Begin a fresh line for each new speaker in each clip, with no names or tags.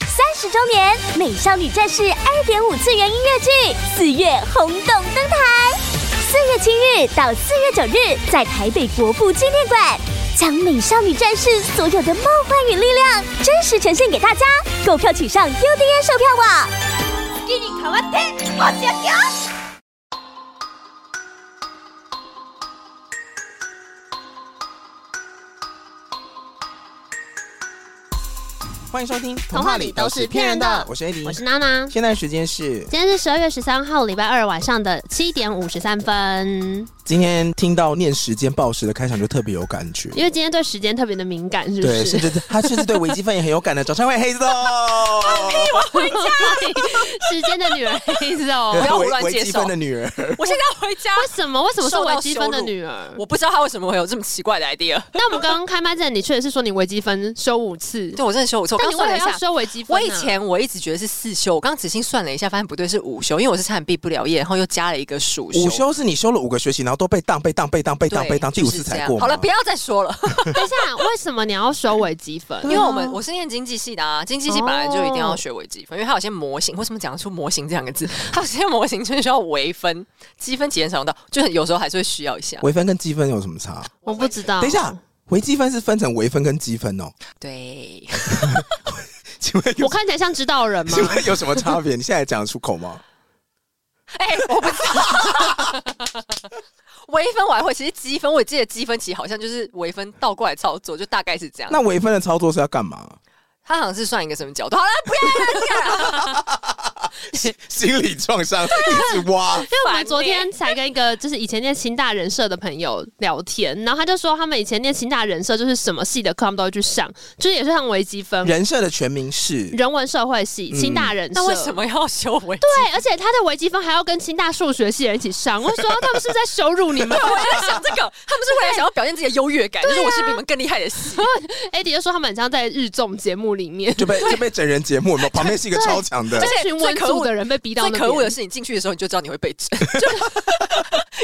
三十周年《美少女战士》二点五次元音乐剧四月轰动登台，四月七日到四月九日在台北国父纪念馆，将《美少女战士》所有的梦幻与力量真实呈现给大家。购票请上 UDN 售票网。
欢迎收听《
童话里都是骗人的
我是 AD，
我是娜娜。
现在时间是
今天是十二月十三号，礼拜二晚上的七点五十三分。
今天听到念时间报时的开场就特别有感觉，
因为今天对时间特别的敏感，是不
对，
是
甚？至他甚至对微积分也很有感的。早上会黑豆，
回家，时间的女儿黑手。
对
不要胡乱
微
接
微积
受
分的女儿，
我现在要回家，
为什么？为什么是
受到
微积分的
羞辱
女儿？
我不知道他为什么会有这么奇怪的 idea。
那我们刚刚开麦之前，你确实是说你微积分修五次，
对我真的羞，我错，我
但
刚
你为
算了
了
一
要
下。
修微积分、
我
啊，
以前我一直觉得是四修，我刚仔细算了一下，发现不对，是五修，因为我是差点毕不了业，然后又加了一个暑
午休是你休了五个学期，然后都被当被当被当被
对
当被当，第
就
五
是
次
这
才
样
过吗。
好了，不要再说 了，
等一下，为什么你要修微积 分？
因为我们我是念经济系的啊，经济系本来就一定
哦
要学微积分，因为它有些模型，为什么讲得出模型这两个字？ 它有些模型就是需要微分、积分、减少到，就是有时候还是会需要一下。
微分跟积分有什么差？
我不知道。
等一下，微积分是分成微分跟积分哦。
对，
请问
我
有
看起来像知道人吗
请？问有什么差别？你现在讲得出口吗？
哎、我不知道。微分我还会，其实积分我记得积分其实好像就是微分倒过来操作，就大概是这样。
那微分的操作是要干嘛？
它好像是算一个什么角度？好了，不要了，
心理创伤一直挖。
因为我
烦
们
呢
昨天才跟一个就是以前念清大人社的朋友聊天，然后他就说他们以前念清大人社就是什么系的课他们都会去上，就是也是上微积分、
人设的全名是
人文社会系、清大人社。
嗯那为什？么要修微？
对，而且他的微积分还要跟清大数学系的人一起 上，我就说他们是不是在羞辱你们
对，我也在想这个，他们是为了想要表现自己的优 越感，就是我是比你们更厉害的戏。
？Adi 就说他们很像在日综节目里 面，
就被就被整人节目，有没有？旁边是一个超强的
这，
且
群文
最可恶
组的人被逼到
最
那
可恶的
边，
是，你进去的时候你就知道你会被 整，就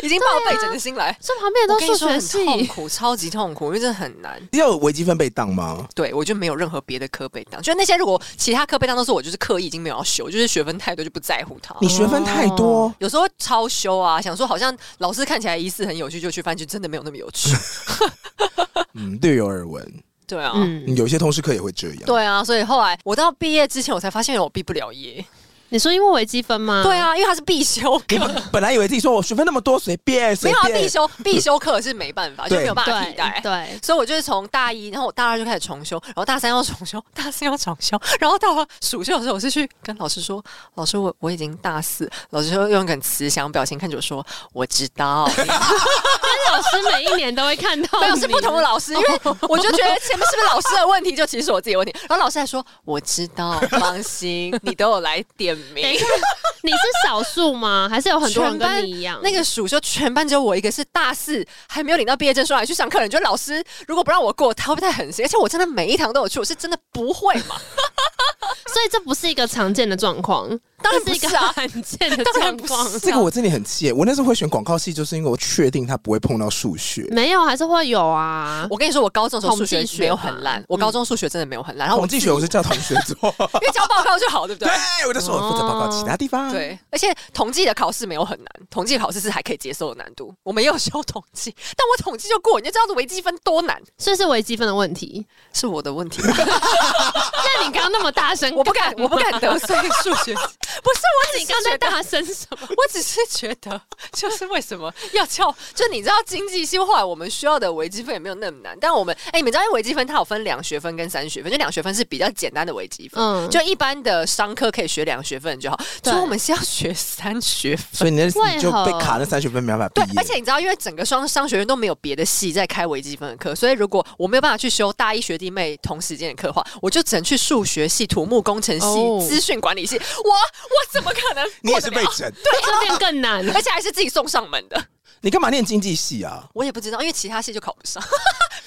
已经抱被整的心来。
这旁边的
啊我
都
跟你
数
说
学
很痛
系。
苦，超级痛苦，因为真的很难。
要有微积分被当吗？
对，我就没有任何别的科被当，就是那些如果其他科被当都是我就是刻意已经没有要修，就是学分太多就不在乎它。
你学分太多，
有时候超修啊，想说好像老师看起来疑似很有趣就去翻，就真的没有那么有趣。
嗯，略有耳闻。
对啊，
嗯，
有些通识课也会这样。
对啊，所以后来我到毕业之前，我才发现我毕不了业。
你说因为微积分吗？
对，啊，因为它是必修
你
课，
本来以为自己说我学分那么多，随便
没
随
有啊，必
便。
修必修课是没办法，就
对
没有办法替代
对。对，
所以我就是从大一，然后我大二就开始重修，然后大三要重修， 大四要重修，然后到了暑修的时候，我是去跟老师说：“老师，我我已经大四。”老师就用一个很慈祥表情看着我说：“我知道。”
老师每一年都会看到
没有
你
是不同的老师，因为
哦
我就觉得前面是不是老师的问题，就其实是我自己的问题。然后老师还说：“我知 道，放心，你都有来点名。”
等一下，你是少数 吗？还是有很多人跟你一样？
那个暑修全班只有我一个是大四，还没有领到毕业证书还去上课的人。就老师如果不让我过，他会不会太狠心？而且我真的每一堂都有去，我是真的不会嘛？
所以这不是一个常见的状况，
当然
这
不
是一个
是啊，
罕见的
当
状
然不
况。
是、啊。
这个我真的很气耶，我那时候会选广告系，就是因为我确定他不会碰到数学。
嗯
没有，还是会有啊。
我跟你说，我高中的时候数
统
学
计学
没有很烂
吧，
我高中数学真的没有很烂。然后
统计学我
自
是叫同学做，
己因为交报告就好，对 不
对
对？，
我就说我负责报告其他地方。，
对，嗯而且统计的考试没有很难，统计考试是还可以接受的难度。我没有修统计， 但我统计就过，你就知道微积分多难，
所以是微积分的问题。
是 我的问题。
那你刚刚那么大声，
我不敢，我不敢得罪数学，不是我
那
只
你
是
刚刚在
觉得
大声什么？
我只是觉得， 就是为什么要叫？就你知道经济系后来我们需要的微积分也没有那么难，但我们哎、你们知道因为微积分它有分两学分跟三学分，就两学分是比较简单的微积分，
嗯，
就一般的商科可以学两学分就好，
对
所以我们是要学三学分。
所以你那
为何
你就被卡那三学分没办法毕
对
业，，
而且你知道，因为整个双商学院都没有别的系在开微积分的课，所以如果我没有办法去修大一学弟妹同时间的课的话，我就只能去数学系、土木工程系、
哦
资讯管理系。我我怎么可能？
你也是被，整，
这变更难了。
而且还是自己送上门的。
你干嘛念经济系啊？
我也不知道，因为其他系就考 不上，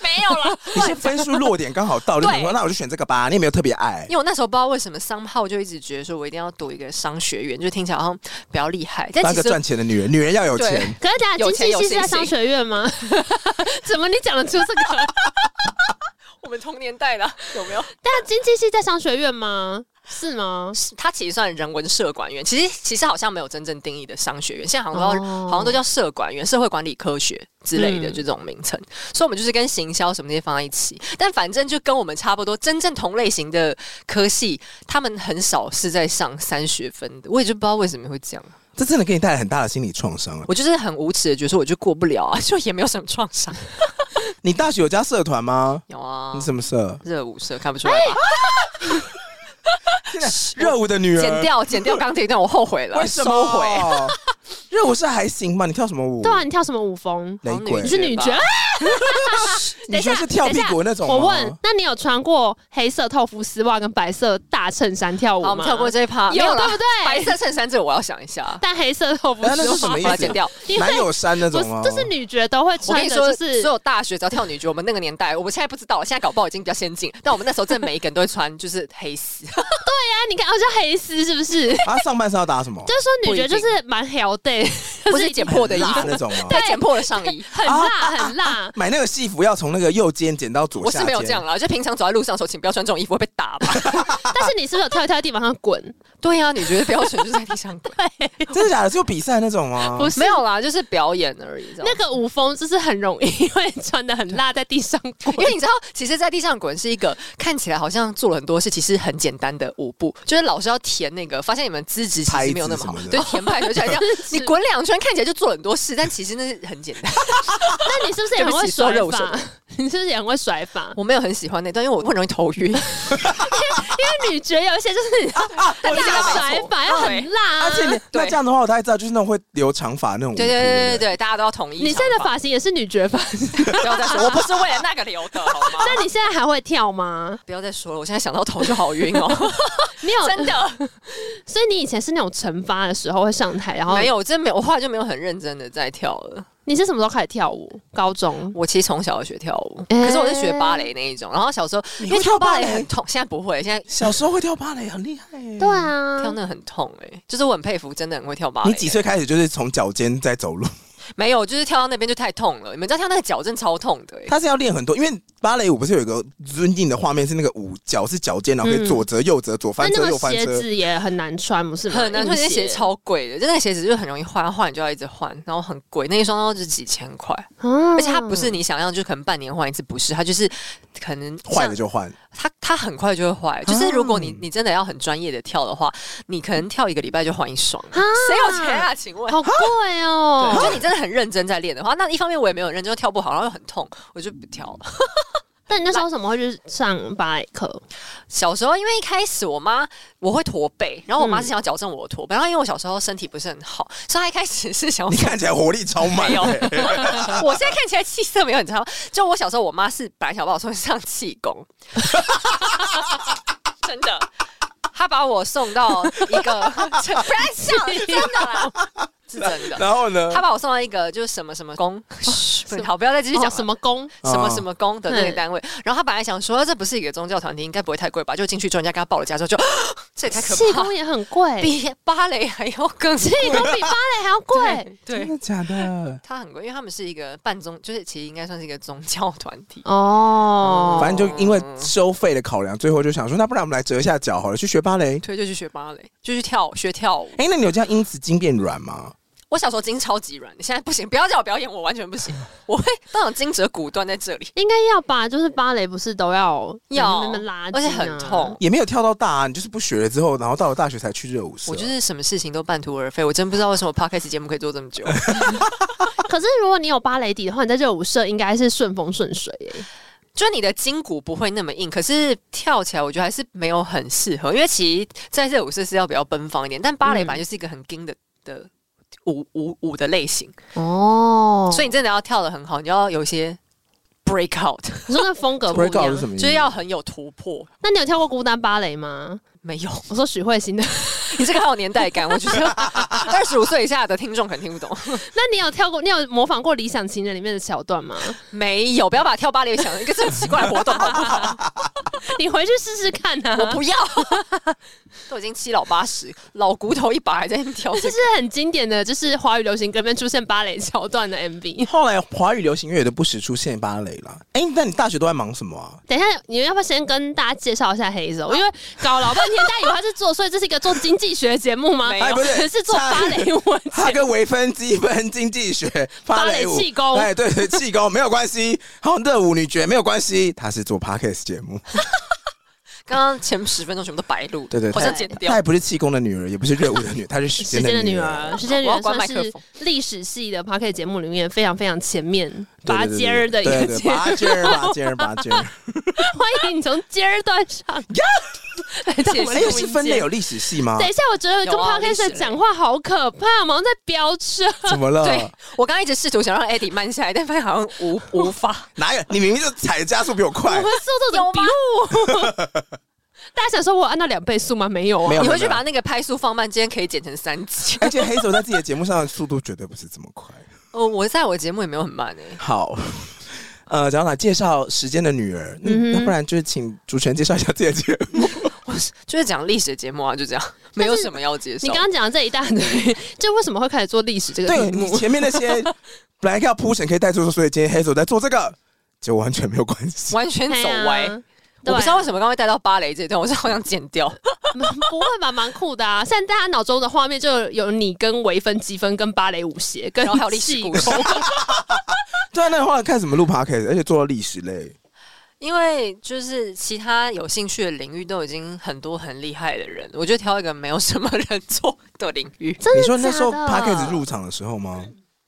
没有啦。
你是分数落点刚好到，就
对
想说那我就选这个吧，你也没有特别爱
因，为我那时候不知道为什么商号就一直觉得说我一定要读一个商学院，就听起来好像比较厉害，但
当
哎其
个
实
赚钱的女 人，女人要有
对
钱。
可是等下
有
经
钱
济
有
系是在
信心
商学院 吗？怎么你讲得出 这个？
我们同年代的有没有？
但经济系在商学院吗？是吗？
它其实算人文社管院，其实其实好像没有真正定义的商学院，现在好像都要、
哦
好像都叫社管院、社会管理科学之类的、
嗯
就这种名称，所以我们就是跟行销什么那些放在一起，但反正就跟我们差不多，真正同类型的科系，他们很少是在上三学分的，我也就不知道为什么会这样。
这真的给你带来很大的心理创伤啊！
我就是很无耻的觉得说我就过不了啊， 就也没有什么创伤。
你大学有加社团吗？
有啊，
你什么社？
热舞社看不出来吧？
哎热舞的女人，
剪掉，剪掉刚停段，我后悔了，
啊为什么？
收回。
热舞社还行吧？你跳什么舞？
对啊，你跳什么舞风？
雷鬼
你是女
角
角？
你说是跳屁股那种吗？
我问，那你有穿过黑色透肤丝袜跟白色大衬衫跳舞
好，
吗？
我们跳过这一趴，
有
没啦
对不对
白色衬衫这个我要想一下，
但黑色透肤
哎那
丝
是
袜
什么意
把它
思？
剪掉。
因为
男友衫那
不
种啊
是
吗？，
这是女角都会
我跟
穿
你
的，
说，
就是
所有大学只要跳女角，我们那个年代，我们现在不知道，现在搞不好已经比较先进。但我们那时候，真的每一个人都会穿，就是黑丝，
啊，你看，哦，叫黑丝是不是？就
啊，上半身要打什 么？
是说女角就
不
是蛮屌的，
不是剪破的衣
辣
服，
那种吗？
对，剪破的上衣。
很辣很 辣。
买那个戏服要从那个右肩剪到左
我
下肩。
是没有这样啦，就平常走在路上的时候，请不要穿这种衣服，会被打吧？
但是你是不是有跳一跳在地板上滚？
对呀、啊，你觉啊得标准就是在地上 滚，
真的假的？就比赛那种吗？
不是
没有啦，就是表演而已。
那个舞风就是很容易，因为穿的很辣，在地上滚
因。为你知道，其实，在地上滚是一个 看起来好像做了很多事，其实很简单的舞步，就是老师要填那个，发现你们资质其实没有那么好
拍子什么，的
对，填拍子就好 像你滚两圈，看起来就做了很多事，但其实那是很简单。
那你是不是也很会甩
对不起说
法？ 你是不是也很会甩 法？
我没有很喜欢那段，因为我很容易头晕。
因为女角有一些 就是
啊我
很
觉得
辣
没错
甩法要很辣啊
而。且你
对
那这样的话，我大概知道，就是那种会留长发那种。
对对对对。对，大家都要同意。
你现在的发型也是女角发型，
长发不要再说，我不是为了那个留的，好吗？
那你现在还会跳吗？
不要再说了，我现在想到头就好晕哦，
你有
真的
所以你以前是那种惩罚的时候会上台，然后
没有，真没有，我后来就没有很认真的在跳了。
你是什么时候开始跳舞？高中
我其实从小就学跳舞，
欸
可是我是学芭蕾那一种。然后小时候
你
因
会
为
跳
跳
芭
芭
蕾
蕾很痛，现在不会，现在
小时候会跳芭蕾，很厉害耶。
对。啊，
跳那个很痛哎、就是我很佩服，真的很会跳芭蕾。欸
你几？岁开始就是从脚尖在走路？
没有，就是跳到那边就太痛了。你们知道跳那个脚真超痛的、欸，
他是要练很多，因为芭蕾舞不是有一个尊敬的画面，是那个舞脚是脚尖，然后可以左折右折，左
那
翻
哎那
折右
个
翻
鞋
折。
子也很难穿，不是吗？
很难
硬
穿。那些鞋超贵的，就那个鞋子就很容易换，换你就要一直换，然后很贵，那一双都是几千块。
啊
而且它不
嗯
是你想象，就可能半年换一次，不是，它就是可能像
坏了哦就换，
它它很快就会坏。就是如果你你真的要很专业的跳的话，你可能跳一个礼拜就换一双，
啊
谁有钱啊？请问？
好贵哦
对，。
啊
就你真的很认真在练的话，那一方面我也没有很认真，就跳不好，然后又很痛，我就不跳了。
但你那时候怎么会去上芭蕾课？
小时候因为一开始我妈我会驼背，然后我妈
嗯
是想要矫正我的驼背，然后因为我小时候身体不是很好，所以她一开始是想 要
你。看起来活力超满
没 有，
的。
我现在看起来气色没有很差。就我小时候，我妈是本来想把我送去上气功， 真的，她把我送到一个， 不要笑，是真的啦，是 真的。
然后呢？
她把我送到一个就是什么什么宫，嘘不能好，不要再继续讲
哦
了
什么功？
什么
哦
什么宫的那个单位。然后他本来想说，这不是一个宗教团体，应该不会太贵吧？就进去之后，人家给他报了价之后，就这也太可
气
怕
功，也很贵，
比芭蕾还要更
气功 比芭蕾还要贵。
对
真。的假的？
他很贵，因为他们是一个半宗，就是其实应该算是一个宗教团体。
哦，
反正就因为收费的考量，最后就想说，那不然我们来折一下脚好了，去学芭蕾。
对，就去学芭蕾，就去跳学跳舞。
哎、那你有这样因此筋变软吗？
我小时候筋超级软，你现在不行，不要叫我表演，我完全不行，我会那种筋折骨断在这里，
应该要吧？就是芭蕾不是都要
要
那么拉、啊
而且很痛。。
也没有跳到大、啊，你就是不学了之后，然后到了大学才去热舞社。
我就是什么事情都半途而废，我真不知道为什么 podcast 节目可以做这么久。
可是如果你有芭蕾底的话，你在热舞社应该是顺风顺水耶、
就是你的筋骨不会那么硬，可是跳起来我觉得还是没有很适合，因为其实在这舞室是要比较奔放一点，但芭蕾本来就是一个很筋的的舞舞舞的类型，
哦，
所以你真的要跳的很好，你要有一些 break out，
你说那风格不一
breakout
样
是。 什么意思？
就是要很有突破。
那你有跳过孤单芭蕾吗？
没有，
我说许慧欣的，
你这个很有年代感，我觉得二十五岁以下的听众可能听不懂。
那你有跳过？你有模仿过《理想情人》里面的桥段 吗？
没有，不要把跳芭蕾想成一个这么奇怪的活动，好不好？
你回去试试看啊！
我不要，都已经七老八十，老骨头一把还在那边跳这
这
个
是很经典的，就是华语流行歌里面出现芭蕾桥段的 MV。
后来华语流行乐也都不时出现芭蕾了。哎、那你大学都在忙什么啊？
等一下，你们要不要先跟大家介绍一下黑手？因为搞老半天，大家以为他是做，所以这是一个做经济学节目吗？
没
有哎不是
是做芭蕾舞节
它
目。
跟微分、积分、经济学、芭
芭
舞、
蕾气功
哎，对对，气功没有关系。还有热舞女爵没有关系，它是做 podcast 节目。
刚刚前十分钟全部都白录，
对对，
好
她
像剪掉
她。也不是气功的女儿，也不是热舞的女儿，她是时
时
间
间
的
的女
女儿。
儿，时间的女
我
儿
要关
算
麦克
是
风
历史系的 p o c k e t 节目里面非常非常前面
对
拔
对对
尖儿的一
对
个
对，
节目，
拔尖儿，拔尖儿，拔尖儿。
欢迎你从尖儿端 上来到我们
哎，
录
是
音
分类
间。
有历史系吗
等？一下，我觉得跟
有啊
podcast
历史
的
类
讲话好可怕，我们好像在飙 车。
怎么
对
了？
我刚刚一直试图想让 Eddie 慢下来，但发现好像 无无法。
哪有？你明明就踩的加速比我
我
快
们。速度怎么比我？ 大家想说我有按到两倍速吗？没有啊，
没有
你回去把那个拍速放慢，今天可以剪成三 集。
而且黑手在自己的节目上的速度绝对不是这么快。
哦，我在我节目也没有很慢哎、
好，呃，讲到哪介绍《时间的女儿》
嗯哼
嗯，要不然就是请主持人介绍一下自己的节目。
就是讲历史的节目啊，就这样，没有什么要介绍。
你刚刚讲的这一大堆， 就为什么会开始做历史这个
对
题
你
目？
前面那些本来要铺陈可以带出，所以今天黑手在做这个， 就完全没有关系。
完全
哎呀
走歪，我不知道为什么刚刚会带到芭蕾这一段，我是好想剪 掉。
对啊不会吧，蛮酷的啊！现在大家脑中的画面就有你跟微分、积分、跟芭蕾舞鞋、跟
然后还有历史
气
故
功
事，
对啊，那的话看什么录 podcast，而且做到历史类，
因为就是其他有兴趣的领域都已经很多很厉害的人，我就挑一个没有什么人做的领域。
真的
你说那时候
假的
podcast 入场的时候吗？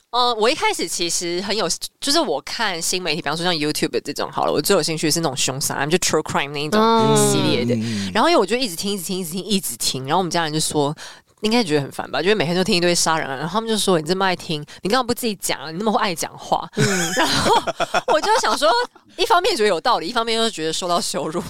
呃，我一开始其实很有，就是我看新媒体，比方说像 YouTube 这种好了，我最有兴趣是那种凶杀案，就 True Crime 那一种。
嗯
系列的
嗯
然后因为我就一直听，一直听，一直听，一直听，然后我们家人就说。应该觉得很烦吧？就是每天都听一堆杀人案，然后他们就说你这么爱听，你干嘛不自己讲啊？你那么爱讲话。然后我就想说，一方面觉得有道理，一方面又觉得受到羞辱。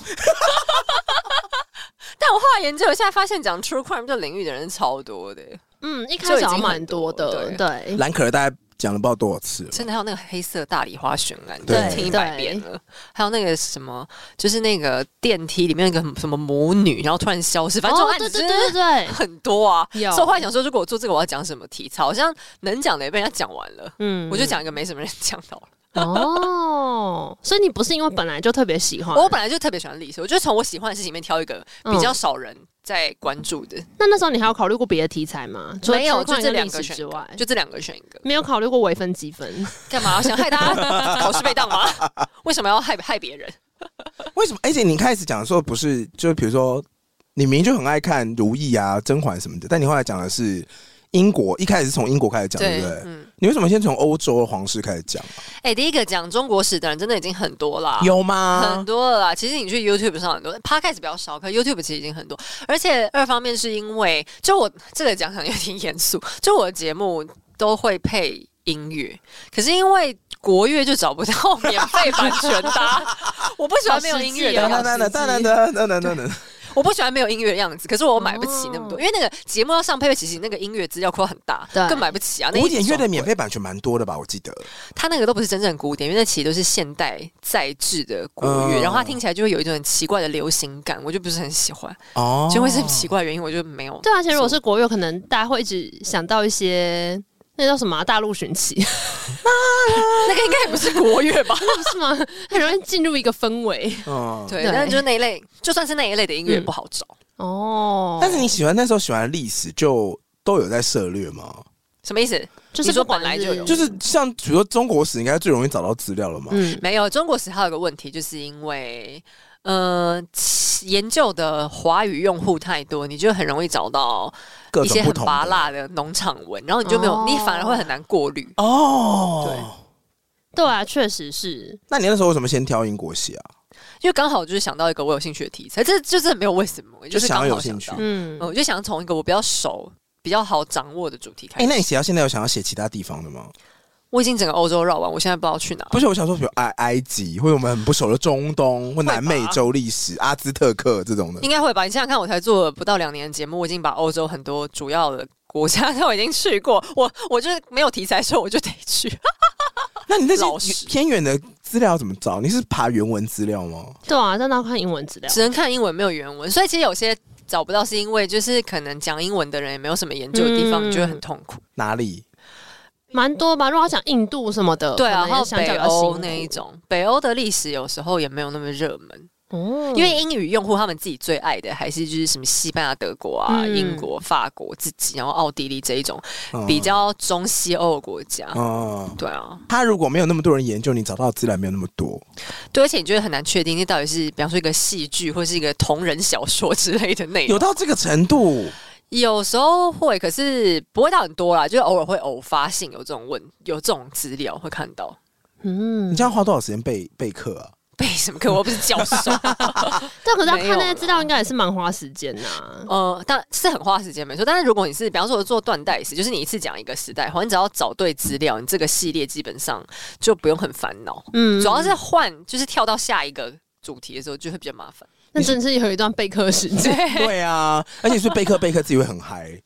但我后来研究一下，发现讲 true crime 这领域的人超多的，
嗯，一开始好像蛮多
就
的，
已经很
对。
蓝可儿大概讲了不知道多少次了。
真的还有那个黑色大礼花悬案，
对
真的听一百遍了。还有那个什么，就是那个电梯里面那个什么母女，然后突然消失，反正这种
哦，
案
对
子
对
真
对
的
对 对，
很多啊，所以
有
我后来想说，如果我做这个，我要讲什么题材？好像能讲的也被人家讲完了，
嗯
我就讲一个没什么人 讲到了。
哦，所以你不是因为本来就特别喜欢，
我本来就特别喜欢历史，我就从我喜欢的事情里面挑一个比
嗯
较少人在关注的，
那那时候你还有考虑过别的题材吗？除了
没有，
情况
就这
跟
两
历
个
史
选
之
一
外
个，，就这两个选一个。
没有考虑过微分积分。
干嘛想害大 家考试被当吗？ 为什么要害害别人？
为什么？而且你开始讲的时候不是，就比如说，你明明就很爱看《如懿》啊、《甄嬛》什么的，但你后来讲的是英国，一开始是从英国开始讲，对不对？
嗯，
你为什么先从欧洲的皇室开始讲啊、
哎、第一个讲中国史的人真的已经很多啦，
有
啊
啊
很
吗？
多了啦，其实你去 YouTube 上很多，Podcast 比较少，可 YouTube 其实已经很多。而且二方面是因为，就我这个讲讲有点严肃，就我的节目都会配音乐，可是因为国乐就找不到免费版权 的啊、我不喜欢没有音乐的
当
样
哦当
子，
当当当当当当当当，
我不喜欢没有音乐的样子。可是我买不起那么
哦
多，因为那个节目要上配乐，其实那个音乐资料库很大，
对
更买不起啊。那一
古典乐
种
的免费版权蛮多的吧？我记得
它那个都不是真正的古典，因为那其实都是现代再制的古乐，
嗯
然后它听起来就会有一种很奇怪的流行感，我就不是很喜欢，
哦，
就会是很奇怪的原因，我就没有。
对啊，而且如果是国乐，可能大家会一直想到一些那叫什么啊、大陆寻奇，
那个应该也不是国乐吧？
是吗？很容易进入一个氛围
嗯。
对，
对
但是就是那一类，就算是那一类的音乐也不好找。
哦。
但是你喜欢那时候喜欢的历史，就都有在涉略吗？
什么意思？
就是
你说
不管
本来就有
就是像比如说中国史，应该最容易找到资料了嘛。
嗯，
没有，中国史还有个问题，就是因为呃，其研究的华语用户太多，你就很容易找到
各
一
种
些
不
很
同
拔
的
辣的农场文，然后你就没有，你反而会很难过滤。
哦。
对啊，确实是。
那你那时候为什么先挑英国戏啊？
因为刚好就是想到一个我有兴趣的题材，这就是没有为什么，
就是想要
刚
有
好
兴
想
趣
到，嗯，
嗯，
我就想从一个我比较熟、比较好掌握的主题开
哎、
始。
那你写到现在有想要写其他地方的吗？
我已经整个欧洲绕完，我现在不知道去哪。
不是，我想说，比如埃埃及，或者我们很不熟的中东或南美洲历史、 阿兹特克这种的
应。该会吧？你想想看，我才做了不到两年的节目，我已经把欧洲很多主要的国家 都已经去过。我我就是没有题材的时候，我就得去。
那你那
老
些
实
偏远的资料怎么找？你是爬原文资料吗？
对啊，但那要看英文资料。
只能看英文，没有原文，所以其实有些找不到，是因为就是可能讲英文的人也没有什么研究的地方，
嗯
你就会很痛苦。
哪里？
蛮多吧。如果要讲印度什么的，
对啊，
可
还
能
有
也相较
北
比较辛
欧
苦
那一，种，北欧的历史有时候也没有那么热门，
哦
因为英语用户他们自己最爱的还是就是什么西班牙、德国啊、
嗯
英国、法国自己，然后奥地利这一种
嗯
比较中西欧的国家。
嗯，
对啊，
他如果没有那么多人研究，你找到的资料没有那么多。
对，而且你就会很难确定，这到底是比方说一个戏剧或是一个同人小说之类的内
有
容。
到这个程度，
有时候会，可是不会到很多啦，就是偶尔会偶发性有这种问，有这种资料会看到。
嗯
你这，样花多少时间备备课啊？
背什么课？我又不是教授。
但可是要
没
看那
有
些
啦
资料，应该也是蛮花时间啊呐。
呃，但是很花时间没错。但是如果你是，比方说我做断代史，就是你一次讲一个时代，好，你只要找对资料，你这个系列基本上就不用很烦恼。
嗯，
主要是换，就是跳到下一个主题的时候就会比较麻烦。
那真的是有一段备课时 间。
嗯
对啊，而且是备课备课自己会很嗨。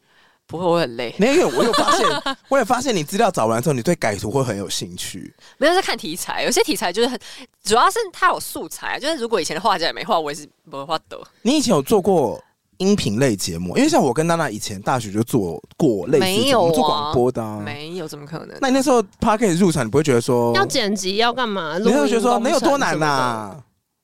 不会，我很累。
那个我有发 现，我有发现你资料找完之后，你对改图会很有兴趣。
没有在看题材，有些题材就是很，主要是它有素材，啊就是如果以前的画家也没画，我也是不会画的。
你以前有做过音频类节目？因为像我跟娜娜以前大学就做过类似的节目，
没有啊
我们做广播的、啊。
没有，怎么可能？
那你那时候 p o d c a s t 入场，你不会觉得说
要剪辑要干嘛？
你那时候觉得说
没
能有多难呐、啊？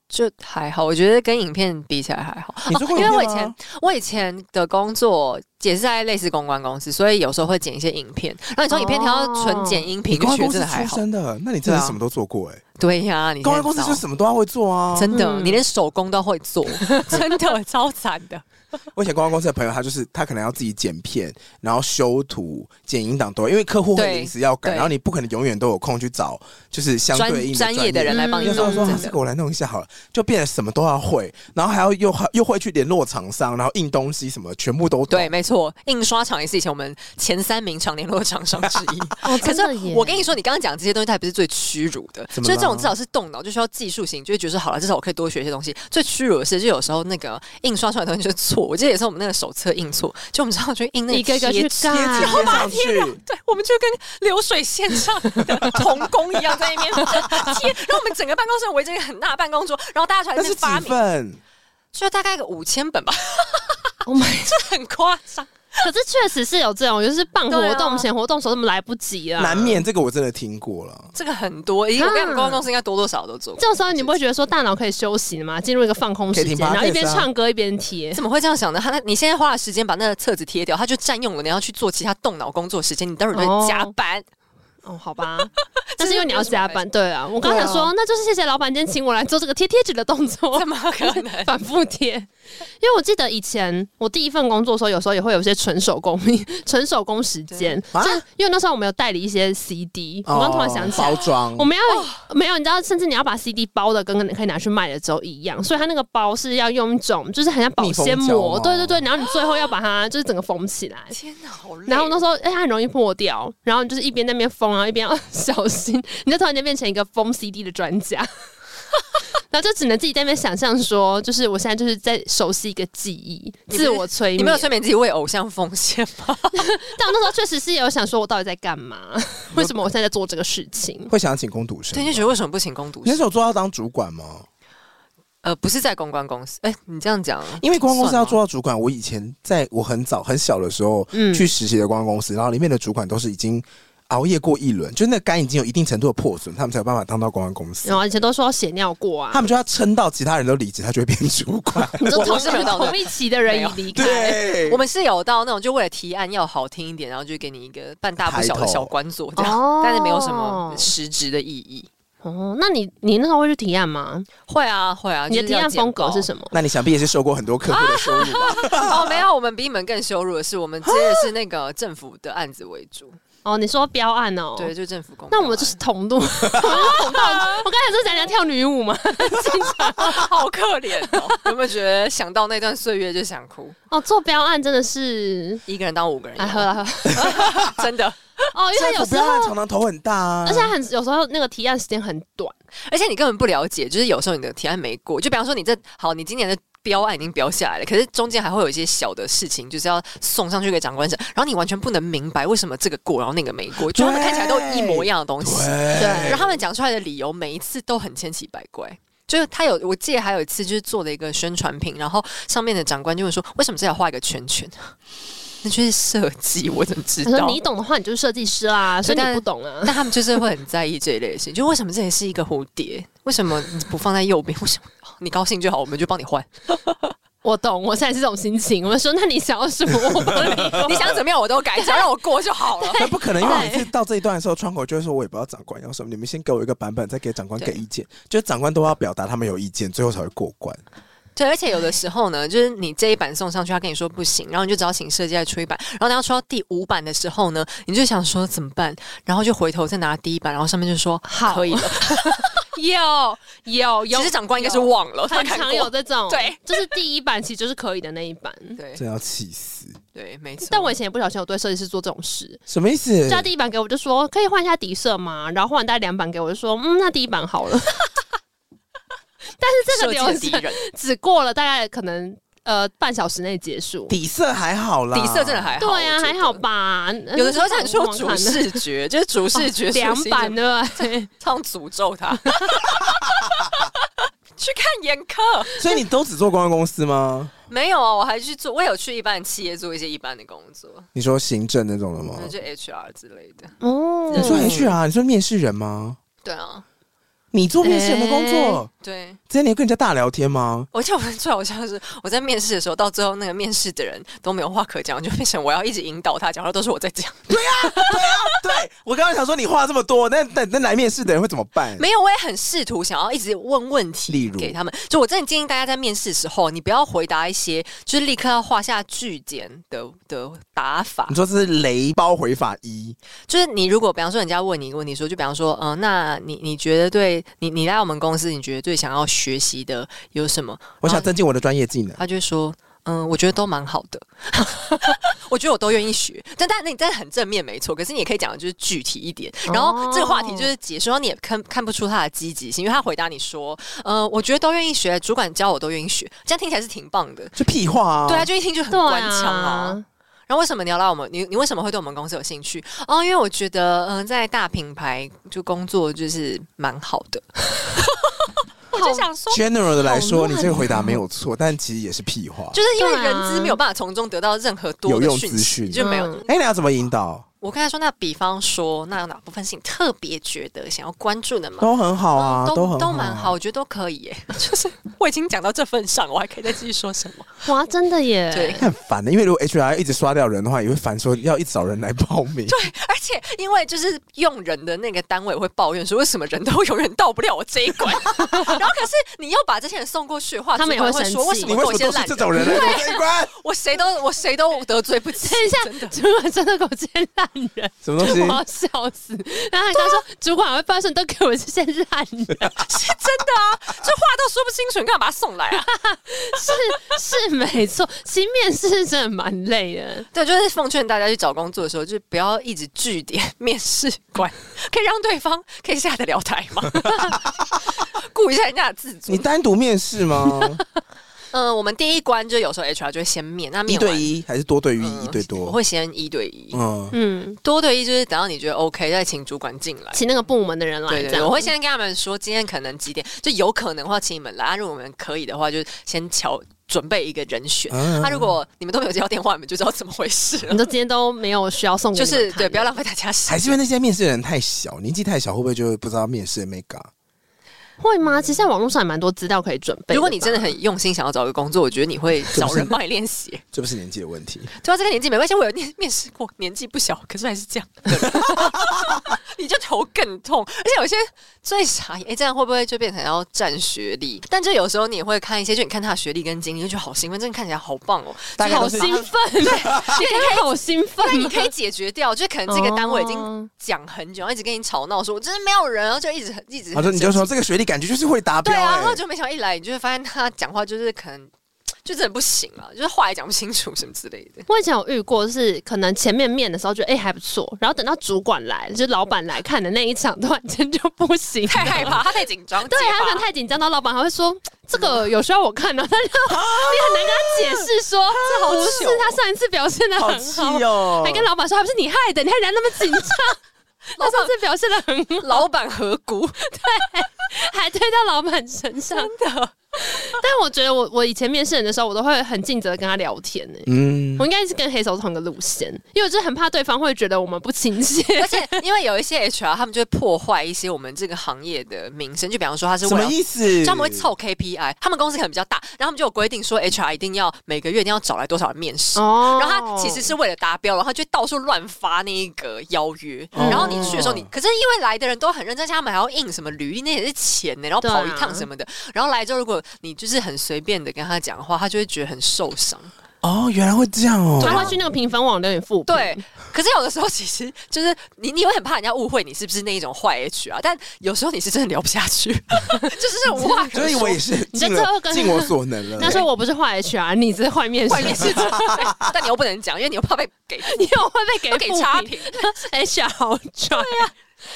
就还好，我觉得跟影片比起来还好。哦
你做过
因为
影片
我以
吗
前我以前的工作也是在类似公关公司，所以有时候会剪一些影片。然后你从影片挑
哦
纯剪音
你
频，
公关
就
公司
觉得真的还
出
好。
身的，那你真的
对啊
什么都做过哎、欸。
对呀、你
公关公司
现
就
在
是什么都要会做啊。
知道真的，
嗯
你连手工都会做， 真的超惨的。
我以前公关公司的朋友，他就是他可能要自己剪片，然后修图、剪音档都要，因为客户会
对
临时要改，
对
然后你不可能永远都有空去找就是相对应
专
的
专业的人来帮你
嗯有时候
弄，
说还
真
是
的
给。我来弄一下好了，就变得什么都要会，然后还要又又会去联络厂商，然后印东西什么全部都懂
哦
对，。没错，印刷厂也是以前我们前三名常联络的厂商之一。
哦，
可
真
是
的耶！
我跟你说，你刚刚讲这些东西，它还不是最屈辱的，
怎
就
么
是这
了
种至少是动脑，就需要技术型，就会觉得说好了，至少我可以多学一些东西。最屈辱的是，就有时候那个印刷出来的东西就是错，我记得也是我们那个手册印错，就我们知道去印那
一个一个
贴
去
纸
贴纸
干，
贴上去，
对，我们就跟流水线上的童工一样在那边贴，然后我们整个办公室围着一个很大的办公桌，然后大家
那
就在那
是
边
几
发明，
份？
就大概个五千本吧，
Oh my！
这很夸张。
可是确实是有这种，就是办活
对
动
啊
前活动手怎么来不及啊？
难免这个我真的听过了。
这个很多，因为我跟你讲，公关公司应该多多少少都做过。
这种时候你不会觉得说大脑可以休息吗？进入一个放空时
可以
间，
听 podcast 啊
然后一边唱歌一边 贴。
怎么会这样想呢？他那你现在花了时间把那个册子贴掉，他就占用了你要去做其他动脑工作时间，你待会儿就会加班。
哦，好吧，但是因为你要加班，对啊，我刚
对
想
啊
说，那就是谢谢老板今天请我来做这个贴贴纸的动作？
怎，么可 能
反复贴。因为我记得以前我第一份工作的时候，有时候也会有一些纯手工、纯手工时间，
啊
就因为那时候我们有代理一些 CD，我刚突然想起来
哦包，装
我，们要、没有，你知道，甚至你要把 CD 包的跟可以拿去卖的之后一样，所以它那个包是要用一种就是很像保鲜
密封胶
膜，
吗
对对对，然后你最后要把它就是整个缝起来。
天哪，好累。啊
然后那时候，哎、它很容易破掉。然后你就是一边在那边封，然后一边要小心，你就突然间变成一个封 CD 的专家， 然后就只能自己在那边想象说，就是我现在就是在熟悉一个记忆，
不是
自我催眠。
你没有催眠自己为偶像奉献吗？
但我那时候确实是有想说，我到底在干嘛？为什么我现在在做这个事情？
会想请工读生
对，。你就觉得为什么不请工读
你那
生
时？候做到当主管吗？
呃，不是在公关公司。哎、你这样讲，
因为公关公司要
算吗
做到主管，我以前在我很早很小的时候、
嗯
去实习的公关公司，然后里面的主管都是已经熬夜过一轮，就是那肝已经有一定程度的破损，他们才有办法当到公关公司
然。后以前都说要血尿过啊
他，们就要撑到其他人都离职，他就会变主 管。
就同
我是没有到
同一期的人已离开，
对，
我们是有到那种，就为了提案要好听一点，然后就给你一个半大不小
抬
的
头
小官做这样，
哦
但是没有什么实质的意义。
哦，那你你那时候会去提案吗？
会啊，会啊，
你的提案风格是
么？
什么？
那你想必也是受过很多客户
啊
的羞辱吧？
哦，没有，我们比你们更羞辱的是，我们接的是那个政府的案子为主，
哦，你说标案哦，
对，。就政府公。啊
那我们就是同路，我们是同道。我刚才是讲讲跳女舞嘛，
好可怜哦， 有没有觉得想到那段岁月就想哭？
哦，做标案真的是，
一个人当五个人
哎，
用，
喝了喝了，
真的。
哦，因为他有
政府不
时
要让
候
常，常头很大啊，
而且他很有时候那个提案时间很短，
而且你根本不了解，就是有时候你的提案没过，就比方说你这好，你今年的标案已经标下来了，可是中间还会有一些小的事情，就是要送上去给长官审，然后你完全不能明白为什么这个过，然后那个没过，就他们看起来都一模一样的东西，然
对
后他们讲出来的理由每一次都很千奇百怪。就是他有，我记得还有一次就是做了一个宣传品，然后上面的长官就会说：“为什么这要画一个圈圈？ 那就是设计，我怎么知
他说
道？”
你懂的话，你就是设计师啦，所以你
但
不懂啊。
但他们就是会很在意这一类的事情，就为什么这里是一个蝴蝶，为什么你不放在右边？为 什么哦你高兴就好，我们就帮你 换？
我懂，我现在是这种心情。我们说，那你想要什 么？我不理我
你想怎么样我都改，只要让我过就好了。
那不可能，因为每次到这一段的时候，窗口就会说：“我也不知道长官要什么，你们先给我一个版本，再给长官给
对
意见。”就是长官都要表达他们有意见，最后才会过关。
对，而且有的时候呢，就是你这一版送上去，他跟你说不行，然后你就只好请设计再出一版，然后等他出到第五版的时候呢，你就想说怎么办，然后就回头再拿第一版，然后上面就说
好
可以了。
有有有，
其实长官应该是忘了，他
很
看
常
过
有这种，
对，
就是第一版其实就是可以的那一版。
对
真要气死！
对，没错。
但我以前也不小心有对设计师做这种事，
什么意思
嗯
就？他第一版给我就说可以换一下底色嘛，然后换大概两版给我就说嗯，那第一版好了。 但是这
设
个流
计的敌
程
人，
只过了大概可能呃半小时内结束，
底色还好 啦，
底色真的还好，
对
我
啊，
觉
还
得
好。吧。嗯
有的时候
这
像你说主视觉，就是主 视觉
哦两
是一种
版 对不对？
唱诅咒 他。去看眼科
所以你都只做公关公司吗？
没有啊？我还去做，我有去一般的企业做一些一般的工作，
你说行政那种的吗
那？就 HR 之类的。
哦
你说 HR，你说面试人吗？
对啊，
你做面试人的工作，
对，
之前你有跟人家大聊天吗？
我记得我最好笑的是，我在面试的时候，到最后那个面试的人都没有话可讲，就变成我要一直引导他讲，然后都是我在讲。
对我刚刚想说你话这么多，那那那来面试的人会怎么办？
没有，我也很试图想要一直问问题，
例如
给他们。就我真的建议大家在面试的时候，你不要回答一些就是立刻要画下句点的的打法
你。说这是雷包回法一，
就是你如果比方说人家问你一个问题说，就比方说，嗯、那你你觉得对你你来我们公司，你觉得最想要学习的有什么？
我想
然后
增进我的专业技能。
他就会说。嗯，我觉得都蛮好的， 我觉得我都愿意学。但但那你真的很正面没错，可是你也可以讲的就是具体一点。然后这个话题就是结束，然后你也看看不出他的积极性，因为他回答你说，嗯，我觉得都愿意学，主管教我都愿意学，这样听起来是挺棒的。
就屁话啊！
对啊，，就一听就很
对
官腔啊
啊，
然后为什么你要来我们？你你为什么会对我们公司有兴趣？哦，因为我觉得，嗯、在大品牌就工作就是蛮好的。我就想说，啊
general 的来
好
说，
乱
你
哦
这个回答没有错，但其实也是屁话。
就是因为
对啊
人资没有办法从中得到任何多
有
的
用
讯
资
息，
讯
就没有。
嗯
哎、你要怎么引导？
我跟他说，那比方说，那有哪部分是你特别觉得想要关注的吗？
都很好啊，
嗯
很
都蛮好，。我觉得都可以耶。 就是我已经讲到这份上，我还可以再继续说什么？
哇，真的耶！
对，
很烦的，因为如果 HR 一直刷掉人的话，也会烦说要一直找人来报名。对，
而且因为就是用人的那个单位会抱怨说，为什么人都永远到不了我这一关？ 然后可是你又把这些人送过去的话，
他们也
主管
会
会
生
说，为
气
什
你
么
为
我
什
先
么都是
懒
这
人？
种 人来我这一关？
我谁都我谁都得罪不起。
等一
真
下，
的，
主管真的给我接烂人，
什么东西
我？ 要笑死！然后他刚说，主管还会发现都给我这些烂人，
是真的啊！这话都说不清楚，你干嘛把他送来啊？
是是没错。其实面试真的蛮累的，
对，就是奉劝大家去找工作的时候，就不要一直据点面试官， 可以让对方可以下得了台吗？ 顾一下人家的自
你。
尊
单独面试吗？
嗯、我们第一关就有时候 HR 就会先面，那
一
面完
对一还是多对于
嗯
一对
我
多？
会先一对一，
嗯，
嗯，
多对一就是等到你觉得 OK，再请主管进来。
请那个部门的人来，
对对
这
对，
样
我会先跟他们说今天可能几点，就有可能的话请你们来，啊如果我们可以的话，就先瞧准备一个人选。啊
嗯
他如果你们都没有接到电话，你们就知道怎么回事了
你。都今天都没有需要
嗯
送给
就
你们
是
看
对，
的
不要浪费大家时
还
间。
是因为那些面试的人太小，年纪太小，会不会就不知道面试的 mega？
会吗？其实现在网络上也蛮多资料可以准备。
如果你真的，很用心想要找一个工作，我觉得你会找人帮你练习。
这不是年纪的问题，
对啊，这个年纪没关系，我有面面试过，年纪不小，可是还是 这样的人，你就头更痛。而且有些最傻眼，哎，这样会不会就变成要占学历？但就有时候你也会看一些，就你看他的学历跟经历，就觉得好兴奋，真的看起来好棒哦，
大概
好
都是
兴 奋，对，你好兴奋
但
哦，
你可以解决掉，就是可能这个单位已经
哦
讲很久，然后一直跟你吵闹，说我真的没有人，然后就一直很一直很
他说你就
生
说
气
这个学历感觉就是会达标、
对
欸，
啊，然后就没想到一来，你就会发现他讲话就是可能就真的不行了，就是话也讲不清楚什么之类 的。
我以前有遇过，就是可能前面面的时候觉得哎、还不错，然后等到主管来，就是老板来看的那一场，突然间就不行了，
太害怕，啊他太紧张，
对
结巴
他可能太紧张，到老板还会说这个有需要我看呢、但是你很难跟他解释 说这
好糗
不是他上一次表现的
好
很
气
好，
哦，
还跟老板说还不是你害的，你还来那么紧张， 他上次表现的很好，
老板何 辜？
还推到老板身上。
真的，
但我觉得我我以前面试人的时候，我都会很尽责地跟他聊天呢、
嗯
我，应该是跟黑手同个路线，因为我就很怕对方会觉得我们不亲切。
而且因为有一些 HR 他们就会破坏一些我们这个行业的名声，就比方说他是
什
为
么
了。
意思？
就他们会凑 KPI，他们公司可能比较大，然后他们就有规定说 HR 一定要每个月一定要找来多少人面试，
哦
然后他其实是为了达标，然后就到处乱发那一个邀约。
哦
然后你去的时候你，可是因为来的人都很认真，而且他们还要印什么履历，那也是钱呢、然后
对啊
跑一趟什么的。然后来之后，如果你就是很随便的跟他讲话，他就会觉得很受伤。
哦，原来会这样哦，
他会去那个评分网留言复评
对， 可是有的时候其实就是你，你会很怕人家误会你是不是那一种坏 H 啊，但有时候你是真的聊不下去， 就是无话可
所以
说
我。也是
你在
尽
最后
了
跟
尽我所能了。
他说我不是坏 HR，你只是坏面试，
外 面是真的， 但你又不能讲，因为你又怕被给
你有会被给
又
复
给
评
差评。
HR 好拽啊！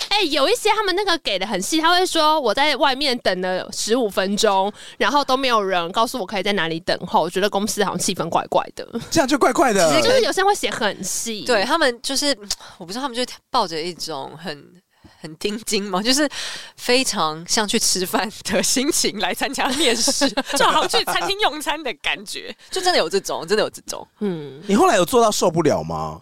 哎、有一些他们那个给的很细，他会说我在外面等了十五分钟，然后都没有人告诉我可以在哪里等候，我觉得公司好像气氛怪怪的。
这样就怪怪的，
就是有些人会写很细，
对他们就是，我不知道他们就抱着一种很很钉钉嘛，就是非常像去吃饭的心情来参加面 试，就好像去餐厅用餐的感觉，就真的有这种，真的有这种。
嗯，
你后来有做到受不了吗？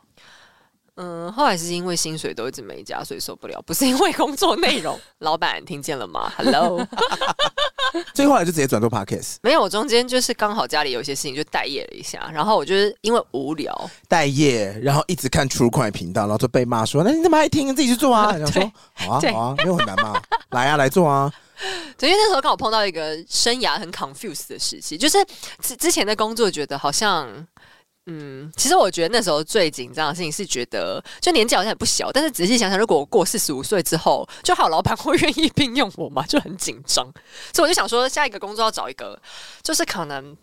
嗯，后来是因为薪水都一直没加，所以受不了，不是因为工作内 容。老板听见了吗？Hello，
所以后来就直接转做 podcast
没有，我中间就是刚好家里有一些事情就待业了一下，然后我就是因为无聊，
待业，然后一直看 True Crime 频道，然后就被骂说：“那你怎么爱听？自己去做啊！” 然后说：“好啊，
对
好啊，没有很难嘛， 来啊，来做啊。
对，因为那时候刚好碰到一个生涯很 confused 的时期，就是之之前的工作觉得好像。嗯，其实我觉得那时候最紧张的事情是觉得，就年纪好像也不小，但是仔细想想，如果我过四十五岁之后，就好老板会愿意聘用我嘛，就很紧张。所以我就想说，下一个工作要找一个，就是可能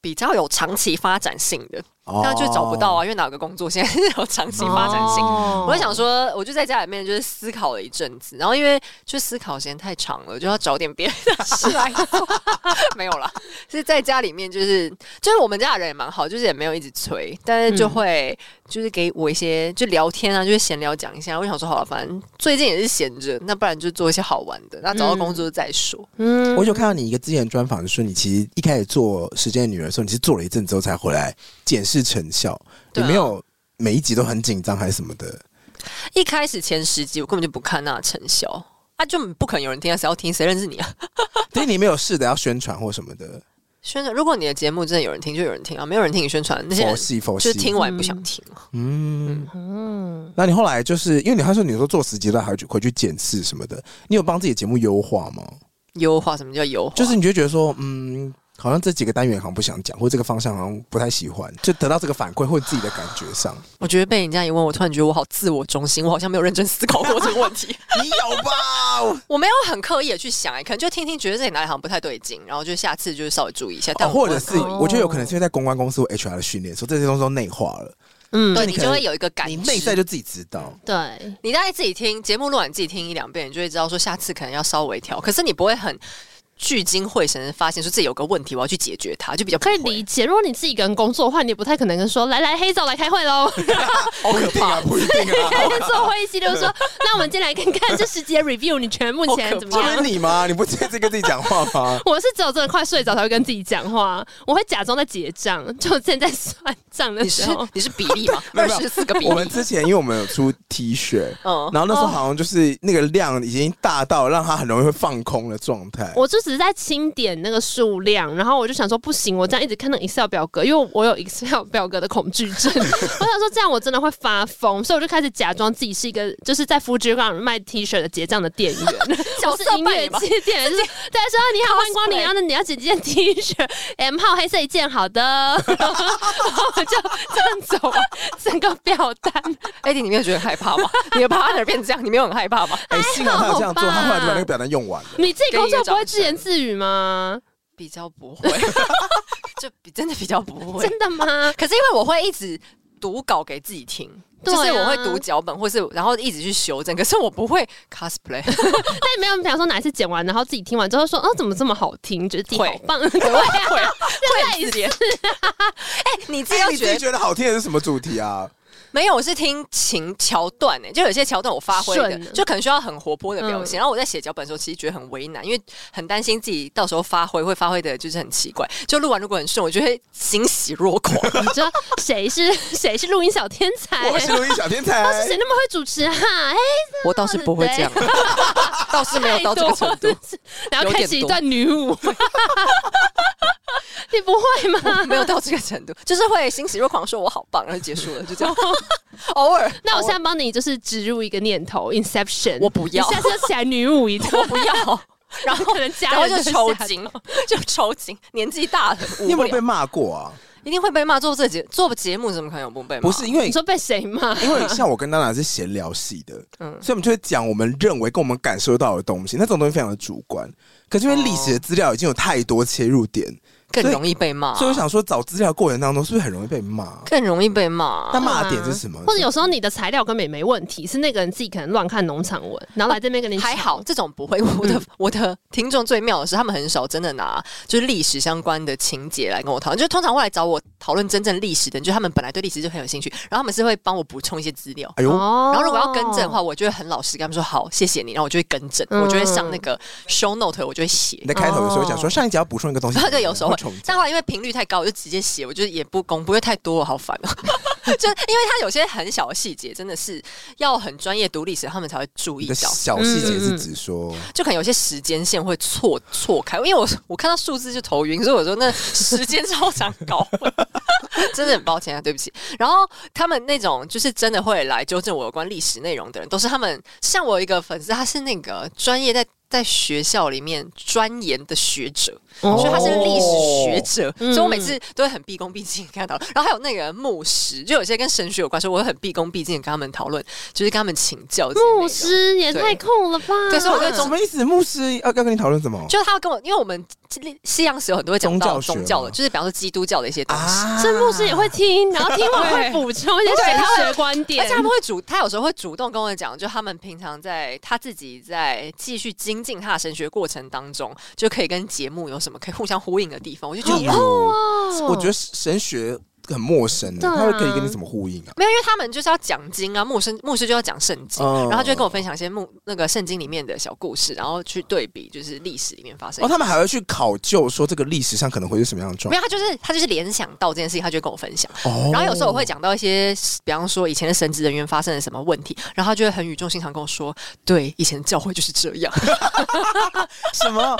比较有长期发展性的，”
哦
那就找不到啊，因为哪个工作现在是有长期发展性的
哦
我就想说，我就在家里面就是思考了一阵子，然后因为就思考时间太长了，就要找点别的事来做。 没有啦，是在家里面，就是就是我们家的人也蛮好，就是也没有一直催，但是就会就是给我一些就聊天啊，就是闲聊讲一下。我就想说，好了，反正最近也是闲着，那不然就做一些好玩的，那找到工作再说。
嗯
哦我就看到你一个之前的专访，就说你其实一开始做《时间的女人》的时候，你是做了一阵之后才回来检视成效，
对
有
啊
没有每一集都很紧张还是什么 的？
一开始前十集我根本就不看那成效。啊，就不可能有人听啊！谁要听？谁认识你啊？
但是你没有试着要宣传或什么的，
宣传，如果你的节目真的有人听，就有人听啊；没有人听，你宣传那些人
佛系佛
就是
系。
听完也不想听啊
嗯，
嗯，
那你后来就是因为你他说你说做十集都还去回去检视什么的，你有帮自己的节目优化吗？
优化，什么叫优化？
就是你就会觉得说，嗯，好像这几个单元好像不想讲，或者这个方向好像不太喜欢，就得到这个反馈或者自己的感觉上，
我觉得被人家一问，我突然觉得我好自我中心，我好像没有认真思考过这个问 题，
你有吧？
我没有很刻意的去想、哎，可能就听听，觉得自己哪里好像不太对劲，然后就下次就是稍微注意一下，但
哦、
我
或
不
者
会
是
刻意
我觉得有可能是因为在公关公司或 HR 的训练，说这些东西都内化了，
嗯
对
你
你
可
就
能
会有一个感
你
知，
内在就自己知道。
对，
你大概自己听节目录完自己听一两遍，你就会知道说下次可能要稍微调，可是你不会很。聚精会神的发现说自己有个问题，我要去解决它，就比较不
可
会
以理解。如果你自己一个人工作的话，你也不太可能跟说来来黑总来开会 喽，
好哦可怕， 不一定啊。
做会议系列说，那我们今天来看看这十集的 review，你全目前怎么
这
样？
是？你吗？你不直接跟自己讲话吗
我是只有真的快睡着才会跟自己讲话，我会假装在结账，就现在算账的
你
时
是
候，
你是比例吗？
没有
二
没有
十四个比
我们
例，
之前因为我们有出 T 恤，
嗯，
然后那时候好像就是那个量已经大到让它很容易会放空的状态。
哦
我就只是在清点那个数量，然后我就想说不行，我这样一直看那个 Excel 表格，因为我有 Excel 表格的恐惧症， 我想说这样我真的会发疯，所以我就开始假装自己是一个就是在 Fuji 卖 T 恤的结账的店员，
角
我
色
是音
扮
乐
演吧
机店员，就是大家说啊你好，欢迎光临，
Cosplay
然后呢你要几件 T 恤，M 号黑色一件，好的， 然后我就这样走完整个表单，
艾迪，你没有觉得害怕吗？ 你的 partner 变这样，你没有很害怕吗？
哎，幸好他有这样做，
还好
他后
吧
来就把那个表单用完了。
你自己工
给你
作
一个
不会
掌
自言
声
自语吗？
比较不会， 就比真的比较不会。
真的吗？
可是因为我会一直读稿给自己听，
对啊
就是我会读脚本，或是然后一直去修正。可是我不会 cosplay，
但没有，比方说哪一次剪完，然后自己听完之后说，哦，怎么这么好听，觉得自己好
会
棒，
我会 会会很自恋。 哎，你自
哎
己要
你自
觉
己
得
觉得好听的是什么主题啊？
没有？我是听情桥段哎，就有些桥段我发挥的
顺了，
就可能需要很活泼的表现。然后我在写脚本的时候，其实觉得很为难，因为很担心自己到时候发挥会发挥的就是很奇怪。就录完如果很顺，我就会欣喜若狂。
你知道谁是 谁是录音小天才？
我是录音小天才
当，时哎谁那么会主持哈、啊？哎、
我倒是不会这样， 倒是没有到这个程度，
然后
有点
开启一段女舞， 你不会吗？
没有到这个程度，就是会欣喜若狂，说我好棒，然后结束了，就这样。偶尔，
那我
偶
现
尔
在帮你就是植入一个念头，Inception，
我不要
你下次就起来女舞一 段，
不要，然后
可能家
然后
人会
就抽
吓
筋
到，
就抽筋，年纪大了，无
你有没有
聊
被骂过啊？
一定会被骂。做这节做节目怎么可能有不被骂？
不是，因为
你说被谁骂？
因为像我跟娜娜是闲聊系的，
嗯
所以我们就会讲我们认为跟我们感受到的东西，那种东西非常的主观。可是因为历史的资料已经有太多切入点，
更容易被
哦
骂，
所以我想说，找资料过程当中是不是很容易被骂？
更容易被骂
那。骂的点是什
哦
么？
或者有时候你的材料根本也没问题，是那个人自己可能乱看农场文，然后来这边跟你
还
吵
好这种不会， 我的、我的听众最妙的是，他们很少真的拿就是历史相关的情节来跟我讨论，就是通常会来找我讨论真正历史的人，就是他们本来对历史就很有兴趣，然后他们是会帮我补充一些资料，
哎呦，
哦
然后如果要更正的话，，我就会很老实跟他们说好，谢谢你，然后我就会更正，
嗯
我就会上那个 show note，我就会写
你。在开头的时候讲说
哦
上一集要补充一个 东西，
对， 有时候
会
会
重，
但
讲。
后来因为频率太高，我就直接写，我就也不公布，因为太多了，好烦哦。 就因为它有些很小的细节，真的是要很专业读历史，他们才会注
你
意
的
到。
小细节是指
嗯
说，
就可能有些时间线会错错开，因为我我看到数字就头晕，所以我说那时间超常搞混， 真的很抱歉啊，对不起。然后他们那种就是真的会来纠正我有关历史内容的人，都是他们像我有一个粉丝，他是那个专业在在学校里面钻研的学者，
哦
所以他是历史学者，
嗯
所以我每次都会很毕恭毕敬地跟他讨论。然后还有那个牧师，就有些跟神学有关，所以我会很毕恭毕敬地跟他们讨论，就是跟他们请教这些内容。
牧师也
对
太酷了吧！
对，所以我就
什么意思？牧师要要跟你讨论什么？
就是他跟我，因为我们西洋史有很多会讲
宗教
到
学啊
宗教的，
吗
就是比方说基督教的一些东西。
所以牧师也会听，然后听完会
对
补充一些
对
神
他
学观点，
而且他们会主，他有时候会主动跟我讲，就他们平常在他自己在继续精进他的神学过程当中，就可以跟节目有什么可以互相呼应的地方，我就觉 得
例
哇
如，
哦
我觉得神学很陌生的，
对啊
他会可以跟你怎么呼应啊？
没有，因为他们就是要讲经啊，牧师牧师就要讲圣经，
哦
然后他就会跟我分享一些牧那个圣经里面的小故事，然后去对比就是历史里面发生
哦，。他们还会去考究说这个历史上可能会是什么样的状
没有，他就是他就是联想到这件事情，他就会跟我分享。
况。哦
然后有时候我会讲到一些，比方说以前的神职人员发生了什么问题，然后他就会很语重心长跟我说：“对，以前教会就是这 样。
什么？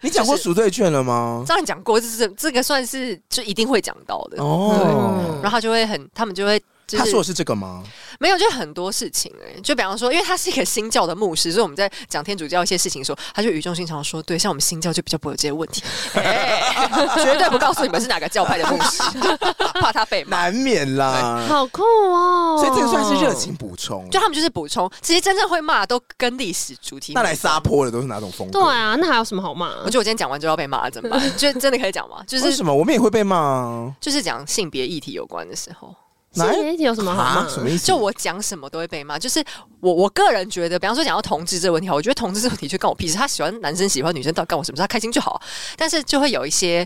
你讲过赎罪券了”吗？
当然讲过，这是这个算是就一定会讲到的。
哦，
然后他就会很，他们就会。就
他说的
是
是这个吗？
没有，就很多事情哎、就比方说，因为他是一个新教的牧师，所以我们在讲天主教一些事情的时候，他就语重心长地说，对，像我们新教就比较不会有这些问 题，哎绝对不告诉你们是哪个教派的牧师， 怕他被骂。
难免啦，
好酷哦。
所以这个算是热情补充
就。他们就是补充，其实真正会骂的都跟历史主题
那
没
来撒泼的都是哪种风格？
对啊，那还有什么好骂？
我觉得我今天讲完就要被骂了，怎么办？就真的可以讲吗？就
为
是
什么我们也会被骂啊？
就是讲性别议题有关的时候，哎
性
哪一
别议题哎有什么好
啊
骂？？
什么意思？
就我讲什么都会被骂，就是我我个人觉得，比方说讲到同志这个问题，好，我觉得同志这个问题就干我屁事，他喜欢男生喜欢女生到底干我什么事？他开心就好。但是就会有一些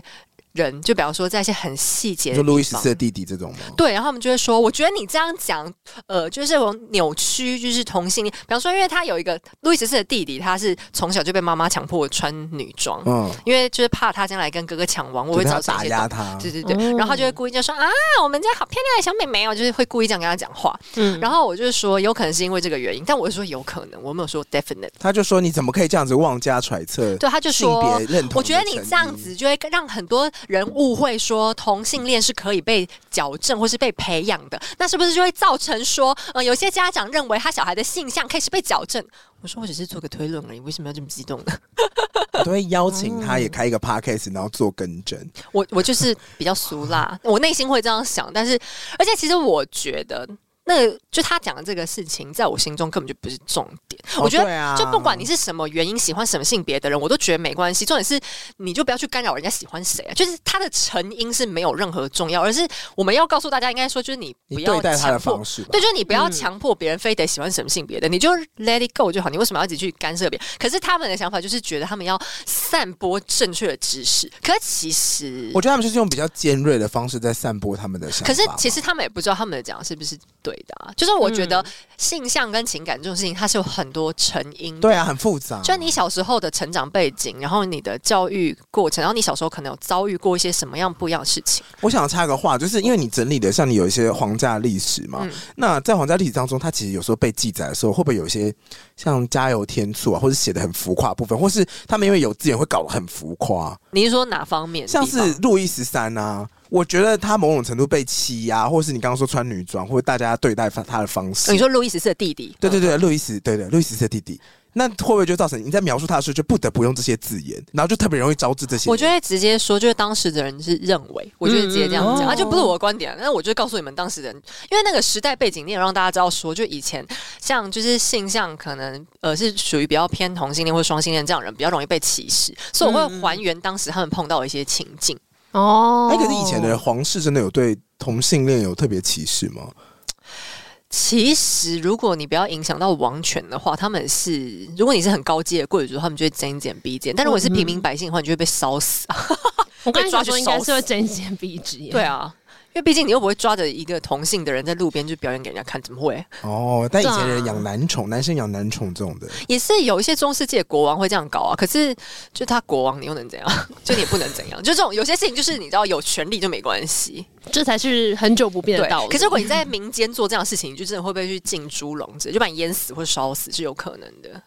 人，就比方说在一些很细节
你说
的地方，
路易十四的弟弟这种吗？
对，然后他们就会说，我觉得你这样讲，呃，就是我扭曲，就是同性恋。比方说，因为他有一个路易十四的弟弟，他是从小就被妈妈强迫穿女装，
嗯，
因为就是怕他将来跟哥哥抢王，我会
就是
造
他
成一
打
些
压他，
对对对，
哦
然后他就会故意就说啊，我们家好漂亮的小妹妹哦，就是会故意这样跟他讲话。
嗯，
然后我就是说，有可能是因为这个原因，但我就说有可能，我没有说 definite。
他就说你怎么可以这样子妄加揣测？
对，他就
性
说，
别认同的成因，
我觉得你这样子就会让很多人误会说同性恋是可以被矫正或是被培养的，那是不是就会造成说，呃，有些家长认为他小孩的性向可以是被矫正？我说我只是做个推论而已，为什么要这么激动呢？
我都会邀请
嗯
他也开一个 podcast，然后做更正。
我我就是比较俗 辣，我内心会这样想，但是而且其实我觉得。那个就他讲的这个事情，在我心中根本就不是重点。
哦
我觉
对啊
得，就不管你是什么原因喜欢什么性别的人，我都觉得没关系。重点是，你就不要去干扰人家喜欢谁啊。就是他的成因是没有任何重要，而是我们要告诉大家，应该说就是你不
你
要
对待他的
强迫
方式吧，
对，就是你
嗯
不要强迫别人非得喜欢什么性别的，你就 let it go 就好。你为什么要一直去干涉别人？可是他们的想法就是觉得他们要散播正确的知识，可其实
我，觉得他们就是用比较尖锐的方式在散播他们的想法
可
吧。
是其实他们也不知道他们的讲是不是对的、啊。就是我觉
嗯
得性向跟情感这种事情，它是有很多成因的。
对啊，很复杂。
就你小时候的成长背景，然后你的教育过程，然后你小时候可能有遭遇过一些什么样不一样的事情。
我想插个话，就是因为你整理的像你有一些皇家历史嘛，
嗯
那在皇家历史当中，它其实有时候被记载的时候，会不会有一些像加油添醋啊，或者写的很浮夸的部分，或是他们因为有资源会搞得很浮夸，啊
你是说哪方面的地
像
方？
是路易十三啊。我觉得他某种程度被欺压、或是你刚刚说穿女装，或者大家对待他的方式。
哦你说路易十四的弟弟，
对对对，路易斯，对对，路易斯的弟弟，那会不会就造成你在描述他的时候就不得不用这些字眼，然后就特别容易招致这些？
我就会直接说，就是当时的人是认为，我就会直接这样
嗯
讲，
嗯
啊，就不是我的观点啊，那我就告诉你们当时的人，因为那个时代背景，你也让大家知道说，就以前像就是性向可能呃是属于比较偏同性恋或双性恋这样的人，比较容易被歧视，所以我会还原当时他们碰到的一些情境。
哦
哎、可是以前的皇室真的有对同性恋有特别歧视吗？
其实，如果你不要影响到王权的话，他们是如果你是很高阶的贵族，他们就会睁一只眼闭一只眼；但如果你是平民百姓的话，你就会被烧死啊。
我刚才
被
想
抓去
说应该
烧
是会睁一只眼闭一只
嗯
眼，
对，啊。因为毕竟你又不会抓着一个同性的人在路边去表演给人家看，怎么会？
哦，但以前
对啊
人养男宠，男生养男宠这种的，
也是有一些中世纪的国王会这样搞啊，可是就他国王，你又能怎样？ 就你也不能怎样。就这种有些事情，就是你知道有权利就没关系，
这才是很久不变的
对
道理。。
可是如果你在民间做这样的事情，你就真的会被去浸猪笼子，就把你淹死或烧死是有可能的，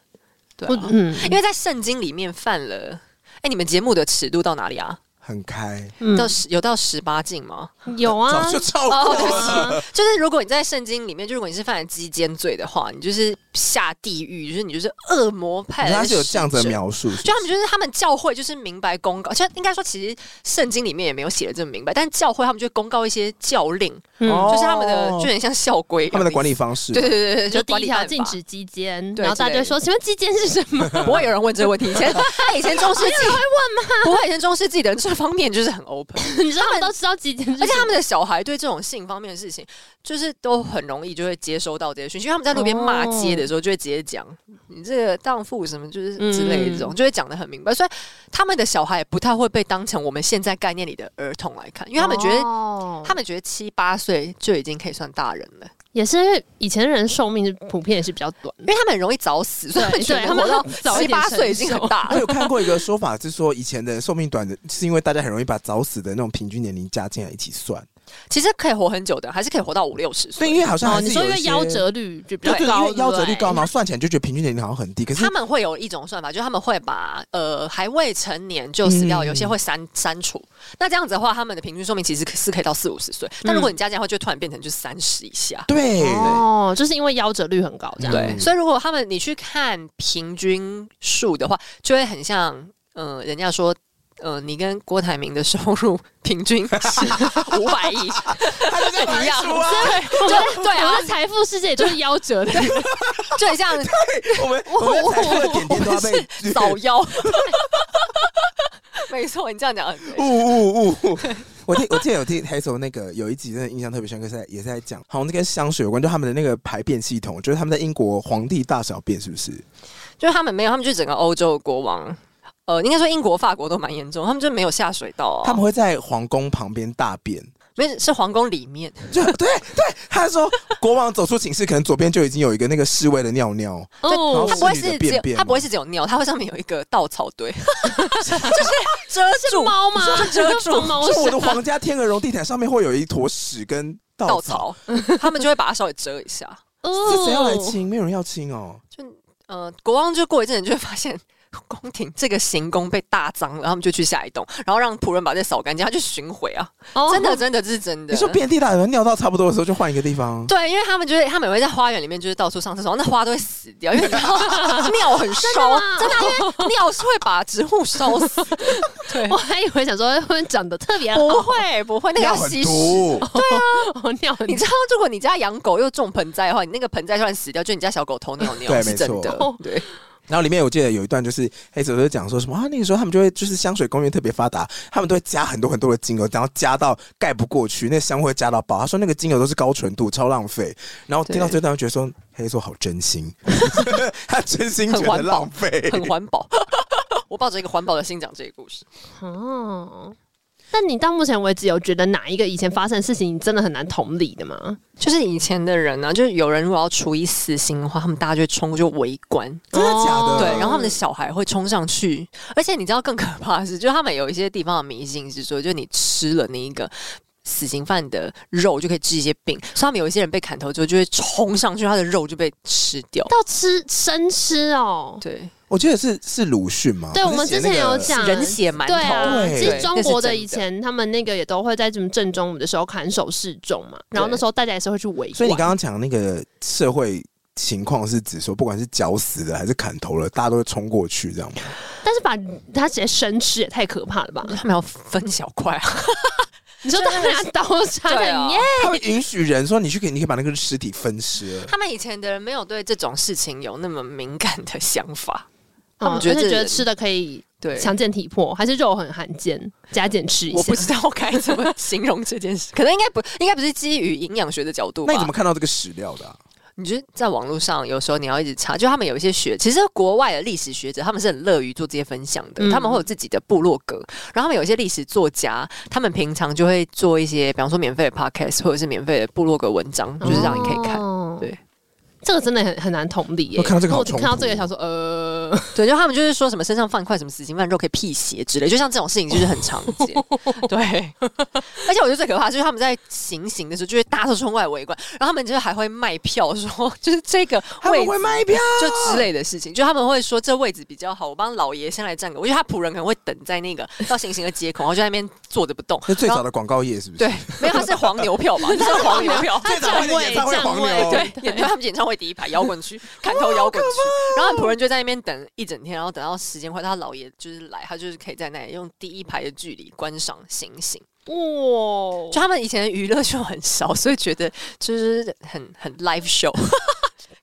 对
我
啊、
嗯，
因为在圣经里面犯了。哎，你们节目的尺度到哪里啊？
很开，
嗯
到十有到十八禁吗？
有啊
早，就超
哦，
过
对
了。
不起，就是如果你在圣经里面，就如果你是犯了鸡奸罪的话，你就是下地狱，就是你就是恶魔派的。
他是有这样子的描述，是不是
就他们就是他们教会就是明白公告，就应该说其实圣经里面也没有写的这么明白，但教会他们就会公告一些教令，
哦
嗯，
就是他们的就有点像校规一样，
他们的管理方式，
对对对对，
就
就
第
管
一
理
条
办法
禁，止鸡奸，
对
然后大家就会说，请问鸡奸是什么？
不会有人问这个问题。以前 哎以前中世纪会问吗？不会，以前中世纪的人这方面就是很 open，
你知道他们都知道鸡奸是什么，
而且他们的小孩对这种性方面的事情，就是都很容易就会接收到这些讯息。因为他们在路边骂街的时候，就会直接讲、你这个荡妇什么，就是之类
嗯
的这种，就会讲的很明白。所以他们的小孩也不太会被当成我们现在概念里的儿童来看，因为他们觉得、
哦
哦
得
他们觉得七八岁就已经可以算大人了，
也是因为以前的人寿命是普遍也是比较短的
因为他们很容易早死，所以他们
对嗯
觉
对
得
他们
活到
早一
七
点
八
成
岁已经很
熟
大
我
了。
有看过一个说法，是说以前的人寿命短的，是因为大家很容易把早死的那种平均年龄加进来一起算，
其实可以活很久的，还是可以活到五六十
所
岁。
以因为好像
哦，
还
你
是
说
有
因
一
为
些
夭折率就比较
对，对因
高，
为夭折率高，
对
然
不对
后算起来就觉得平均年龄好像很低，可是
他们会有一种算法，就是他们会把呃还未成年就死掉，
嗯
有些会删删除。那这样子的话，他们的平均寿命其实是可以到四五十岁，但如果你加进来的话，就突然变成就是三十以下。
对，
哦，就是因为夭折率很高，这样
对，
嗯
所以如果他们你去看平均数的话，就会很像呃，人家说。呃，你跟郭台铭的收入平均 是五百亿，一样，
啊
对对
我
啊
们，的财富世界也就是夭折率，
就很像
我们我们的财富的点点都要被
早夭，没错，你这样讲很对。
呜呜呜！我记我记得有听黑手那个有一集真的印象特别深刻，是在也是在讲，好像是跟香水有关，就他们的那个排便系统，就是他们在英国皇帝大小便是不是？
就是他们没有，他们就是整个欧洲的国王，呃，应该说英国、法国都蛮严重，他们就没有下水
哦
道啊，
他们会在皇宫旁边大便，
没有是皇宫里面，
就对对，他说国王走出寝室，可能左边就已经有一个那个侍卫的尿尿，
哦
它不会
是你的
是只
便
有
便
它不会
吗
是只有尿，它会上面有一个稻草堆， 就是遮
是
住
猫吗？
遮住
防猫
就我
砂
的皇家天鹅绒地毯上面会有一坨屎跟稻
稻
草，
草，他们就会把它稍微遮一下。
是谁要来
哦，
亲？没有人要亲哦。
就呃，国王就过一阵子就会发现。宫廷这个行宫被大脏了，然后他们就去下一栋，然后让仆人把这扫干净，他去巡回啊！
哦
真的，真的这是真的。
你说遍地大小尿到差不多的时候，就换一个地方。
对，因为他们就是他们也会在花园里面就是到处上厕所，那花都会死掉，因为你知道 尿很烧，真的，啊因为尿是会把植物烧死的。 对
我，还以为想说会长得特别好，
不会不会，那个要
很
稀释。
毒，啊
哦尿很
你知道，如果你家养狗又种盆栽的话，你那个盆栽突然死掉，就你家小狗偷尿尿，
对
是
没
真
错
的。对，
然后里面我记得有一段就是黑泽就讲说什么啊，那个时候他们就会就是香水工业特别发达，他们都会加很多很多的精油，然后加到盖不过去，那香会加到爆。他说那个精油都是高纯度，超浪费。然后听到
对
这段，觉得说黑泽好真心， 他真心觉
很环
得
保
浪费。
很环保。 我抱着一个环保的心讲这个故事。
哦。那你到目前为止有觉得哪一个以前发生的事情你真的很难同理的吗？
就是以前的人呢、啊，就是有人如果要处以死刑的话，他们大家就会冲过去围观。
真的假
哦
的？
对，然后他们的小孩会冲上去，而且你知道更可怕的是，就是他们有一些地方的迷信是说，就你吃了那一个死刑犯的肉就可以治一些病，所以他们有一些人被砍头之后就会冲上去，他的肉就被吃掉。
到吃生吃哦，
对，
我记得是是鲁迅吗？
对
不是
我们
写
之前
那个
有讲
人血馒头，
对啊，
对
其实中国的
那是真
以前他们那个也都会在什么正中午的时候砍手示众嘛，然后那时候大家也是会去围观。
所以你刚刚讲那个社会情况是指说，不管是绞死的还是砍头了，大家都会冲过去这样吗？
但是把他直接生吃也太可怕了吧？
他们要分小块啊，
你说他拿刀叉
对
的
啊
耶，
他会允许人说你去给你可以把那个尸体分尸了。
他们以前的人没有对这种事情有那么敏感的想法，他
嗯
们觉得
而且
这
觉得
人
吃的可以
对
强健体魄，还是肉很罕见，加减吃一
我
下
不。知道该怎么形容这件 事，可能应该不应该不是基于营养学的角度
那
吧？
你怎么看到这个史料的啊、
你觉得在网络上有时候你要一直查，就他们有一些学，其实国外的历史学者他们是很乐于做这些分享的，
嗯
他们会有自己的部落格，然后他们有一些历史作家，他们平常就会做一些，比方说免费的 podcast 或者是免费的部落格文章，就是让你可以看。
哦
对，
这个真的很很难同理耶。
我看到这个好
我
冲突
看到这个想说，呃，
对，就他们就是说什么身上犯块什么死刑犯肉可以辟邪之类，就像这种事情就是很常 见。对，而且我觉得最可怕的就是他们在行刑的时候，就会大家冲过来围观，然后他们就是还会卖票说，就是这个
他
位
们
置
会卖票，
就之类的事情，就他们会说这位置比较好，我帮老爷先来站个。我觉得他仆人可能会等在那个到行刑的街口，然后就在那边坐着不动。
那最
然
早
后
的广告业是不是？
对，没有他是黄牛 票吧？这是黄牛 票。
最早的演唱会黄牛，
对， 演唱他们演唱会第一排摇滚 区，砍头摇滚区，然后仆人就在那边等一整天，然后等到时间快到，他老爷就是来，他就是可以在那里用第一排的距离观赏行刑。
哇，
就他们以前的娱乐就很少，所以觉得就是很很 live show，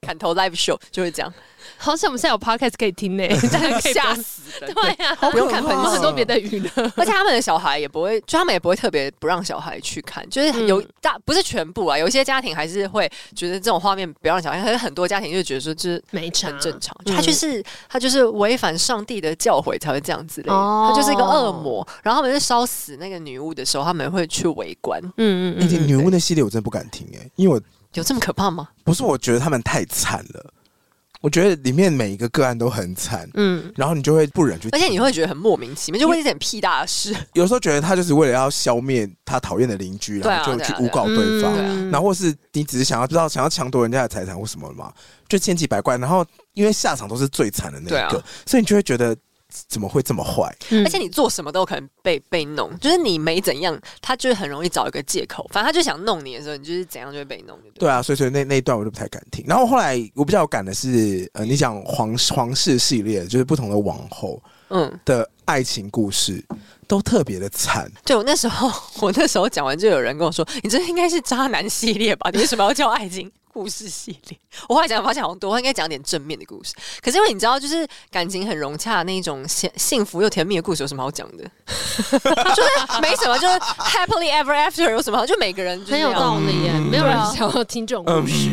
砍头 live show 就会这样，
好想我们现在有 podcast 可以听呢，大家可以不
吓
要
死人。
对啊呀，
好可怕
不用看
我
本
们
子
很多别的娱乐，
而且他们的小孩也不会，就他们也不会特别不让小孩去看，就是有
嗯
大、不是全部啊，有一些家庭还是会觉得这种画面不要让小孩看，可是很多家庭就觉得说这
没差，
很正常，
嗯
就他就是他就是违反上帝的教诲才会这样子的，
哦
他就是一个恶魔。然后他们在烧死那个女巫的时候，他们会去围观，
嗯
以哎前女巫那系列我真的不敢听哎、因为我
有这么可怕吗？
不是我觉得他们太惨了，我觉得里面每一个个案都很惨，
嗯，
然后你就会不忍去听，
而且你会觉得很莫名其妙，就会一点屁大的事，
有时候觉得他就是为了要消灭他讨厌的邻居，
对啊
然后就去
对啊
诬告对
嗯
方，
对啊
然后或是你只是想要知道想要抢夺人家的财产或什么嘛，就千奇百怪。然后因为下场都是最惨的那一个，
对啊
所以你就会觉得怎么会这么坏？
嗯
而且你做什么都有可能被被弄，就是你没怎样，他就很容易找一个借口，反正他就想弄你的时候，你就是怎样就会被弄，对不对
对啊，所以所以那那一段我就不太敢听。然后后来我比较有感的是，呃，你讲皇皇室系列，就是不同的王后
嗯。
的爱情故事，都特别的惨。
对我那时候，我那时候讲完就有人跟我说：“你这应该是渣男系列吧？你为什么要叫爱情故事系列。我后来讲发现好像多，我应该讲点正面的故事。可是因为你知道，就是感情很融洽的那一种幸幸福又甜蜜的故事，有什么好讲的？ 就是没什么，就是 happily ever after 有什么好？就每个人就是
很有
要
道理耶，没有人想要听这种故事。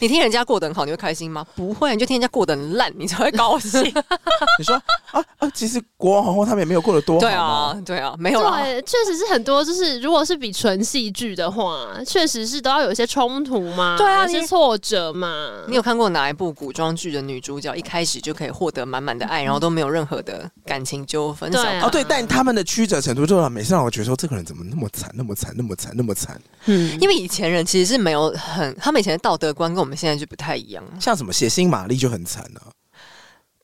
你听人家过得很好，你会开心吗？不会，你就听人家过得很烂，你才会高兴。
你说啊啊，其实国王皇后他们也没有过得多好
对
嘛，
啊，对啊，没有啦。
对，确实是很多，就是如果是比纯戏剧的话，确实是都要有一些冲突嘛，
对啊
有一些
你
挫折嘛。
你有看过哪一部古装剧的女主角一开始就可以获得满满的爱，然后都没有任何的感情纠纷？
对啊
小
哦，对，但他们的曲折程度，就让每次让我觉得说，这个人怎么那么惨，那么惨，那么惨，那么惨，
嗯，
因为以前人其实是没有很，他们以前的道德观跟我们现在就不太一样。
像什么血腥玛丽就很惨啊。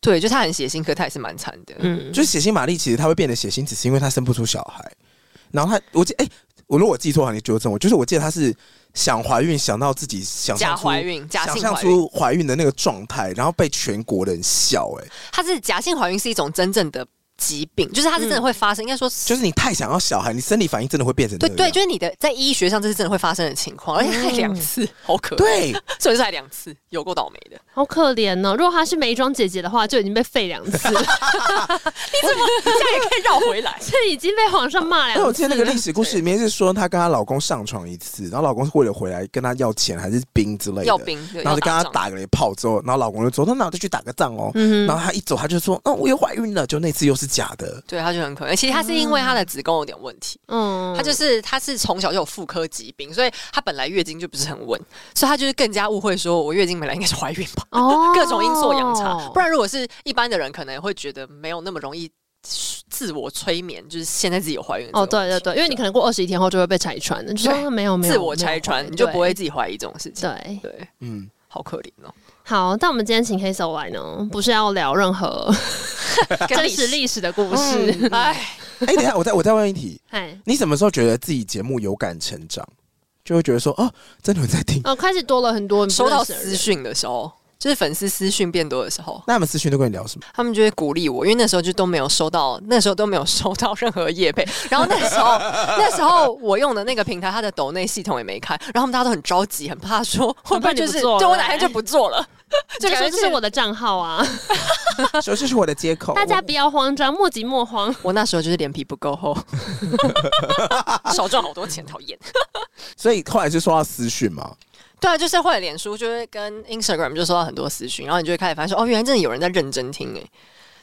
对，就他很血腥，可他也是蛮惨的。
嗯，
就是血腥玛丽，其实她会变得血腥，只是因为她生不出小孩。然后她，我记，哎、我如果我记错，你纠正我。就是我记得她是想怀孕，想到自己想象
假
出
怀孕，假
想
性
象
怀孕，
出怀孕的那个状态，然后被全国人笑、 哎，
它是假性怀孕是一种真正的疾病，就是它是真的会发生，应该说。
嗯就是是你太想要小孩，你生理反应真的会变成那
对
样
对，就是你的在医学上这是真的会发生的情况，而且还两次，好可怜，
对
所以是还两次，有够倒霉的。
好可怜哦。如果她是眉庄姐姐的话，就已经被废两次 了，，
这样也可以绕回来
这已经被皇上骂
因
两
哎
为
次。
我记得那个历史故事里面是说，她跟她老公上床一次，然后老公是为了回来跟她要钱还是兵之类的，
要兵，对
然后就跟她
要仗嗯
打个雷炮之后，然后老公就说：“那那我就去打个仗哦。然后她一走，她就说：“哦，我又怀孕了。”就那次又是假的，
对，他就很可怜。其实他是因为他的子宫有点问题，
嗯，
他就是他是从小就有妇科疾病，所以他本来月经就不是很稳，所以他就是更加误会说，我月经本来应该是怀孕吧，
哦
各种因素养差。不然如果是一般的人，可能会觉得没有那么容易自我催眠，就是现在自己有怀孕这个
哦，对
问
对
题
对，因为你可能过二十一天后就会被拆穿的，就说
对
啊没有没有，
自我
没有
拆穿，
怀
你就不会
对
自己怀疑这种事情。
对。
对，
嗯，
好可怜哦，
好，但我们今天请黑手来呢，不是要聊任 何真实历史的嗯故事，
哎，
哎、等一下，我再我再问一题，
哎，
你什么时候觉得自己节目有感成长，就会觉得说哦，真的有人在听？
哦，开始多了很多
收到私
私，
讯的时候，就是粉丝私讯变多的时候，
那他们私讯都跟你聊什 么？
他们就会鼓励我，因为那时候就都没有收到，那时候都没有收到任何业 配。然后那时候，那时候我用的那个平台，它的抖内系统也没开，然后他们大家都很着急，很怕说会不会就
很怕你
是
不做了
对我哪天就不做 了，
就
感
说
觉
这是我。的账号 啊，
说这是我的接口，哦
大家不要慌张，莫急莫慌。
我那时候就是脸皮不够厚， 少赚好多钱，讨厌。
所以后来是收到私讯嘛？
对啊，就是会有脸书就会跟 Instagram 就收到很多私讯，然后你就会开始发现哦，原来真的有人在认真听哎、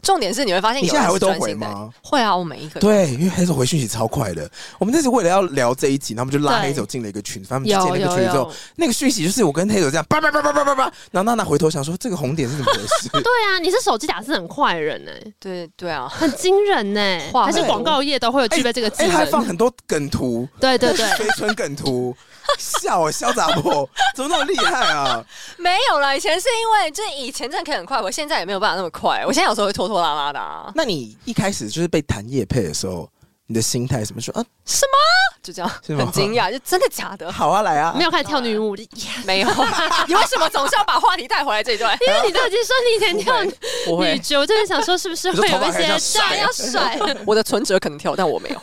重点是你会发现
你
有
现在还
人
会
是专
都回
心在
吗？
会啊，我每一个
对，因为黑手回讯息超快的。我们这次为了要聊这一集，他们就拉
对
黑手进了一个群，他们进
有
那个
有
群之后
有，，
那个讯息就是我跟黑手这样叭叭叭叭叭叭叭，然后娜娜回头想说这个红点是怎么回事？
对啊，你是手机打字很快的人哎，
对对啊，
很惊人呢，
话
还是
很
广告业都会有具备这个技
哎、他还放
能？
很多梗图，
对对 对，
飞春梗图，笑欸笑咋破？怎么那么厉害啊？
没有啦，以前是因为就是以前真的可以很快，我现在也没有办法那么快，我现在有时候会拖拖拉拉的、啊，
那你一开始就是被谈叶配的时候，你的心态什么说啊？
就这样，
是吗
很惊讶，就真的假 的？
好啊，来啊！
没有开始跳女 舞，就呀
没有，你为什么总是要把话题带回来这一段？
因为你都已经说你以前 跳女
不会
女，角，我就是想说是不是
你说
会
头
有
发
一
还
些
要甩
对要甩，
我的存折可能跳，但我没有。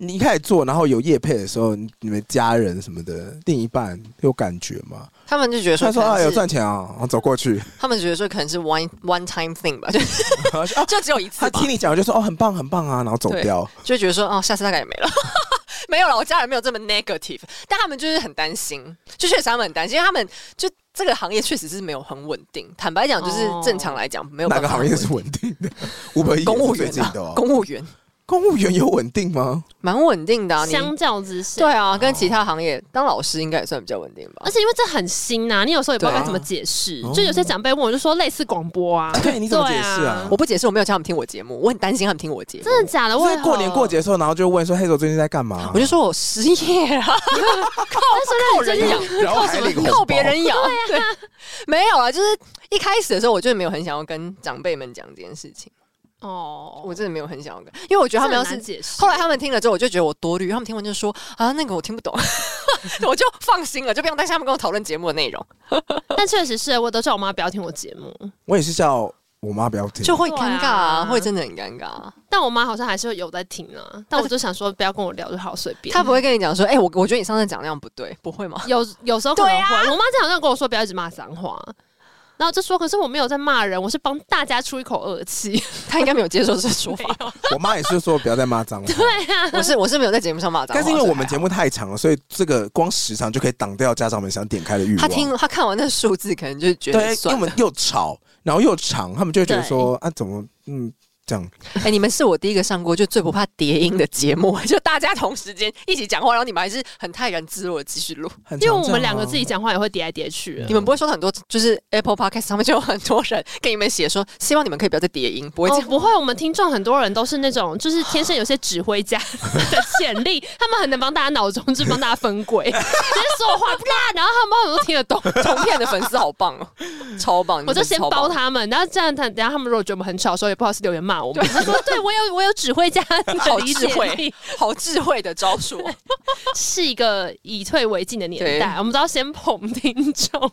你一开始做，然后有叶配的时候，你你们家人什么的，另一半有感觉吗？
他们就觉得
他
说
说
可
啊，有
能是，
赚钱啊，然后走过 去，
他们觉得说可能是 one one time thing 吧，就
然
哦
后说啊
就只有一次
他
吧
听，你讲就说哦，很棒很棒啊，然后走掉。
就觉得说哦，下次大概也没了。 没有了，我家人没有这么 negative，但他们就是很担心，就确实他们很担心，因为他们就这个行业确实是没有很稳定。坦白讲，就是
哦
正常来讲没有
哪
办
个
法
行业是稳定 的？五百亿
公务员
最近
啊
的、哦，
公务员
公务员有稳定吗？
蛮稳定的、啊，你
相较之下，
对啊，跟其他行业当老师应该也算比较稳定吧
而。且因为这很新呐、你有时候也不知道
对
该怎么解释
啊哦。
就有些长辈问我，就说类似广播啊，
对，你怎么解释
对
啊
啊？
我不解释，我没有叫他们听我节目，我很担心他们听我节目。
真的假的？
我
为
在过年过节，的时候，然后就问说黑手最近在干嘛？
啊我就说我失业啊，哦
但是让你最近
然后还领红包
靠别人养。 对，啊没有啊，就是一开始的时候，我就没有很想要跟长辈们讲这件事情，
哦，
我真的没有很想要跟，因为我
这
觉得他们要
很难
是。
解释，
后来他们听了之后，我就觉得我多虑。他们听完就说啊，那个我听 不懂，我就放心了，就不用担心他们跟我讨论节目的内容。
但确实是我都叫我妈不要听我节目，
我也是叫我妈不要听，
就会
对
尴尬
啊
啊，会真的很尴尬啊。
但我妈好像还是有在听啊，但我就想说不要跟我聊就好，随便。
她不会跟你讲说，哎，我我觉得你上次讲那样不对，不会吗？
有有时候可能
对啊
会，我妈经常跟我说不要一直骂脏话，然后我就说可是我没有在骂人，我是帮大家出一口恶气。
她应该没有接受这 个说法。
我妈也是说不要再骂脏话。
我是我是没有在节目上骂脏话，
但是因为我们
所
节
以还好。
目太长了，所以这个光时长就可以挡掉家长们想点开的欲望。
他听他看完那数字，可能就觉
啊对，
得
因为我
啊
算了
们。又吵，然后又长，他们就会觉得说啊，怎么嗯这样？
哎、你们是我第一个上过就最不怕叠音的节目，哎就大家同时间一起讲话，然后你们还是很泰然自若的继续录。
很
因为
常
我
这样
们两个
啊
自己讲话也会叠来叠去啊
你。们不会收到很多，就是 Apple Podcast 上面就有很多人给你们写说，希望你们可以不要再叠音，不会这
哦
样。，
不会，我们听众很多人都是那种，就是天生有些指挥家 的潜力，他们很能帮大家脑中就帮大家分 轨，就是所有话不啦，然后他们很多听得 懂，
同片的粉丝 好棒哦，超棒！
我就先包
他。
他们，然后这样他，等下他们如果觉得我们很吵的时候，也不好意思留言骂我们，他说对我有我有指挥家的
好
理
智
解
慧
力，
好智慧的招数 哦，
是一个以退为进的年代，
对
我们都要先捧听众。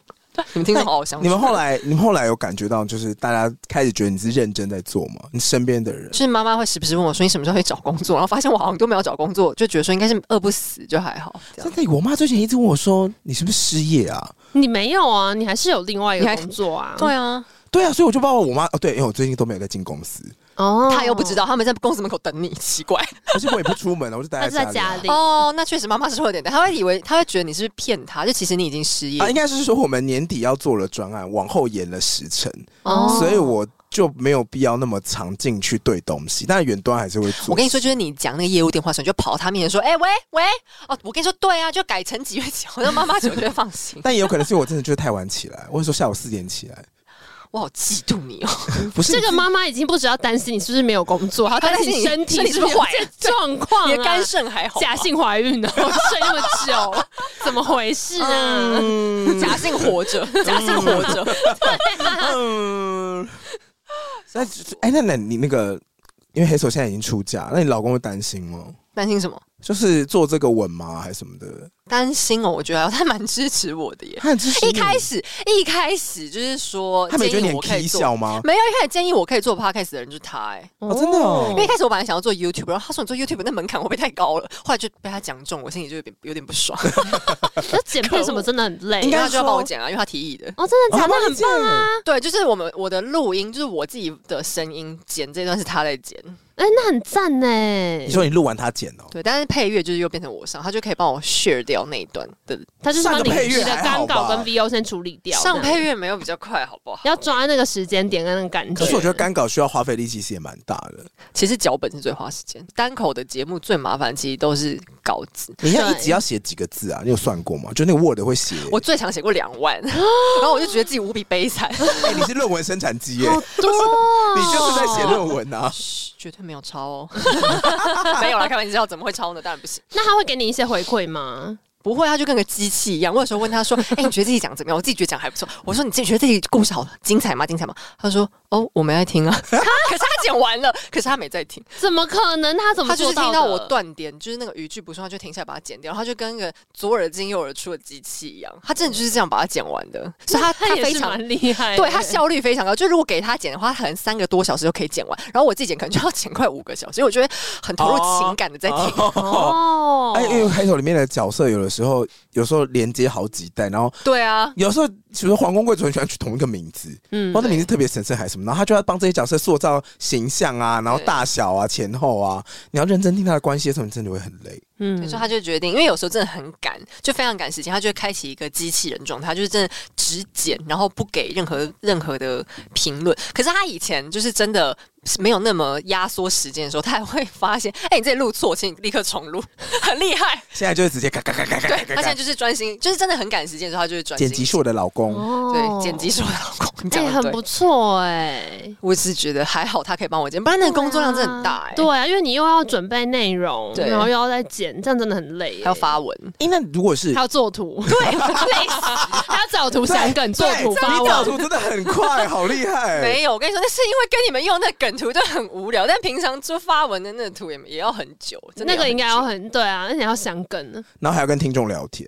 你们听众好好相处。
你们后来，你们后来有感觉到，就是大家开始觉得你是认真在做吗？你身边的人
就是妈妈会时不时问我说你什么时候会找工作，然后发现我好像都没有找工作，就觉得说应该是饿不死就还好。
啊
这样
真的，我妈最近一直问我说，你是不是失业啊？
你没有啊，你还是有另外一
你
个
还
工作啊。
对啊，
对啊，所以我就包括我妈哦，对，因为我最近都没有在进公司，
哦
他又不知，道他们在公司门口等你，奇怪。
而且我也不出门了，我就
他
待
是在
在家
家
里啊
里。
哦，那确实妈妈是会有点担，她会以为她会觉得你是不是骗她，就其实你已经失业
啊。啊，应该是说我们年底要做了专案，往后延了时辰，
哦
所以我就没有必要那么常进去对东西，但远端还是会做。。
我跟你说，就是你讲那个业务电话的时候，你就跑到她面前说：“哎、喂喂，哦，我跟你说，对啊，就改成几月几号。”那妈妈就会放心
但也有可能是因为我真的就是太晚起来，我有时候下午四点起来，
我好嫉妒你哦！
不是
这个妈妈已经不只要担心你是不是没有工作，还要担心你身体
她担心你
是不是有
身体是不是坏
些状况、啊，
你的肝肾还好吧，
假性怀孕哦， 睡那么久， 怎么回事啊？
嗯
假性活着，假性活着。
嗯，那哎，那那你那个，因为黑手现在已经出嫁，那你老公会担心吗？
担心什么？
就是做这个稳吗，还是什么的？
担心哦，我觉得他蛮支持我的 耶。
他很支持
一
你
开，始一开始就是说，
他没觉得
建
你
议
很
我可以
K
做，
笑吗？
没有一开始建议我可以做 podcast 的人就是他哎、
哦，真的哦
因为一开始我本来想要做 YouTube，然后他说你做 YouTube 那门槛会不会太高了？后来就被他讲中，我心里就有点有点不 爽。
这剪片什么真的很累
应该
然后他就要
说
帮我讲啊，因为他提议的。
哦，真的
哦
假
他
的？
帮
那
你
很棒啊！
对，就是我们我的录音，就是我自己的声音剪这段是他在剪，
哎，那很赞呢。
你说你录完他剪哦，
对，但是配乐就是又变成我上，他就可以帮我 share 掉那一段的。
他就是把
上
你
个配乐
你的
还
干
好
稿
吧
跟 VO 先处理掉，
上
这样
配乐没有比较快，好不好？
要抓那个时间点跟那个感觉。
可是我觉得干稿需要花费力气，其实也蛮大的。
其实脚本是最花时间，单口的节目最麻烦，其实都是稿子。
你要一
对
集要写几个字啊？你有算过吗？就那个 Word 会写，
我最长写过两 万，然后我就觉得自己无比悲惨，
哎，你是论文生产机耶，
多哦，
你就是在写论文啊。
嘘绝对没有抄哦， 没有啦，开玩笑，怎么会抄呢？当然不行。
那他会给你一些回馈吗？
不会，他就跟个机器一样。我有时候问他说：“哎、你觉得自己讲怎么样？”我自己觉得讲还不错。我说：“你自己觉得自己故事好精彩吗？精彩吗？”他说：“哦，我没在听啊。” 可是他讲完了，可是他没在听，
怎么可能？他怎么
他就
做
是听
的
到我断点，就是那个语句不顺，他就停下来把它剪掉。他就跟个左耳进右耳出的机器一样，他真的就是这样把它剪完的。所以他
他
他
也
非
是
常
蛮厉害的，
对他效率非常高，就如果给他剪的话，他可能三个多小时就可以剪完，然后我自己剪可能就要剪快五个小时，因为我觉得很投入情感的在听。
哦。
哎，因为黑手里面的角色有的时候，有时候连接好几代，然后
对啊，
有时候，比如说皇宫贵族很喜欢取同一个名字，
嗯
然后那名字特别神圣还是什么，然后他就要帮这些角色塑造形象啊，然后
对
大小啊、前后啊，你要认真听他的关系的时候，你真的会很累。
嗯
所以说他就决定，因为有时候真的很赶，就非常赶时间，他就会开启一个机器人状态，他就是真的只剪，然后不给任何任何的评论。可是他以前就是真的。没有那么压缩时间的时候，他还会发现，哎、你这里录错，请你立刻重录， 很厉 害。
现在就是直接嘎嘎嘎嘎嘎嘎
对，
嘎
他现在
嘎，
就是专心，就是真的很赶时间的时候，他就会专心
剪辑是我的老公，
哦
对，剪辑是我的老公，你
哎、
讲得
很
对
不错哎、
我只是觉得还好，他可以帮我剪，不然那个工作量真的很大哎、
对，啊，因为你又要准备内容，
对
然后又要再剪，这样真的很累、
还要，发文，
哎，那如果是
还要做图， 对，累死，还要找图想梗，做图发
你导
网。
图真的很快，好厉害。
没有，我跟你说，那是因为跟你们用那梗图都很无聊，但平常做发文的那图也也要很久，真的
那个应该
很
要
久
很对啊，那你要想梗呢，
然后还要跟听众聊天，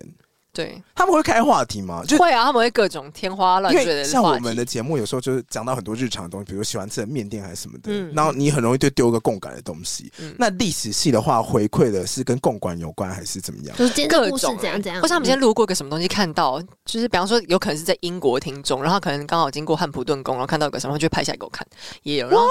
对，
他们会开话题吗？就
会啊，他们会各种天花乱
因
坠
为
的
像我
话
们
题。
的节目有时候就是讲到很多日常的东西，比如喜欢吃的面店还是什么的，
嗯
然后你很容易就丢一个共感的东西。那历史系的话，回馈的是跟共感有关还是怎么样？
就是今天
各
的故事
种哎
怎样怎样，
或是他们今天路过一个什么东西，看到就是比方说，有可能是在英国听众，然后他可能刚好经过汉普顿宫，然后看到有个什么，他就会拍下来给我看，也有。然后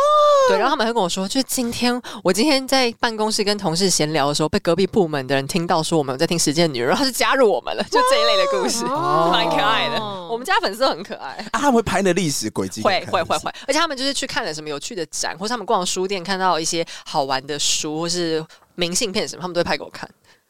对，然后他们还会跟我说，就是今天我今天在办公室跟同事闲聊的时候，被隔壁部门的人听到说我们有在听《时间的女人》，然后他就加入我们了，就这一类的故事，
哦
蛮可爱的。我们家粉丝都很可爱。
啊，他们会拍的历史轨迹给
会
你看，
会会
是不
会，而且他们就是去看了什么有趣的展，或是他们逛书店看到一些好玩的书，或是明信片什么，他们都会拍给我看。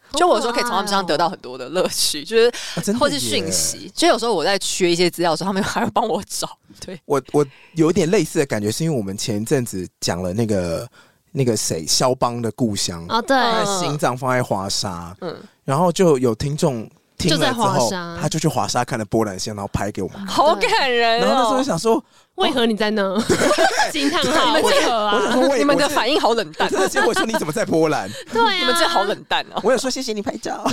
好
就我说
可
可以从他们身上
爱哦
得到很多的乐趣，就是
是啊真的
或是
耶
讯。息。就有时候我在缺一些资料的时候，他们还会帮我找。 对，
我我有点类似的感觉，是因为我们前一阵子讲了那个那个谁肖邦的故乡，
哦，对，
他
嗯
的心脏放在华沙，
嗯，
然后就有听众听
就在
了之
华
后
沙，
他就去华沙看了波兰线，然后拍给我们看。
好感人
然后那时候
哦
就！想 说，
为何你在那？ 惊叹号，为何
我想
啊？
说我也
你们的
我是
反应好冷淡
真，的结果说你怎么在波 兰？
对啊，
你们真的好冷淡哦。
我有说谢谢你拍照，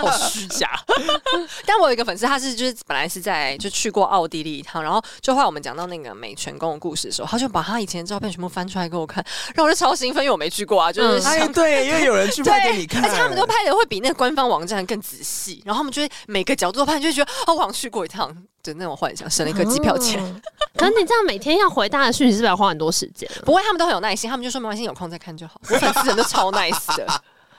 好虚假。 但我有一个粉丝，他是就是本来是在就去过奥地利一趟，然后就后来我们讲到那个美泉宫的故事的时候，他就把他以前的照片全部翻出来给我看，让我就超兴奋，因为我没去过啊，就是
嗯
想、
哎，对，因为有人去拍给你看，
而且他们都拍的会比那个官方网站更仔细，然后他们就会每个角度都拍，你就会觉得哦，我想去过一趟的那种幻想，省了一个机票钱。
哦。可是你这样每天要回答的讯息，是不是要花很多时 间啊？
不会，他们都很有耐心，他们就说没关系，有空再看就好。我粉丝人都超 nice 的，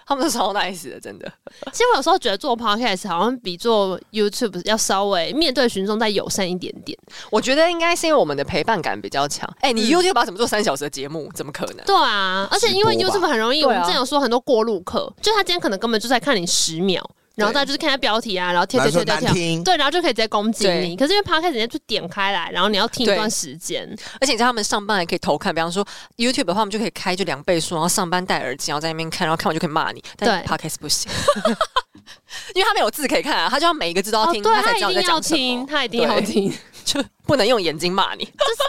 他们都超 nice 的，真的。
其实我有时候觉得做 podcast 好像比做 YouTube 要稍微面对群众再友善一点点。
我觉得应该是因为我们的陪伴感比较强。哎、你
嗯
YouTube 要怎么做三小时的节目？怎么可能？
对啊，而且因为
直播吧
YouTube 很容易，我
对啊
们之前有说很多过路客，就他今天可能根本就在看你十秒，然后
对
大家就是看他标题啊，然后跳
难
跳
说
跳跳
难
跳。
听，
对，然后就可以直接攻击
对
你。可是因为 podcast 直接就点开来，然后你要听一
对
段时间，
而且你知道他们上班还可以偷看，比方说 YouTube 的话，我们就可以开就两倍速，然后上班戴耳机，然后在那边看，然后看完就可以骂你。但
对
Podcast 不行， 因为他没有字可以看啊，他就要每一个字都要
哦，
听，
对
才
他
知 道
一
你
定
在
要
讲什
听，
么，
他一定要
对
听。
就不能用眼睛骂你。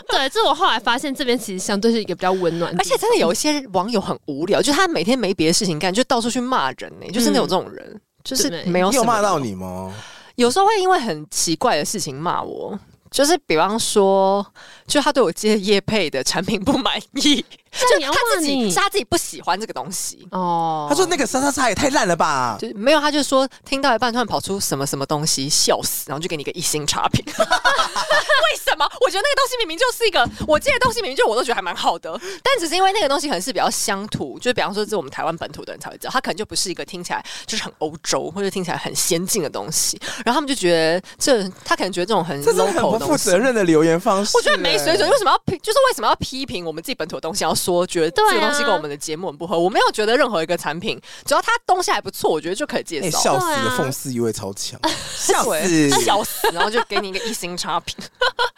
对，这我后来发现这边其实相对是一个比较温暖的
而
地
且
方，
真的有一些网友很无聊，就是他每天没别的事情干，就到处去骂人呢、就真的
嗯
有这种人。就是
对
没有
你
什
有
么
骂到你吗？
有时候会因为很奇怪的事情骂我，就是比方说，就他对我接业配的产品不满意，
这你要
他自
骂
己
你
是他自己不喜欢这个东西。
哦
他说那个沙沙沙也太烂了吧，
就没有，他就说听到一半突然跑出什么什么东西，笑死，然后就给你一个一星差评。 为什么？我觉得那个东西明明就是一个，我这个东西明明就我都觉得还蛮好的，但只是因为那个东西可能是比较乡土，就是比方说是我们台湾本土的人才会知道，它可能就不是一个听起来就是很欧洲或者听起来很先进的东西，然后他们就觉得这他可能觉得这种很
这是很
local
不
的
负
东西
责。任的留言方式，
我觉得没水准，
哎
为什么要批？就是为什么要批评我们自己本土的东西？要说觉得这
对
个
啊
东西跟我们的节目很不
啊
合。我没有觉得任何一个产品，只要它东西还不错，我觉得就可以介
哎
绍。
笑死
对
了，
啊
讽刺意味超强，笑
对啊
死，
笑死，然后就给你一个一星 差评，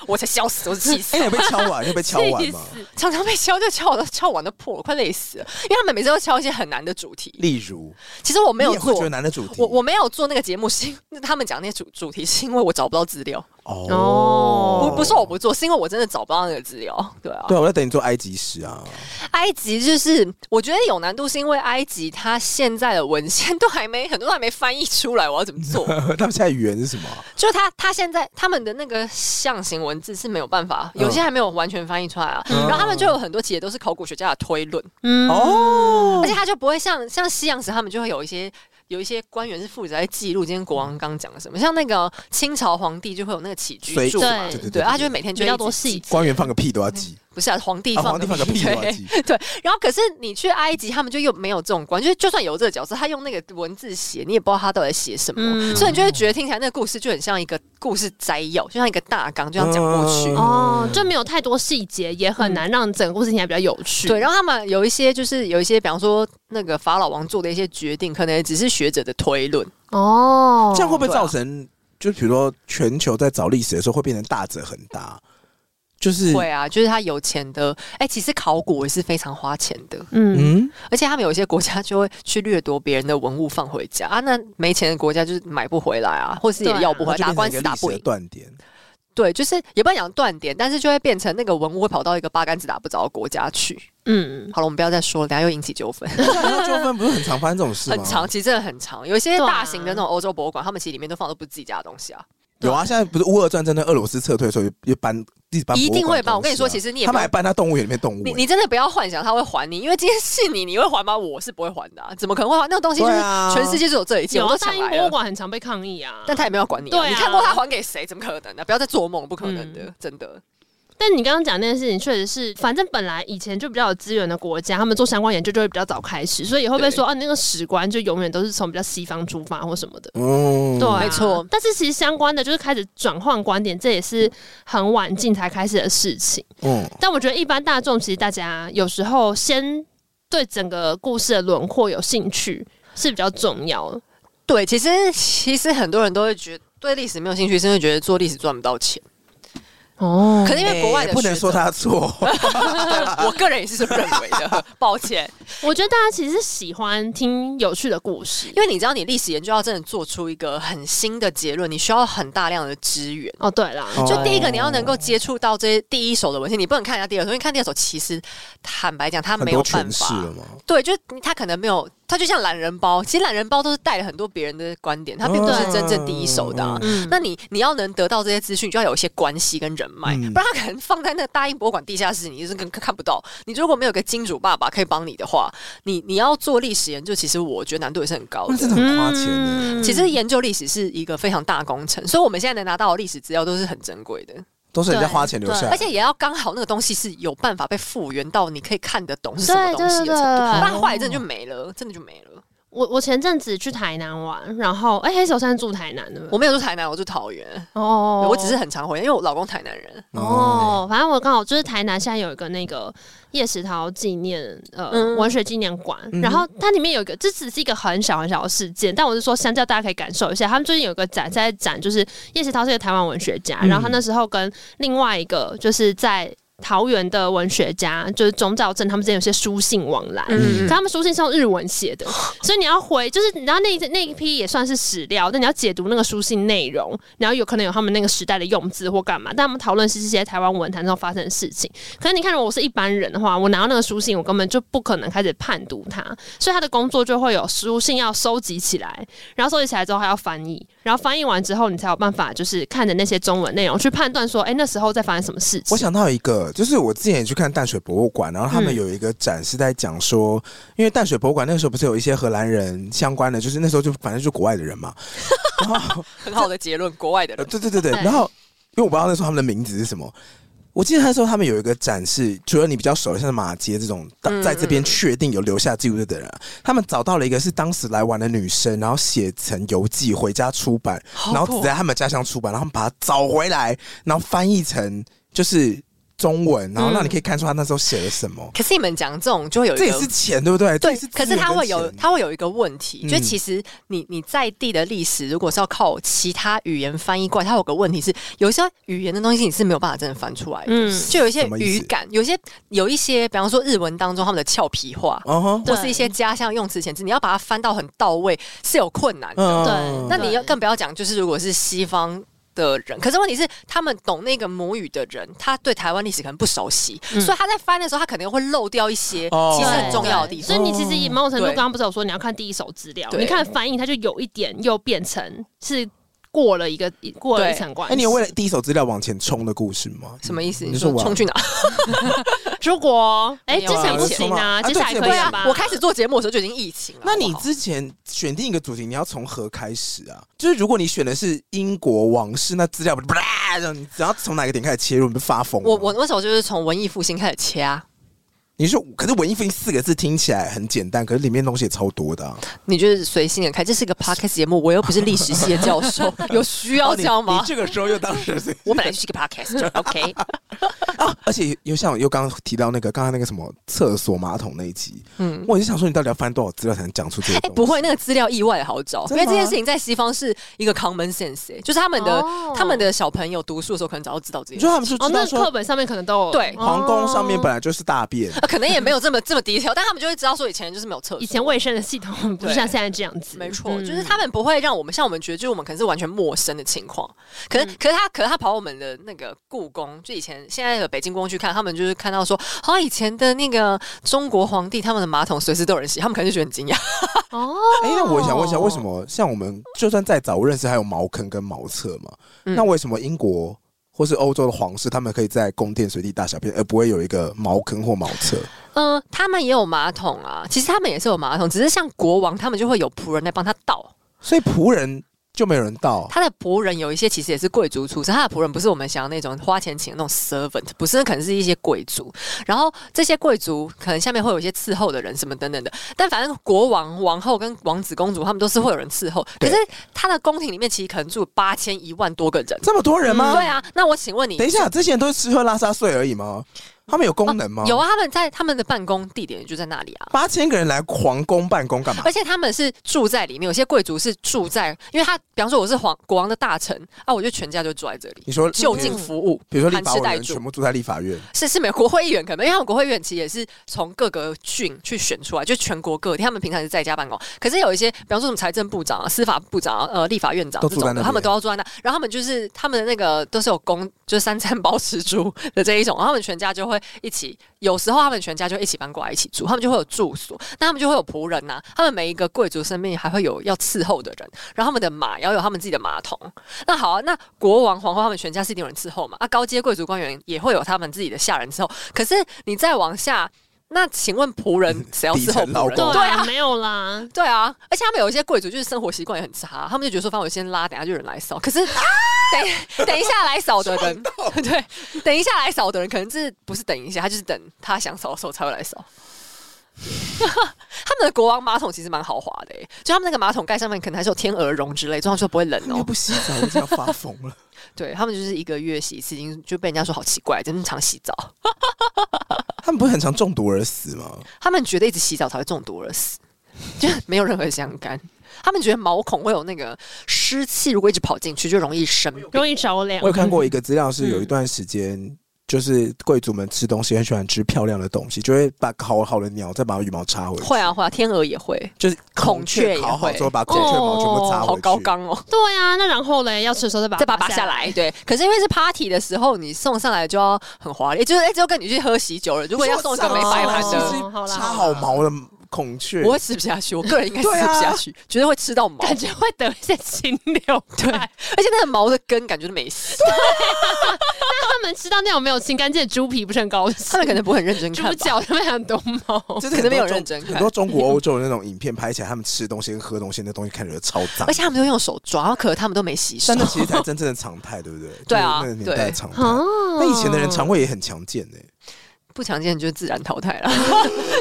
我才笑死，我气死
哎，，你有被敲碗，你 有被敲碗吗？
常常被敲就敲我都敲完都破了，快累死了，因为他们每次都敲一些很难的主题。
例如，
其实我没
你
有
也会
做
觉，得男的主题，
我我没有做那个节目，是因为他们讲那些主主题，是因为我找不到资料，
哦，
不不是我不做，是因为我真的找不到那个资料，对啊。
对，我在等你做埃及史啊，
埃及就是我觉得有难度，是因为埃及它现在的文献都还没很多都还没翻译出来，我要怎么 做？
他们现在语言是什么啊？
就是它它现在他们的那个象形文字是没有办法，有些还没有完全翻译出来啊。然后他们就有很多其实都是考古学家的推论，
嗯
哦
而且他就不会像像西洋史，他们就会有一些。有一些官员是负责在记录今天国王刚讲了什么，像那个清朝皇帝就会有那个起居
随
注嘛，
对
对对
对，
对
他就会每天就
比
会
较
一直
多
记
细节，
官员放个屁都要记，
不是啊，皇帝
啊，
放
皇帝放个屁都要
对
记，
然后可是你去埃及，他们就又没有这种观，就是就算有这个角色，他用那个文字写，你也不知道他到底在写什么，
嗯
所以你就会觉得听起来那个故事就很像一个故事摘要，就像一个大纲，就像讲过去。
嗯
哦，就没有太多细节，也很难让整个故事听起来比较有
嗯
趣。
对，然后他们有一些就是有一些，比方说那个法老王做的一些决定，可能只是学者的推论。
哦
这样会不会
对啊
造成？就比如说，全球在找历史的时候，会变成大者恒大，就是
会啊，就是他有钱的，哎、其实考古也是非常花钱的，
嗯，
嗯，
而且他们有一些国家就会去掠夺别人的文物放回家啊，那没钱的国家就是买不回来啊，或是
对啊
也要不回
那就
来，
变成
打官
一个历
司打
史
不
的
赢。
断点。
对，就是也不能讲断点，但是就会变成那个文物会跑到一个八竿子打不着的国家去。
嗯，
好了，我们不要再说了，等一下又引起纠纷。
啊那纠 纷不是很常发生这种事吗？
很长，其实真的很长。有一些
对啊
大型的那种欧洲博物馆，他们其实里面都放的不是自己家的东西啊。
有啊，现在不是乌俄战争的俄罗斯撤退的时候，也搬一直搬、
一定会搬我跟你说其实你也不
啊他们还搬他动物园里面动物、
你你真的不要幻想他会还你，因为今天是你，你会还吗？我是不会还的、啊，怎么可能会还？那种东西就是
对啊
全世界只有这一件，
有
我都
啊，
抢
大英
来
博物
了。
馆很常被抗议啊。
但他也没有管你、啊，
对啊
你看过他还给谁？怎么可能呢、啊不要再做梦，不可能的，
嗯
真的。
但你刚刚讲那件事情，确实是，反正本来以前就比较有资源的国家，他们做相关研究就会比较早开始，所以也会被说啊，那个史观就永远都是从比较西方出发或什么的。
嗯
对啊、
没错
但是其实相关的就是开始转换观点，这也是很晚近才开始的事情。
嗯，
但我觉得一般大众其实大家有时候先对整个故事的轮廓有兴趣是比较重要的。
对，其实其实很多人都会觉得对历史没有兴趣，是因为觉得做历史赚不到钱。
哦
可是因为国外的、
哎不能 说，他错，
对我个人也是这么认为的，抱歉。
我觉得大家其实是喜欢听有趣的故事
因。为你知道，你历史研究要真的做出一个很新的结论，你需要很大量的资源。
哦，对啦，
哦
就第一个，你要能够接触到这些第一手的文献，你不能看人家第二手，因为看第二手其实坦白讲，他
很
没有
多
办
诠释啊了
法。
嘛。
对，就是他可能没有，他就像懒人包，其实懒人包都是带了很多别人的观点，他并不是真正第一手的啊、
嗯
嗯，
那你你要能得到这些资讯，就要有一些关系跟人脉，
嗯
不然他可能放在那个大英博物馆地下室，你就是根本看不到。你如果没有个金主爸爸可以帮你的话，你你要做历史研究，其实我觉得难度也是很高
那
的。
真的嗯很花钱欸呢，
其实研究历史是一个非常大工程，所以我们现在能拿到的历史资料都是很珍贵的，
都是人家花钱留下来
而。且也要刚好那个东西是有办法被复原到你可以看得懂是什么
对
东西
对对
的程度，
对
不然坏真的就没了，真的就没了。
我我前阵子去台南玩，然后哎、黑手山住台南的吗
我没有住台南，我住桃园，
哦
我只是很常回，因为我老公台南人。
嗯
哦，反正我刚好就是台南现在有一个那个叶石涛纪念呃、
嗯
文学纪念馆，然后它里面有一个，这只是一个很小很小的事件，但我是说相较大家可以感受一下，他们最近有一个展在展，就是叶石涛是一个台湾文学
嗯
家，然后他那时候跟另外一个就是在。桃园的文学家就是钟兆正，他们之间有些书信往来，
嗯
可他们书信是用日文写的，所以你要回，就是你知道那一那一批也算是史料，但你要解读那个书信内容，然后有可能有他们那个时代的用字或干嘛，但他们讨论是这些台湾文坛上发生的事情。可是你看，如果我是一般人的话，我拿到那个书信，我根本就不可能开始判读它，所以他的工作就会有书信要收集起来，然后收集起来之后还要翻译，然后翻译完之后，你才有办法就是看着那些中文内容去判断说，哎、那时候在发生什么事情。
我想到一个，就是我之前也去看淡水博物馆，然后他们
嗯
有一个展是在讲说，因为淡水博物馆那时候不是有一些荷兰人相关的，就是那时候就反正就国外的人嘛，然后
很好的结论，国外的
呃
人
对对对对，
对
然后因为我不知道那时候他们的名字是什么。我记得那时候他们有一个展示，除了你比较熟的像是马街这种，当
嗯
在这边确定有留下记录的人啊、他们找到了一个是当时来玩的女生，然后写成游记回家出版，
好
然后
酷
只在他们家乡出版，然后他们把它找回来，然后翻译成就是中文，然后让你可以看出他那时候写了什么。
可是你们讲这种就会有一
这也
个
是钱，对不对？这
嗯对
也，资
可是
源
它
跟
会有
钱
它会有一个问题，
嗯
就是其实你你在地的历史，如果是要靠其他语言翻译过来，它有个问题是，有一些语言的东西你是没有办法真的翻出来的。
嗯
就有一些
什么意
语
思
感，有一些有一些，比方说日文当中他们的俏皮话，
嗯哼，
或是一些家乡用词遣词，你要把它翻到很到位是有困难的。
嗯
那你要更不要讲，就是如果是西方。的人，可是问题是，他们懂那个母语的人，他对台湾历史可能不熟悉，所以他在翻的时候，他可能会漏掉一些
哦
其实很
对
重要的地
所
方。
以你其实也某种程度，
对
刚刚不是有说你要看第一手资料，
对
你看翻译，它就有一点又变成是过了一个过了一层关
哎、
系。
你有为了第一手资料往前冲的故事吗？
什么意思？
你
你
说
说
我
冲去哪？
如果哎、
没有
之
啊
前不行啊，
我就说嘛
接下来可以
对啊
了
不
吧？
我开始做节目的时候就已经疫情了。
那你
好不好
之前选定一个主题，你要从何开始啊？就是如果你选的是英国王室，那资料不啦，这样你只要从哪个点开始切入，你不发疯吗？
我我那时候就是从文艺复兴开始切啊。
你说，可是文艺复兴四个字听起来很简单，可是里面东西也超多的、啊。
你就是随性的开，这是一个 podcast 节目，我又不是历史系的教授，有需要这样
哦你
吗
你？这个时候又当时是
我本来就是一个 podcast，OK？
啊， 而且又像又刚刚提到那个刚刚那个什么厕所马桶那一集，
嗯。
我就想说你到底要翻多少资料才能讲出这个
哎、
东西？
不会，那个资料意外的好找，因
真的
为
吗
这件事情在西方是一个 common sense，、哎，就是他们的、
哦
他们的小朋友读书的时候可能早就知道这
你
件事
说。他们是
哦
知，道
那课
说
本上面可能都有
对
哦
皇宫上面本来就是大便，
啊、可能也没有这么这么低调，但他们就会知道说以前就是没有厕所，
以前卫生的系统不是
对
像现在这样子，
没错，
嗯
就是他们不会让我们像我们觉得，就是我们可能是完全陌生的情况。可是，可是他，可是他跑我们的那个故宫，就以前现在的北京故宫去看，他们就是看到说，好、像以前的那个中国皇帝他们的马桶随时都有人洗，他们可能就觉得很惊讶。
哦。
哎、那我想问一下，为
哦
什么像我们就算再早，我认识还有茅坑跟茅厕嘛？
嗯
那为什么英国或是欧洲的皇室，他们可以在宫殿随地大小便，而不会有一个茅坑或茅厕？
嗯、他们也有马桶啊，其实他们也是有马桶，只是像国王他们就会有仆人来帮他倒。
所以仆人就没有人到。
他的仆人有一些其实也是贵族出身，他的仆人不是我们想要那种花钱请的那种 servant，不是，可能是一些贵族。然后这些贵族可能下面会有一些伺候的人什么等等的，但反正国王、王后跟王子公主他们都是会有人伺候。
对
可是他的宫廷里面其实可能住八千一万多个人。
这么多人吗？
对啊，那我请问你
嗯等一，下，这些人都是吃喝拉撒睡而已吗？他们有功能吗？
有啊，他们在他们的办公地点就在那里啊。
八千个人来皇宫办公干嘛
而？且他们是住在里面，有些贵族是住在，因为他，比方说我是皇国王的大臣啊，我就全家就住在这里，
你说嗯
就近服务，
比如说立
含
法
吃
委
带哦
员
住
全。部住在立法院，
是是美国国会议员可能，因为他们国会议员其实也是从各个郡去选出来，就全国各地，他们平常是在家办公。可是有一些，比方说什么财政部长啊、司法部长啊、呃立法院长
都
这
住在那
种的，
边
他们都要坐在那。然后他们就是他们的那个都是有公，就是三餐包吃住的这一种，然后他们全家就会一起。有时候他们全家就一起搬过来一起住，他们就会有住所，那他们就会有仆人呐、他们每一个贵族身边还会有要伺候的人，然后他们的马也要有他们自己的马桶。那好啊，那国王、皇后他们全家是一定有人伺候嘛？啊，高阶贵族官员也会有他们自己的下人伺候。可是你再往下，那请问仆人谁要伺候
嗯底层劳
仆
工
对
人？对啊
啊，。没有啦，
对啊，而且他们有一些贵族就是生活习惯也很差，他们就觉得说，反正我先拉，等一下就有人来扫。可 是，等等一下来扫的人，
哦
对，等一下来扫的人，可能就是不是等一下，他就是等他想扫的时候才会来扫。 他们的国王马桶其实蛮豪华的、欸，就他们那个马桶盖上面可能还是有天鹅绒之类，这样说不会冷
他
哦、
们又不洗澡，我真的要发疯了。
对他们就是一个月洗一次，已经就被人家说好奇怪，真的常洗澡。
他们不是很常中毒而死吗？
他们觉得一直洗澡才会中毒而死，就没有任何相干。他们觉得毛孔会有那个湿气，如果一直跑进去就容易生病。
容易着凉。嗯
我有看过一个资料，是
嗯
有一段时间。就是贵族们吃东西很喜欢吃漂亮的东西，就会把烤好的鸟再把羽毛插回去，
会啊会啊，天鹅也会，
就是孔
孔雀
雀
也
烤好
会哦
之后把孔雀毛全部插
好
回
高
去。
纲哦。
对啊，那然后嘞，要吃的时候再把
再把它拔下来，。对。可是因为是 party 的时候，你送上来就要很华丽，就是哎，就跟你去喝喜酒了。如果要送一个没
来
白盘
是不
的
是，
插好毛的孔雀，
我会吃不下去。我个人应该吃不下去，绝对会吃到毛。
感觉会得一些禽流 感。
而且那个毛的根感觉都没洗，
他们吃到那种没有清干净的猪皮，不是很高兴？
他们可能不会很认 真
猪
看吧。
脚他们很多毛。
就是
哦可
很多
能没有
中
认真看
很多中国、欧洲的那种影片拍起来，他们吃东西跟喝东西，那东西看起来超脏
而。且他们都用手抓，然后可能他们都没洗手
但那。其实 才真正的常态，对不对？
对啊
就是那个年代的
对嗯
常态。
哦
那以前的人肠胃也很强健欸呢、
不常见就自然淘 汰了，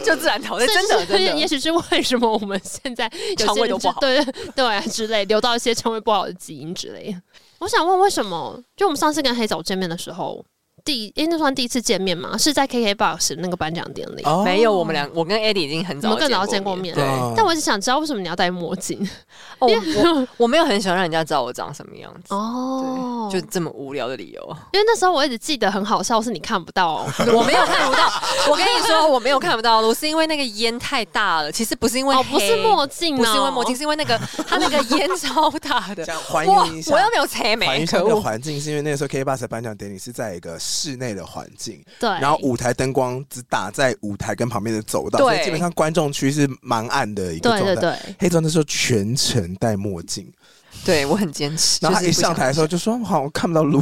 就自然淘汰，哎真的
这是
真
也
的。
许是为什么我们现在有些人
肠胃都不好
对对啊之类，留到一些肠胃不好的基因之类。我想问，为什么？就我们上次跟黑枣见面的时候，第诶、那算第一次见面嘛？是在 KKBOX 那个颁奖典礼，
哦
没有，我们俩，我跟 Eddie 已经很
我
早
们更早
见
见过面。
对，
对
哦
但我一直想知道为什么你要戴墨镜？
我我没有很喜欢让人家知道我长什么样子，
哦
就这么无聊的理由。啊
因为那时候我一直记得很好笑，是你看不 到
我没有看不到，我跟你说，我没有看不到，我是因为那个烟太大了。其实不是因为
哦，不是
黑
墨镜、哦，
不是因为墨镜，，是因为那个它那个烟超大的
这。样还
哇
原一，下
我又没有踩
还
美，
原一下
可
那个
恶！
环境，是因为那个时候 K 八十颁奖典礼是在一个室内的环境，
对，
哎
然后舞台灯光只打在舞台跟旁边的走道，所
对
以基本上观众区是蛮暗的一个
对
状态。
对对，
黑庄那时候全程戴墨镜，
对我很坚持。
然后他
就是
一
不想
上台的时候就说：“哦好，我看不到 路。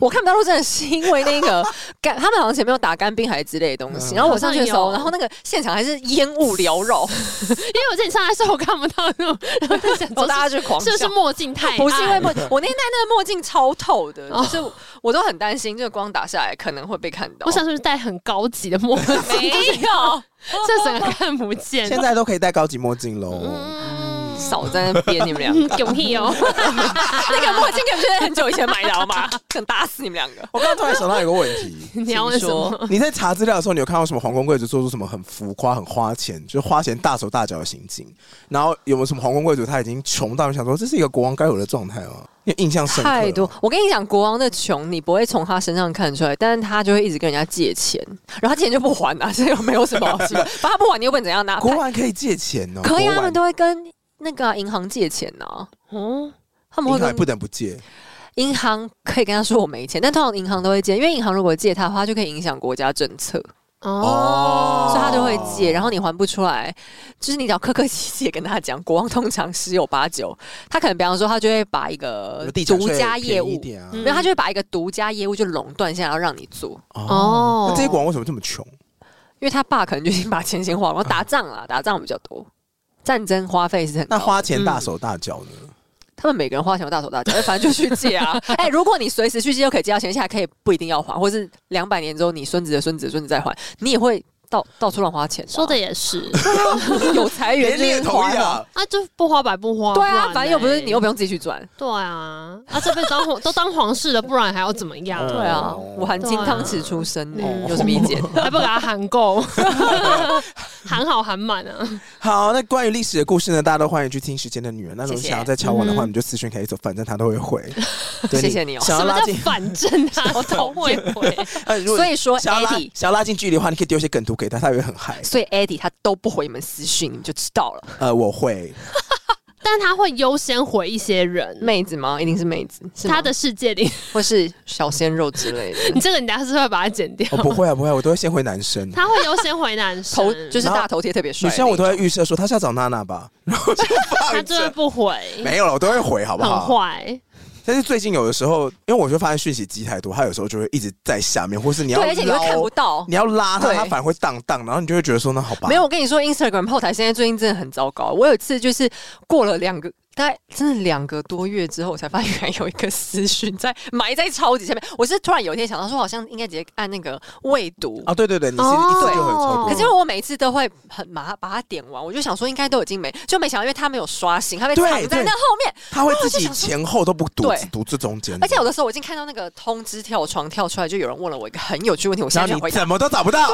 我看不到路真的是因为那 个干，他们好像前面有打干冰还是之类的东
嗯
西。然后我上去的时
好像
候，
有
然后那个现场还是烟雾缭 绕，
因为我自己上来的时候我看不到那种，然后在想
然后
说
大家就狂
是不是
笑。
墨镜太暗
不是因为墨， 我那天戴那个墨镜超透的，
哦
就是我都很担心，这个光打下来可能会被看到。
我想说是戴很高级的墨镜，
没有，
这整个看不”见。
哎
现在都可以戴高级墨镜喽。
嗯
少在那边你们俩。
狗屁哦！
那个墨镜可不是很久以前买的好吗？想打死你们两个！
我刚刚突然想到一个问题，
你要问什
请
么？
你在查资料的时候，你有看到什么皇宫贵族做出什么很浮夸、很花钱，就是花钱大手大脚的行径？然后有没有什么皇宫贵族他已经穷到你想说这是一个国王该有的状态吗？你有印象深刻吗哦
太多，啊我跟你讲，国王的穷你不会从他身上看出来，但是他就会一直跟人家借钱，然后他借钱就不还啊，这 又没有什么好 奇怪。反正他不还，你又不能怎样拿。
国王可以借钱哦，
可以
国
啊，
王
他们都会跟那个啊银行借钱呐、
哦，
他们
银
会
行也
跟
不得不借。
银行可以跟他说我没钱，但通常银行都会借，因为银行如果借他的话，就可以影响国家政策，
哦，
所以他就会借。然后你还不出来，就是你只要客客气气地跟他讲，国王通常十有八九，他可能比方说他就会把一个
地产
独
税
家业
便宜一
务，
点啊，
嗯
然后他就会把一个独家业务就垄断下来，然后让你做。
哦
那这些国王为什么这么穷？
因为他爸可能就已经把钱先花了，然后打仗啦，打仗比较多，战争花费是很高
那
的。
花钱大手大脚呢？
嗯他们每个人花钱都大手大脚，反正就去 借啊。哎、如果你随时去借就可以借到钱，而且还可以不一定要还，或是两百年之后你孙子的孙子的孙子再还，你也会到到处乱花钱、
说的，也是
啊
有财源就是花啊。！
啊，就不花白不花。哦不
对
然
啊，
嘞
反正又不是你又不用自己去赚。
对啊，啊这辈子当皇 都当皇室了，不然还要怎么样？
对
对啊，我含金
对啊
汤匙出生、
嗯
有什么意见？
还不给他喊够， 喊好喊满啊！
好，那关于历史的故事呢，大家都欢迎去听《时间的女人》。那如果
谢谢
想要再敲完的
嗯
话，
哼
你就私讯凯一走，反正他都会回。 对
谢谢你哦
想要
什么
拉
叫
近，
反正啊？ 我都会回。
呃如果
所以说
想要拉
Eddie，
想要拉近距离的话，你可以丢一些梗图给他，他也会很嗨。
所以 Eddie 他都不回你们私讯，你就知道了。
呃，我会，
但他会优先回一些人，
妹子吗？一定是妹子，是吗
他的世界里，
或是小鲜肉之类的，
你这个你等下是会把它剪掉
我。不会啊，不会啊，我都会 先回男生。
他会优先回男生，
头就是
然后
大头贴特别
女
帅的那种。
生我都会预设说他是要找娜娜吧，然后就
他
放
真的
着。
不回，
没有了，我都会回，好不
很
好？
坏。
但是最近有的时候，因为我就发现讯息积太多，他有时候就会一直在下面，或是你要
对，而且你会
捞
看不到。
你要拉他，
对
他反而会荡荡，然后你就会觉得说，那好吧，
没有，我跟你说，Instagram 后台现在最近真的很糟糕。我有一次就是过了两个，大概真的两个多月之后，我才发现原来有一个私讯在埋在超级下面。我是突然有一天想到说，好像应该直接按那个未读。
啊，对对对，你是
哦
一次就很超过，
可是因为我每次都会很马上把它点完，我就想说应该都已经没，就没想到因为它没有刷新，它被
对
藏在
对
那后面。
他会自
哦
己前后都不读，
对
只读这中间的，
而且有的时候我已经看到那个通知跳窗跳出来，就有人问了我一个很有趣的问题，我现
然
在
后
想回
你
答，
怎么都找不到。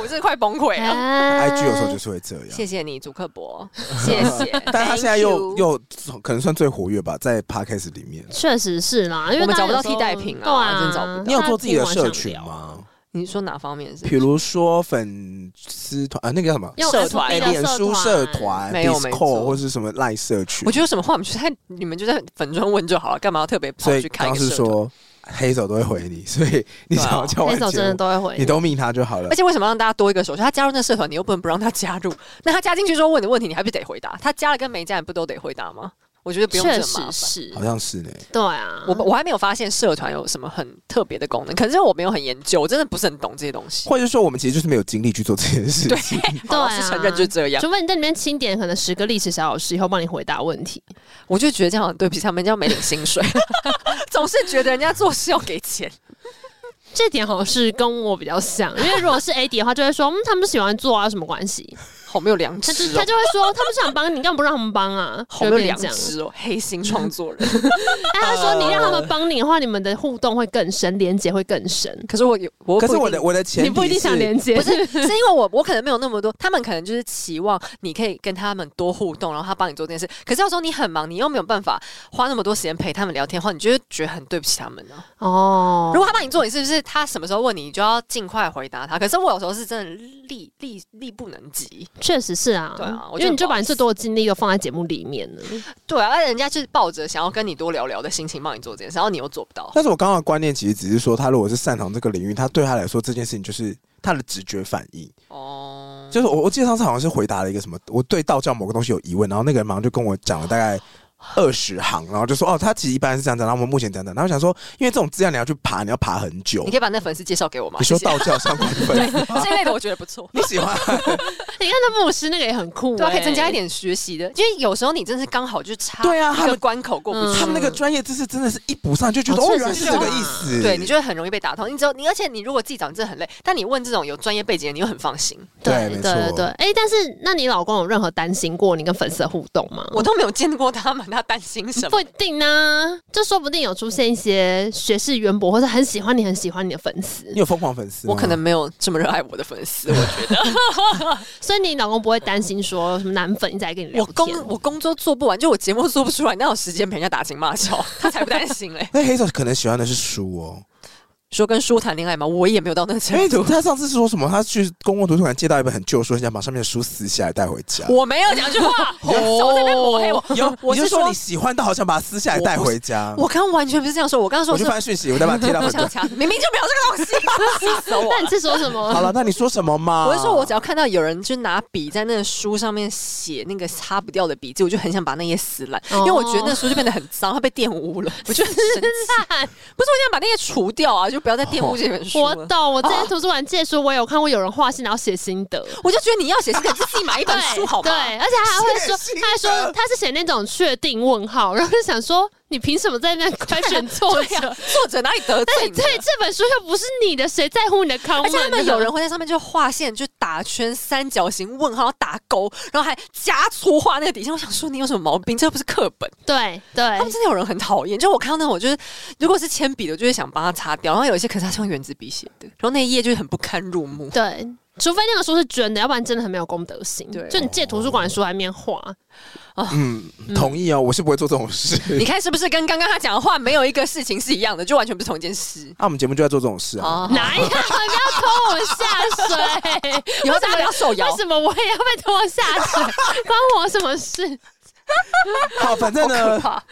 我真的快崩
哎
溃了。
IG
，IG
有时候就是会这样，
谢谢你，祖克伯，谢谢。
但他现在
Thank
又
you
又可能算最活跃吧，在 Podcast 里面。
确实是啦，因为
我们
大家
找不到
有时候
替代品啊
对啊，
真找不到
你有做自己的
大家
社
往上
群
聊？
吗？
你说哪方面是？
比如说粉丝团啊，那个叫什么？
用
社
FB
团
哎，
的
脸书社团、
没有没
Discord
错
或是什么赖社群
我？觉得有什么话，我们就在你们就在粉中问就好了，干嘛要特别跑
所以
去看一
刚
个
是
社团？
说黑手都会回你， 所以你
对啊
想要叫我
黑手真的都会
你
回，
都密他就好了
而。且为什么让大家多一个手续？他加入那社团，你又不能不让他加入。那他加进去之后问的问题，你还不得回答？他加了跟没加，你不都得回答吗？我觉得不用这
确
么
实
麻烦。
是
好，像是呢，
对啊，
我我还没有发现社团有什么很特别的功能，可能是我没有很研究，我真的不是很懂这些东西。
或者说我们其实就是没有精力去做这件事
对
情。，
好老师
对啊
承认就是这样。
除非你在里面清点可能十个历史小老师以后帮你回答问题，
我就觉得这样很对不起他们，这样没领 薪水，总是觉得人家做事要给钱。
这点好像是跟我比较像，因为如果是 A 点的话，就会说嗯他们喜欢做啊，有什么关系？
好没有良
他就
知
他
哦，
就会说他们想帮你，干嘛不让他们帮啊？
好
就
没
会
有
变成这样。
良
嗯
知哦，黑心创作人。
但他说你让他们帮你的话，你们的互动会更深，连接会更深。
可是我有，我
可是
不一
我
定
的我的前
你
提
不一定想
是
连接，
不是，是因为我我可能没有那么多，他们可能就是期望你可以跟他们多互动，然后他帮你做这件事。可是有时候你很忙，你又没有办法花那么多时间陪他们聊天的话，你就会觉得很对不起他们呢、
哦
如。果他帮你做，你是不是他什么时候问你，你就要尽快回答他？可是我有时候是真的力力力不能及，
确实是啊，
对啊我
因
觉得
为你就
不好
把你
意思
最多的精力都放在节目里面 了。
对啊，而且人家就是抱着想要跟你多聊聊的心情帮你做这件事，然后你又做不到。
但是我刚刚的观念其实只是说，他如果是擅长这个领域，他对他来说这件事情就是他的直觉反应。
哦，
就是我我记得上次好像是回答了一个什么，我对道教某个东西有疑问，然后那个人马上就跟我讲了大概二十行，然后就说哦，他其实一般是这样讲，然后我们目前这样讲，然后我想说，因为这种资料你要去爬，你要爬很久
你可。以把那粉丝介绍给我吗？
你说啊
谢谢
道教相关粉 丝，
这一类的，我觉得不错。
你喜欢？
你看那牧师那个也很酷、欸，
对啊，可以增加一。点学习的，因为有时候你真是刚好就是差
对啊他
一
们
个关口过不去，
他们那个专业知识真的是一补上就觉得
哦
哦，
确实
原来是
是
这个
啊
意思。
对你就会很容易被打通。你只有你，而且你如果自己讲真的很累，但你问这种有专业背景的，你又很放心。
对
对
没错
对对对，哎、但是那你老公有任何担心过你跟粉丝的互动吗？
我都没有见过他们，他担心什
不
么？
一定呢、就说不定有出现一些学识渊博或者很喜欢你、很喜欢你的粉丝
你，有疯狂粉丝吗？
我可能没有这么热爱我的粉
嗯
丝，我觉得
所以你老公不会担心说什么男粉一直在跟你聊
我工
天。
我工作做不完，就我节目做不出来，哪有时间陪人家打情骂俏？他才不担心嘞。
哎那黑手可能喜欢的是书哦，
说跟书谈恋爱吗？我也没有到那个
因为
程度，
他上次说什么，他去公共图书馆借到一本很旧的书，很想把上面的书撕下来带回家。
我没有讲这 句话，我少在那边抹黑我。
有，
我
你就是说
说
你喜欢到好想把它撕下来带回家。
我刚刚完全不是这样说，我刚刚说
我
我
就是发现讯息，我再把它贴到粉
想
砖。啊
强，明明就没有这个 东西，气死我啊
那
了
你！是说什么？
好 了，那你说什么嘛？
我是说，我只要看到有人就拿笔在那个书上面写那个擦不掉的笔记，我就很想把那页撕烂，
哦
因为我觉得那书就变得很脏，它被玷污了。我就很生气，
烂
不是我想把那页除掉啊，就不要再玷污这本书
我
了。
懂，我之前图书馆借书，我有看过有人画信，然后写心得。
我就觉得你要写信，你自己买一
对
本 书好吗
对，？而且他还会说
写心，得
他还说他是写那种确定问号，然后就想说你凭什么在那边快选作
对
者
啊？，作者哪里得罪
对
你啊
对，这本书又不是你的，谁在乎你的 comment？
而且他们有人会在上面就画线，就打圈、三角形、问号、打勾，然后还加粗画那个底线。我想说，你有什么毛病？这不是课本。
对对
他们真的有人很讨厌，就我看到那种，我就是如果是铅笔的，我就会想帮他擦掉。然后有一些可是他是用原子笔写的，然后那一页就是很不堪入目。
对，除非那个书是捐的，要不然真的很没有公德心。
对
就你借图书馆的书还面画，
嗯，同意哦，我是不会做这种事。
你看是不是跟刚刚他讲的话没有一个事情是一样的，就完全不是同一件事
啊那我们节目就在做这种事啊。
啊！
哪 有？不要拖我下水！
以后大家不要受
为
谣。
什么我也要被拖下水？ 关我什么事？
好，反正
好可
呢，
怕！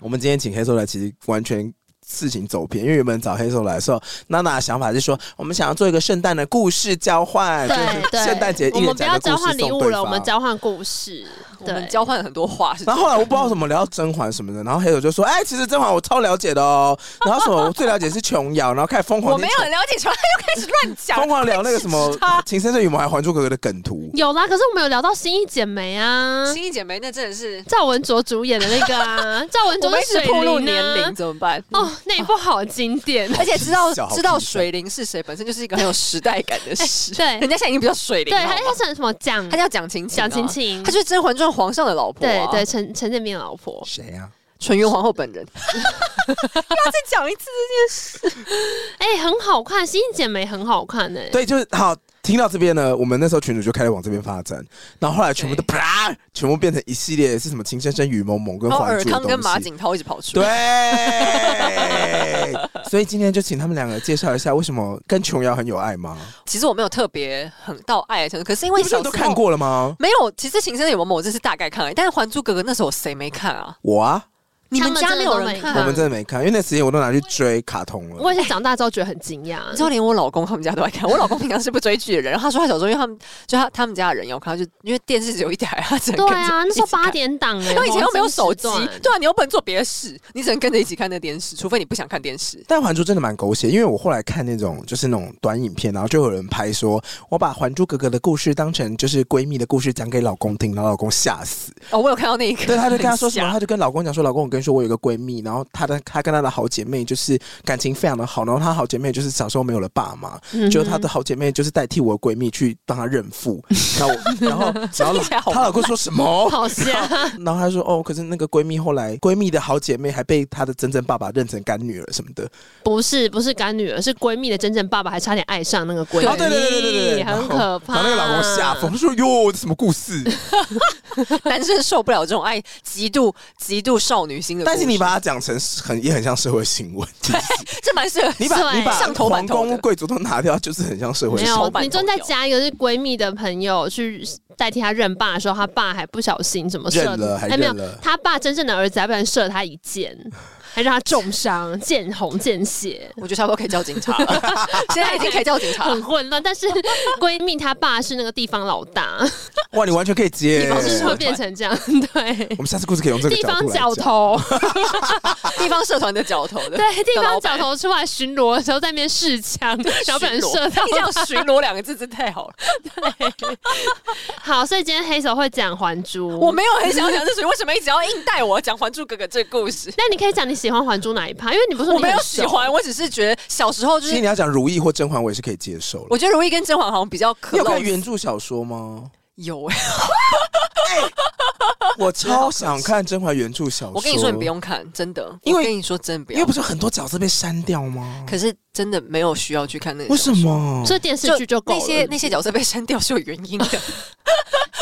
我们今天请黑手来，其实完全。事情走偏，因为原本找黑手来的时候，娜娜的想法是说，我们想要做一个圣诞的故事交换，就
对
是
对，
圣诞节一
我
人
们不
讲
要
一个
交
故事
换礼
送
物
对
了，我
方
们。交换故事。
我
对
们，交换了很多话，是
然后后来我不知道什么聊到甄嬛什么的，然后黑手就说：“哎，其实甄嬛我超了解的哦。”然后什么我最了解是琼瑶，然后开始疯狂
我没有很了解，从来又开始乱讲，
疯狂聊那个什么
开始插
《情深深雨蒙》还有《还珠格格》的梗图。
有啦，可是我们有聊到新一姐妹啊，
新一姐妹那真的是，
赵文卓主演的那个 啊，赵文
我
卓
们一
是
直
水
透露
灵
年
啊
龄，怎么办？
哦，那一部好经 典。
而且知道
小
知道
屁孩
水灵是谁，本身就是一个很有时代感 的事。
哎对
人家现在已经不叫水灵
对，
了，
还
好
有
吗
什么蒋
她叫蒋勤勤啊，
蒋勤勤
她就是《甄嬛传》皇上的老婆、
对
啊，
对，，陈陈建斌的老婆。
谁呀、
纯元皇后本人。要再讲一次
哎、很好看，《星星姐妹》很好看哎、
对，就是好。听到这边呢，我们那时候群主就开始往这边发展，然后后来全部都啪，全部变成一系列是什么情深深雨蒙蒙跟
然后
还
尔
珠的
康跟马
东西。啊
景涛一直 跑出来，
对，所以今天就请他们两个介绍一下为什么跟琼瑶很有爱吗？
其实我没有特别很到爱的程度，可是因为
你不是
小
都
时候
看。过了吗？
没有，其实《情深深雨蒙蒙》我这是大概看而已，但是《还珠格格》那时候谁没看啊？
我啊，
你们家
他们真的
没有
都
人
没
看、
看
我
啊？
们真的没看，因为那时间我都拿去追卡通了。
嗯我也是长大之后觉得很惊讶
你。知道连我老公他们家都在看，我老公平常是不追剧的人，然后他说他小时候因为他们就他他们家的人有看，他就因为电视只有一台，他只能
对
跟着
啊，那时候
一起看
八点档哎、
因为以前又没有手机
黄金时，段
对啊，你又不能做别的事，你只能跟着一起看那电视，除非你不想看电视。
但《还珠》真的蛮狗血，因为我后来看那种就是那种短影片，然后就有人拍说，我把《还珠格格》的故事当成就是闺蜜的故事讲给老公听，然后老公吓死。
哦，我有看到那一个，
对，她就跟她说什么，
很
她
瞎？
就跟老公讲说，老公，我跟你说，我有一个闺蜜，然后她的她跟她的好姐妹就是感情非常的好，然后她好姐妹就是小时候没有了爸妈，
嗯
就她的好姐妹就是代替我闺蜜去帮她认父，然后我然后然后
听起来好
她老公说什么？
好像
然后她说哦，可是那个闺蜜后来闺蜜的好姐妹还被她的真正爸爸认成干女儿什么的，
不是不是干女儿，是闺蜜的真正爸爸，还差点爱上那个闺蜜，
哦，对对对对对对，然
很
后
可怕。
然后那个老公吓疯，他说：“哟，这什么故事
男生受不了这种爱，极度极度少女心？”的故
但
事。
是你把它讲成是很也很像社会新闻，其实
这蛮适合
你把
对
你把
上哎头
皇
版头的
宫贵族都拿掉，就是很像社会
没
新闻。
头
有，
版
你中
头
再
条
加一个是闺蜜的朋友去代替她认爸的时候，她爸还不小心怎么射
认了还
哎没有
认了，
她爸真正的儿子还不小心射她一箭， 还让他重伤、见红、见血，
我觉得差不多可以叫警察了，现在已经可以叫警察 了
很。混乱。但是闺蜜她爸是那个地方 老大，
哇，你完全可以接
地方
就是
社
会
团
变成这样。对
我，们下次故事可以用这个
地
角
方
度来
角
讲。
头，
地方社团的角头的，
对，地
的
方角
老板
头出来巡逻的时候，在那边试枪，然后不然
巡逻
射到
你这样巡逻两个字真太好了。
好，所以今天黑手会讲《还珠》，
我没有很想讲这水，为什么一直要硬带我讲《还珠格格》这个故事？
那你可以讲你喜欢《还珠》哪一趴？因为你不是说
我
你
没有
很
喜
熟
欢，我只是觉得小时候就
其实
是
你，要讲如意或甄嬛，我也是可以接受了。
我觉得如懿跟甄嬛好像比较可
你有
露
看原著小说 吗？
有哎、
我超想看甄嬛原著哦小说。
我跟你说你不，用看，真的，
因为
我跟你说真的不
因为
要
不。是很多角色被删掉吗？
可是真的没有需要去看那个，
为什？么？
所以电视剧就够了
那些那些角色被删掉是有原因 的，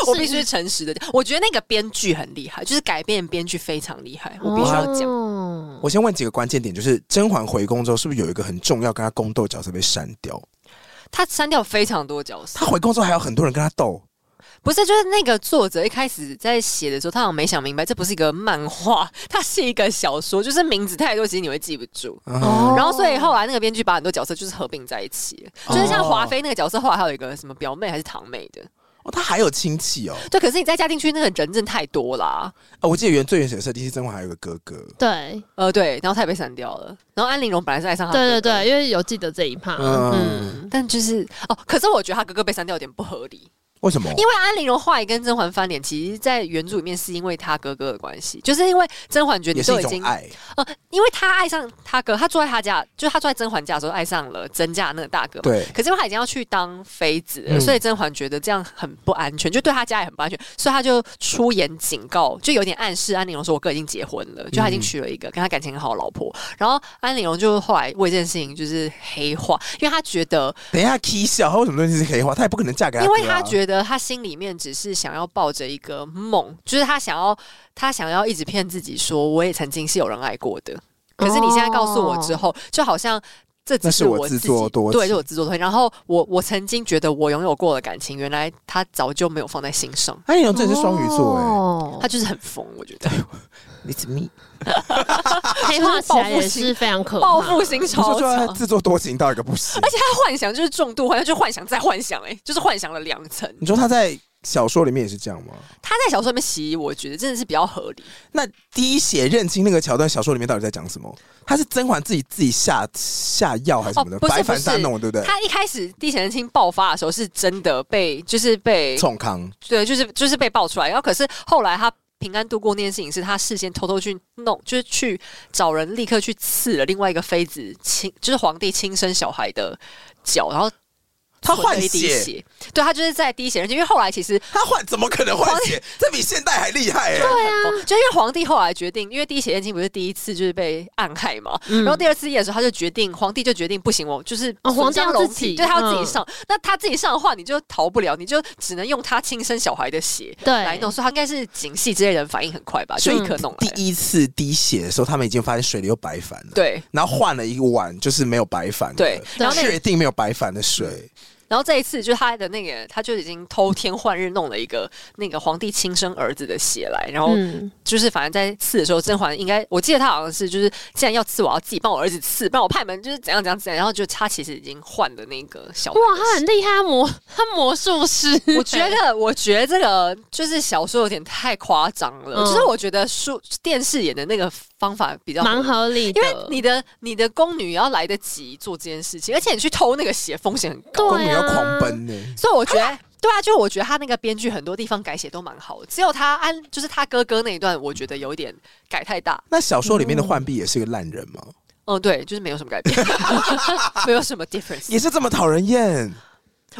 我必须诚实的讲，我觉得那个编剧很厉害，就是改编编剧非常厉害，我必须要讲。
哦
我先问几个关键点，就是甄嬛回宫之后，是不是有一个很重要跟她宫斗角色被删掉？
他删掉非常多角色
她，回宫之后还有很多人跟她斗，
不是，就是那个作者一开始在写的时候，他好像没想明白，这不是一个漫画，它是一个小说，就是名字太多，其实你会记不住。
啊
哦
然后，所以后来那个编剧把很多角色就是合并在一起，就是像华妃那个角色，后来还有一个什么表妹还是堂妹的，
哦，她还有亲戚哦。
对。可是你再加进去，那个人真的太多啦，
啊，我记得原最原始的设定是甄嬛还有个哥哥，
对
呃，对，然后他也被删掉了。然后安陵容本来是爱上他，
对对，对，因为有记得这一趴，
嗯，
嗯，但就是哦，可是我觉得他哥哥被删掉有点不合理，
为什么？
因为安陵容后来跟甄嬛翻脸，其实，在原著里面是因为他哥哥的关系，就是因为甄嬛觉得
也
你
是
都
一
已
种
经
爱，
呃，因为他爱上他哥，他住在他家，就是他住在甄嬛家的时候爱上了甄家那个大哥嘛。
对
可是因为他已经要去当妃子了，
嗯
所以甄嬛觉得这样很不安全，就对他家也很不安全，所以他就出言警告，就有点暗示安陵容说：“我哥已经结婚了，就他已经娶了一个跟他感情很好的老婆。”然后安陵容就后来为这件事情就是黑化，因为他觉得，
等一下 K 笑，她为什么东西是黑化？她也不可能嫁给他
因
哥啊、
为他觉得他心里面只是想要抱着一个梦，就是他想要他想要一直骗自己说我也曾经是有人爱过
哦
的，可是你现在告诉我之后，就好像。这只
那是我
我
自
己
作多
对，
情
是我自作多情。然后我我曾经觉得我拥有过的感情，原来他早就没有放在心上，
安陵容真的是双鱼座哎、
哦
他就是很疯，我觉得
It's me，
黑化起来也是非常可怕。
报复心
不
超
是说
强
她，自作多情到一个不行。
而且他幻想就是重度幻想，就是幻想再幻想、欸，哎，就是幻想了两层。
你说她在小说里面也是这样吗？
他在小说里面洗，我觉得真的是比较合理。
那滴血认亲那个桥段，小说里面到底在讲什么？她是甄嬛自己自己下下药还是什么的？
哦不是
白凡大弄的，对不对？
他一开始地前清爆发的时候，是真的被就是被
冲康
对，就是就是被爆出来。然后可是后来他平安度过那件事情，是他事先偷偷去弄，就是去找人立刻去刺了另外一个妃子亲，就是皇帝亲生小孩的脚，然后。
他换
一滴
血
血，对他就是在滴血认亲，因为后来其实
他换怎么可能换血？这比现代还厉害哎、
对 啊，就因为皇帝后来决定，因为第一血验亲不是第一次就是被暗害嘛，然后第二次验的时候他就决定，皇帝就决定不行，我就是
嗯哦皇帝要
损伤龙
自己
体对他要自
嗯
己上，那他自己上的话，你就逃不了，你就只能用他亲生小孩的血
对
来弄，所以他应该是景系之类的人反应很快吧，就立刻弄来了，
第一次滴血的时候，他们已经发现水里有白矾了。。
对。
然后换了一碗，就是没有白矾的，
对
然后那个
确定没有白矾的水，
然后这一次就是他的那个，他就已经偷天换日弄了一个那个皇帝亲生儿子的血来，然后
嗯，
就是反正在刺的时候，甄嬛应该我记得她好像是就是，既然要刺，我要自己帮我儿子刺，不然我派门就是怎样怎样怎样。然后就她其实已经换的那个小
哇
白，
他欸很厉害，他魔 他魔术师。
我觉得，我觉得这个就是小说有点太夸张了。
嗯
就是我觉得书电视演的那个方法比较
蛮，合理的，
因为你的你的宫女也要来得及做这件事情，而且你去偷那个血风险很高，
公
对
女
啊
要狂奔呢、
所以我觉得。对啊，就我觉得他那个编剧很多地方改写都蛮好的，只有他安就是他哥哥那一段，我觉得有一点改太大。
那小说里面的浣碧也是个烂人吗？
哦，对，就是没有什么改变， 没有什么 difference。
也是这么讨人厌？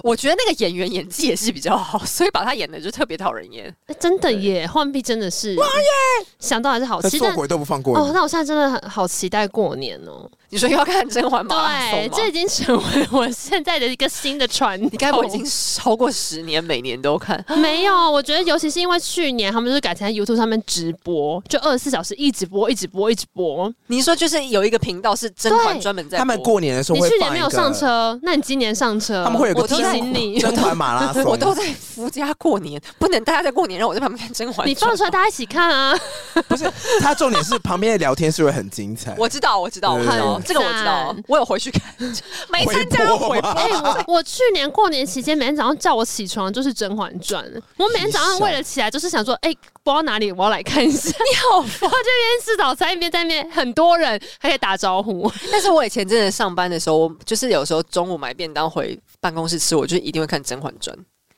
我觉得那个演员演技也是比较好，所以把他演的就特别讨人厌。
哎真的耶，浣碧真的是，想到还是好
他
期
做
待
鬼都不放过
哦。
你。
那我现在真的很好期待过年哦，
你你说又要看甄嬛马拉松
对，
吗？
这已经成为我现在的一个新的传统。
你该不会已
哦
经超过十年，每年都看？
没有，我觉得尤其是因为去年他们就是改成在 YouTube 上面直播，就二十四小时一直播，一直播，一直播。
你说就是有一个频道是甄嬛
对
专门在播，
他们过年的时候
你
会
去年
放
没
一
有
个，
上车，那你今年上车，
他们会有个
我提
在
醒你。
甄嬛马拉松，
我都在夫家过年，不能大家在过年让我在旁边看甄
啊
嬛传。
你放出来，大家一起 看啊！
不是，他重点是旁边的聊天是会很精彩。
我知道，我知道，我知道
很，
这个我知道
赞，
我有回 去看，每
回
参加都
播
回
吗
播。
哎、我我去年过年期间，每天早上叫我起床就是《甄嬛传》，我每天早上为了起来，就是想说，哎、不知道哪里，我要来看一下。你好烦！我这边吃早餐，一边在那边很多人，还可以打招呼。
但是我以前真的上班的时候，我就是有时候中午买便当回办公室吃，我就一定会看《甄嬛传》，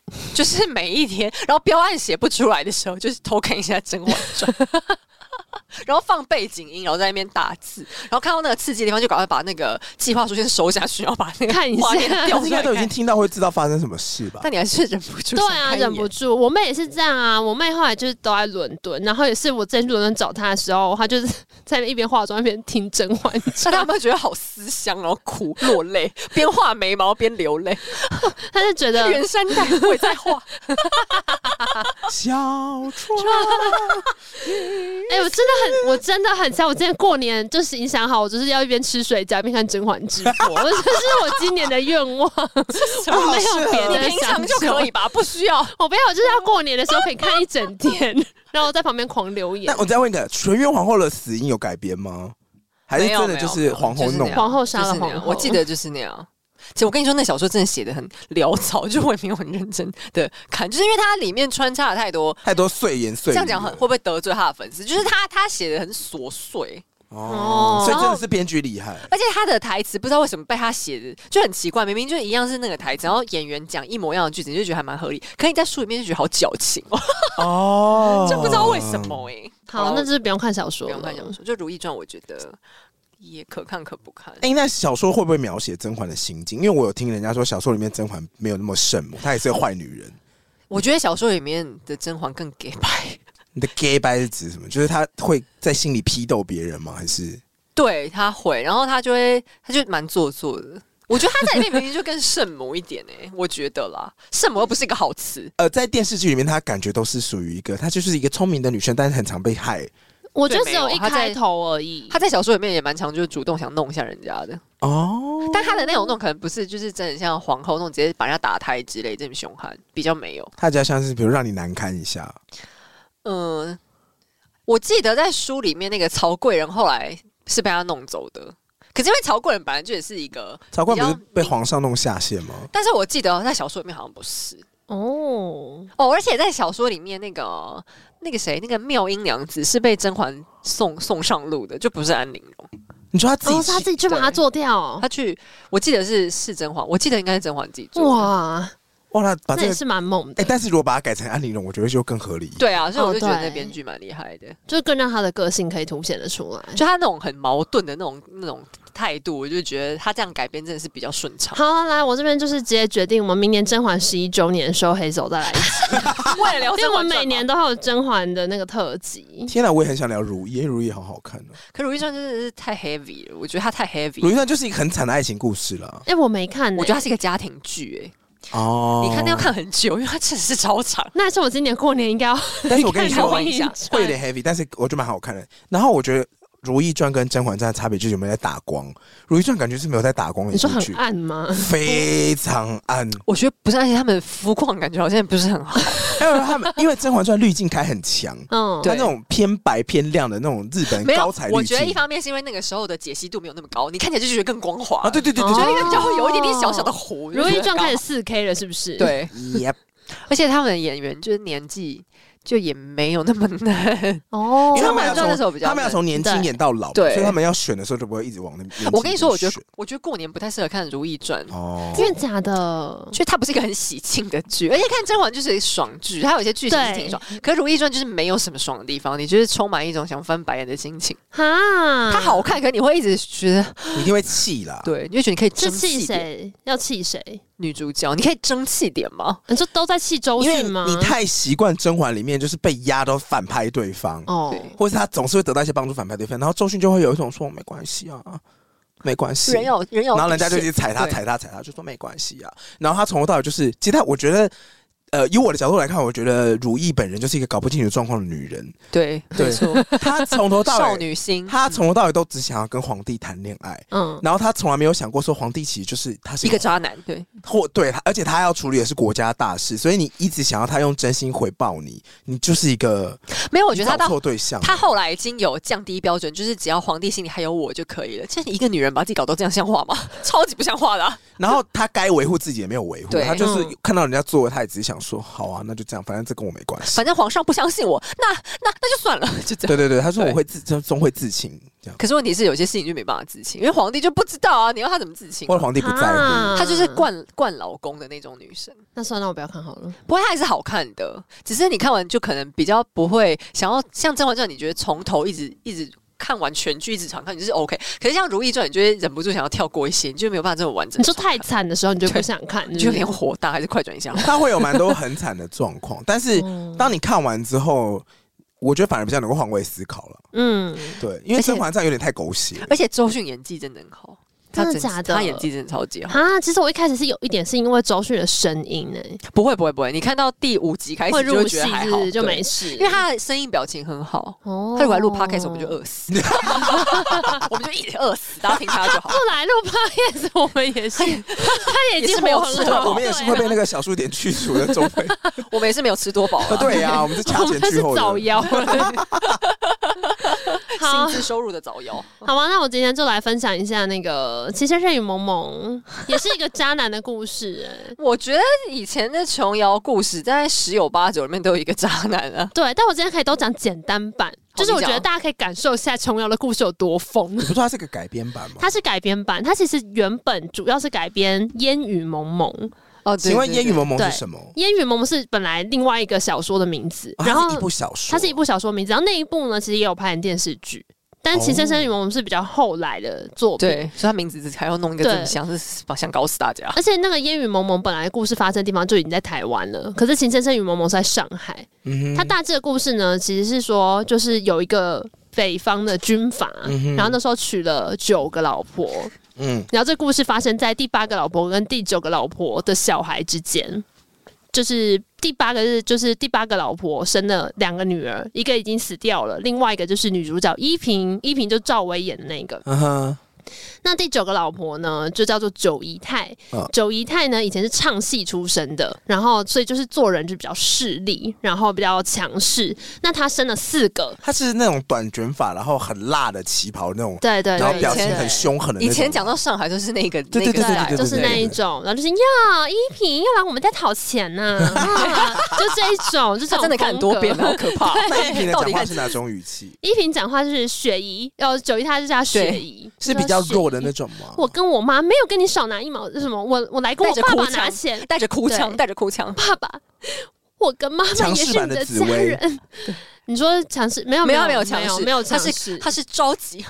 就是每一天，然后标案写不出来的时候，就是偷看一下《甄嬛传》。 然后放背景音，然后在那边打字，然后看到那个刺激的地方，就赶快把那个计划书先收下去，然后把那个
看一下
画面调
大家
出
应
来
该都已 经
看。
听到会知道发生什么事吧？
但你还是忍不住
对
想
啊，
看一
忍
眼
不住。我妹也是这样啊，我妹后来就是都在伦敦，然后也是我之前去伦敦找她的时候，她就是在那边一边化妆一边听《甄嬛
大
传
家有》，没有觉得好思乡，然后哭落 泪，边画眉毛边流泪？
她就觉得
原山黛我也在 画，
小窗，
哎、我真的很，我真的很像我今天过年就是影响好，我就是要一边吃水饺一边看《甄嬛》直播， 我这是我今年的愿望。
我
没有别
你
的
平常
享
就
受，
可以吧，不需要。
我不要，我就是要过年的时候可以看一整 天，然后我在旁边狂留言
那。我再问一个，纯元皇后的死因有改编吗？还是
没有
真的就
没有
是皇后
就是那
弄
样
的？
皇后杀了
就是那样
皇后
我记得就是那样。其实我跟你说，那小说真的写的很潦草， 就我也没有很认真的看，就是因为它里面穿插了太多。
太多碎言碎
这
语了，
样讲很会不会得罪他的粉丝？就是他他写的很琐碎，
哦
哦，
所以真的是编剧厉 害。
而且他的台词不知道为什么被他写的就很奇怪，明明就一样是那个台词，然后演员讲一模一样的句子，你就觉得还蛮合理。可你在书里面就觉得好矫情哦，
哦，
就不知道为什么哎、
好，那就是不用看小说
不
了。
用看小说，就《如懿传》，我觉得也可看可不看。
哎、那小说会不会描写甄嬛的心境？因为我有听人家说，小说里面甄嬛没有那么圣母，她也是个坏女人。
我觉得小说里面的甄嬛更 gay 白，
你的 gay 白是指什么？就是她会在心里批斗别人吗？还是
对她会，然后她就会，她就蛮做作的。我觉得她在里面明明就更圣母一点哎、我觉得啦，圣母又不是一个好词。
呃，在电视剧里面，她感觉都是属于一个，她就是一个聪明的女生，但是很常被害。
我就只
对
有
没有
一
他在
开头而已。
她在小说里面也蛮常就是主动想弄一下人家的，
哦，
但她的那种弄可能不是就是真的像皇后那种直接把人家打胎之类这么凶悍，比较没有。
她比较像是比如让你难堪一下。
嗯，我记得在书里面那个曹贵人后来是被他弄走的，可是因为曹贵人本来就也是一个，
曹奂不是
比较
被皇上弄下线吗？
但是我记得在小说里面好像不是
哦，
哦，而且在小说里面那个那个谁那个妙音娘子是被甄嬛送送上路的，就不是安陵容，
你说她自
然后
己
哦他
去，
自己去把它做掉
她。去我记得是是甄嬛，我记得应该是甄嬛自己做的。
哇，
哇，她把
那
这
也
个
是蛮猛
哎、
的，
但是如果把它改成安陵容，我觉得就更合理。
对啊，所以我
哦
就觉得
对
那编剧蛮厉害的，
就更让他的个性可以凸显的出来。
就他那种很矛盾的那种那种态度，我就觉得他这样改编真的是比较顺畅。
好，啊来，我这边就是直接决定，我们明年甄嬛十一周年的时候，黑手再来一次，
为了聊
因为
甄
我
嬛
们
传
每
嘛
年都会有甄嬛的那个特辑。
天哪，我也很想聊如懿，因为如懿也好好看哦、
可《如懿传》真的是太 heavy 了，我觉得它太 heavy
如懿
了。
传就是一个很惨的爱情故事 了。
哎、我没看、呢
我觉得它是一个家庭剧、哎、
哦，
你看那要看很久，因为它真的是超长。
那是我今年过年应该要
但是我跟你
看
说
如懿传
会有点 heavy，但是我觉得蛮好看的。然后我觉得《如懿传》跟《甄嬛传》的差别就是有没有在打光，《如懿传》感觉是没有在打光的
你
一
说
部
很
剧，
暗吗？
非常暗。
我觉得不是，而且他们肤况感觉好像不是很好。
还有他们，因为《甄嬛传》滤镜开很强，
嗯，
它
对
那种偏白偏亮的那种日本
没有
高彩，
我
滤
觉
镜
得一方面是因为那个时候的解析度没有那么高，你看起来就觉得更光滑
啊，对对对对
就
对
因为比较会有一点点小小的糊。
如懿传开始
始
四 K 了，是不是？，
对，
，Yep，
而且他们的演员就是年纪就也没有那么嫩。
哦
因为他们要
甄嬛传那时候
从
比较
他们要从年轻
对
演到老嘛，
对
所以他们要选的时候就不会一直往那边。
我跟你说，我觉
选
得我觉得过年不太适合看《如懿传》。
哦，
真的假的？
就它不是一个很喜庆的剧，而且看《甄嬛》就是爽剧，它有一些剧情是挺爽，可《是《如懿传》就是没有什么爽的地方，你就是充满一种想翻白眼的心情。
哈，
它好看，可你会一直觉得，
哦你一定会气啦。
对，你会觉得你可以
是
争
气
气点
谁？要气谁？
女主角，你可以争气点吗？
你说都在气周
因为
迅吗？
你太习惯甄嬛里面就是被压到反派对方，
哦
对
或是他总是会得到一些帮助反派对方，然后周迅就会有一种说没关系啊，没关系，
人有人有，
然后人家就一直踩他
对
踩他踩他，就说没关系啊。然后他从头到尾就是，其实他我觉得。呃，以我的角度来看，我觉得如意本人就是一个搞不清楚状况的女人。
对，
对
没错，
她从头到
少
尾，
女心，
她从头到尾都只想要跟皇帝谈恋爱，
嗯，
然后她从来没有想过说皇帝其实就是他是
一个渣男，对，
或对他，而且他要处理的是国家大事，所以你一直想要他用真心回报你，你就是一个
没有，我觉得他
你找
到
错对象了。
他后来已经有降低标准，就是只要皇帝心里还有我就可以了。这一个女人把自己搞到这样像话吗？ 超级不像话的啊、
然后他该维护自己也没有维护，
对
他就是
嗯
看到人家做了，他也只是想说好啊，那就这样，反正这跟我没关系。
反正皇上不相信我，那那那就算了， 就这样。
对对对，他说
对
我会自 终终会自清，这样
可是问题是，有些事情就没办法自清，因为皇帝就不知道啊，你要他怎么自清
或？者皇帝不在
啊
乎。
她就是惯惯老公的那种女生，
那算了，我不要看好了。
不过她还是好看的，只是你看完就可能比较不会想要像《甄嬛传》，你觉得从头一直一直看完全剧，一直常看，你就是 OK。可是像《如懿传》，你就会忍不住想要跳过一些，你就没有办法这么完整
你
地
说
收看。
太惨的时候，你就不想看，
你
是
就
不是
连火大还是快 转一下好了？
他会有蛮多很惨的状况，但是
嗯
当你看完之后，我觉得反而比较能够换位思考了。
嗯，
对，因为《
而且
甄嬛传》有点太狗血 了。
而且周迅演技真的很好，她
真的假的
她演技真的超级好。
啊，其实我一开始是有一点是因为周迅的声音呢，
不会不会不会，你看到第五集开始
会
就会
入
觉
戏
得还
是
好
不，是就
对
没事，
因为她的声音表情很好。
哦
她如果来录 podcast，我们就饿死， 我们就一直饿死，大家听她就好
后。来录 podcast，我 们也是，他也已
也
经
是没有
火
吃
了
到
我们也是
啊
会被那个小数点去除的中 分。
我们也是没有吃多饱啊，
对呀、我们是
对啊
掐
我
前
们
去
是
后
早
的。
夭了。 好
薪，资收入的早夭。
好吧，那我今天就来分享一下那个《齐先生与萌萌》，也是一个渣男的故事、哎，
我觉得以前的琼瑶故事，在十有八九里面都有一个渣男啊。
对，但我今天可以都讲简单版，
好
就是我
你
觉
讲啊
得大家可以感受一下琼瑶的故事有多疯
你。不是说它是个改编版吗？
它是改编版，它其实原本主要是改编《烟雨蒙蒙》，《
哦，
请问《烟雨蒙蒙》
对
是什么？
烟雨蒙蒙》是本来另外一个小说的名字，
啊
然
它
后
是一部小说，
它是一部小说名字，然后那一部呢其实也有拍成电视剧，但是《
哦
齐先生与蒙蒙》是比较后来的作品。
对，所以他名字只还要弄一个
对
这么像是把想搞死大
啊
家。
而且那个《烟雨蒙蒙》本来故事发生的地方就已经在台湾了，可是《情先生与蒙蒙》是在上海，
嗯哼，
他大致的故事呢，其实是说，就是有一个北方的军阀，
嗯哼
然后那时候娶了九个老婆，
嗯，
然后这故事发生在第八个老婆跟第九个老婆的小孩之间，就是第八个是就是第八个老婆生了两个女儿，一个已经死掉了，另外一个就是女主角依萍，依萍就赵薇演的那个。
嗯哼，
那第九个老婆呢，就叫做九姨太
嗯。
九姨太呢，以前是唱戏出身的，然后所以就是做人就比较势利，然后比较强势。那她生了四个，
它是那种短卷发，然后很辣的旗袍那种，
对对
然后
对
表
以
情
前
很凶狠的那
以
种。
前讲到上海都是那个
对
那个
对对
代
对对对
就是那一种，然后就是呀，依萍要来我们家讨钱呐、啊就这一种，就这
他
种
真的看很多遍了，好
了。
可怕哦。
那一平的
到
讲
底
话
看
是哪种语 气？
依萍讲话就是雪姨，哦，九姨她就叫她雪姨，
是比较弱的那
种。
种吗？
我跟我妈没有跟你少拿一毛，什么我我来跟我
带着
爸
哭
爸
腔
拿钱，
带着哭腔，
对
带着哭腔，
爸爸，我跟妈妈
强
也
势
是
版
你
的紫
家
薇
人。你说强势没有
没有
有
没有强
强
势
没有
他
强
是
势，
他是着急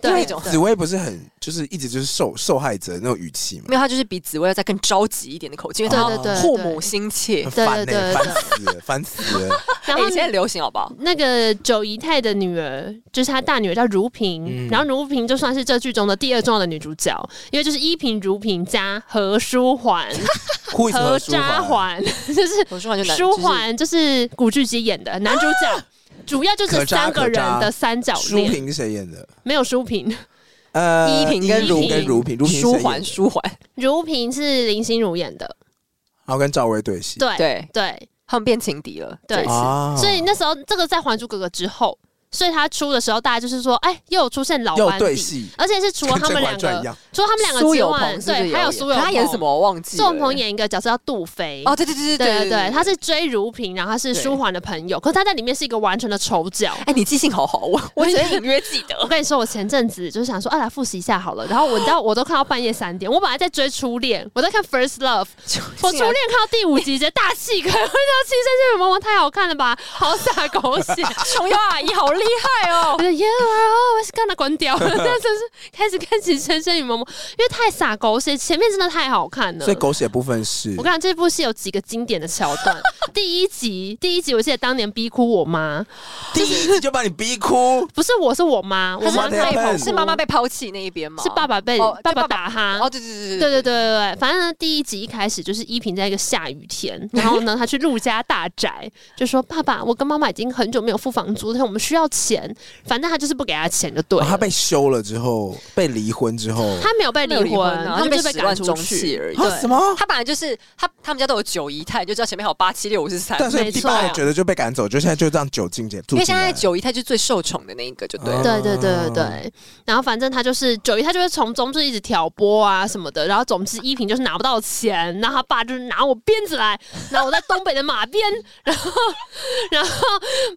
对
那种。
紫薇不是很就是一直就是受受害者的那种语气吗
没？有，他就是比紫薇要再更着急一点的口气，因为
对
他
对
哦
对
父
对
母心切。
很
对
烦
对
呢，
对
烦死了，烦 死了。
然
哎
后
现在流行好不好？
那个九姨太的女儿，就是她大女儿叫如萍，
嗯
然后如萍就算是这剧中的第二重要的女主角，因为就是依萍、如萍加何 书桓、
呼一声
何
何书
渣
桓，
桓， 就是
我说完就难。
书
就是
桓，就是古巨基演的男主角。主要就是
啊可渣
三个
可
人
渣
的三角
舒
恋，
萍是谁演的？
没有淑萍，
呃，
依萍跟
依
如
跟如萍，如萍
舒
谁演
缓
的
舒缓，
如萍是林心如演的，
然后跟赵薇对戏。
对
对
对，
他们变情敌了。
对
这一次
啊
所以那时候这个在《还珠格格》之后，所以他出的时候，大家就是说，哎，又有出现老
又
班
对
底，
戏，
而且是除了
跟《
他
甄
们两
嬛传》一
个，
样，
除了他们两个
苏
之
有
外，
朋是不是
对，还有
有
苏有
演
朋，
他演什么？？我忘记
苏有
了。欸
朋演一个角色叫杜飞。
哦，对对对
对
对
对对，他是追如萍，然后他是
对
舒缓的朋友，可是他在里面是一个完全的丑角。
哎，你记性好好， 我 我只能隐约记得
我。跟你说，我前阵子就是想说，啊，来复习一下好了。然后我你知道，我都看到半夜三点，我本来在追《初恋》，我在看《First Love》，我初
啊
恋看到第五集，直接大气可，我到七三这个萌萌太好看了吧，好洒狗血。
琼瑶阿姨好厉害哦
我！就 You are always gonna 让它关掉。 但就是开始看起《先生与嬷嬷》，因为太洒狗血，前面真的太好
嗯
看了。
所以狗血部分是
我跟你讲，这部戏有几个经典的桥 段。第一集，第一集我记得当年逼哭我妈，
第一集就把你逼 哭，
不是我是我妈，我
可是
妈
妈
太
太
痛
笨
苦
是妈妈被抛弃那一边吗？
是爸爸被、
哦
爸爸
就爸爸
打他。
哦，对对
对
对
对对对对，反正呢，第一集一开始就是依萍在一个下雨天，然后呢，她去陆家大宅，就说：“爸爸，我跟妈妈已经很久没有付房租，但是我们需要钱。”反正她就是不给她钱就对
然
了。
后他哦被休了之后，被离婚之后，
她没有被
没
离
有离婚
婚，
啊
他们
就被
就被
始
赶
乱
出
终
去
弃而已
啊
对
什么？
他本来就是他，他们家都有九姨太，你就知道前面还有八七六五四三。
但所以
没
第
错
八我觉得就被赶走，就现在就让酒进姐住
因为
进
现在
来。
九姨太就是最受宠的那一个，就对了。
对对对对
啊
对，然后反正他就是九一，他就会从中就一直挑拨啊什么的，然后总之依萍就是拿不到钱，然后他爸就是拿我鞭子来， 拿我在东北的马鞭， 然后然后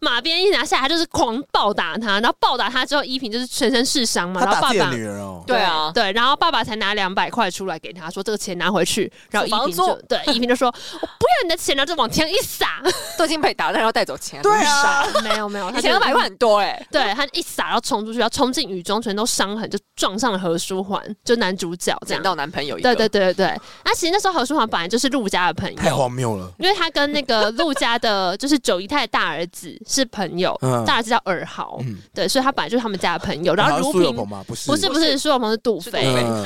马鞭一拿下来，他就是狂暴打他，然后暴打他之后，依萍就是全身是伤嘛，
他
然后
打
爸
自己的
爸
女儿哦，
对啊
对，然后爸爸才拿两百块出来给他，说这个钱拿回去，然后
付
依
房
萍就
租
对依萍就说 我不要你的钱，然后就往天上一撒，
都已经被打，但是要带走钱。
对啊，
没有没有，他
以前两
就
百块很多哎、
对他一撒，然后冲出去，然后冲进雨中，全都伤痕，就撞上了何书桓，就男主角这
捡
样。
到男朋友一
对
个。
对对对对。那其实那时候何书桓本来就是陆家的朋
太
友，
荒谬了。
因为他跟那个陆家的，就是九姨太的大儿子是朋友，
嗯
大儿子叫尔豪，
嗯
对，所以他本来就是他们家的朋友。然
好
后
像
如
苏有
萍
朋吗？不是，
不是不是苏有朋是杜
是
飞，
杜
因
飞
嗯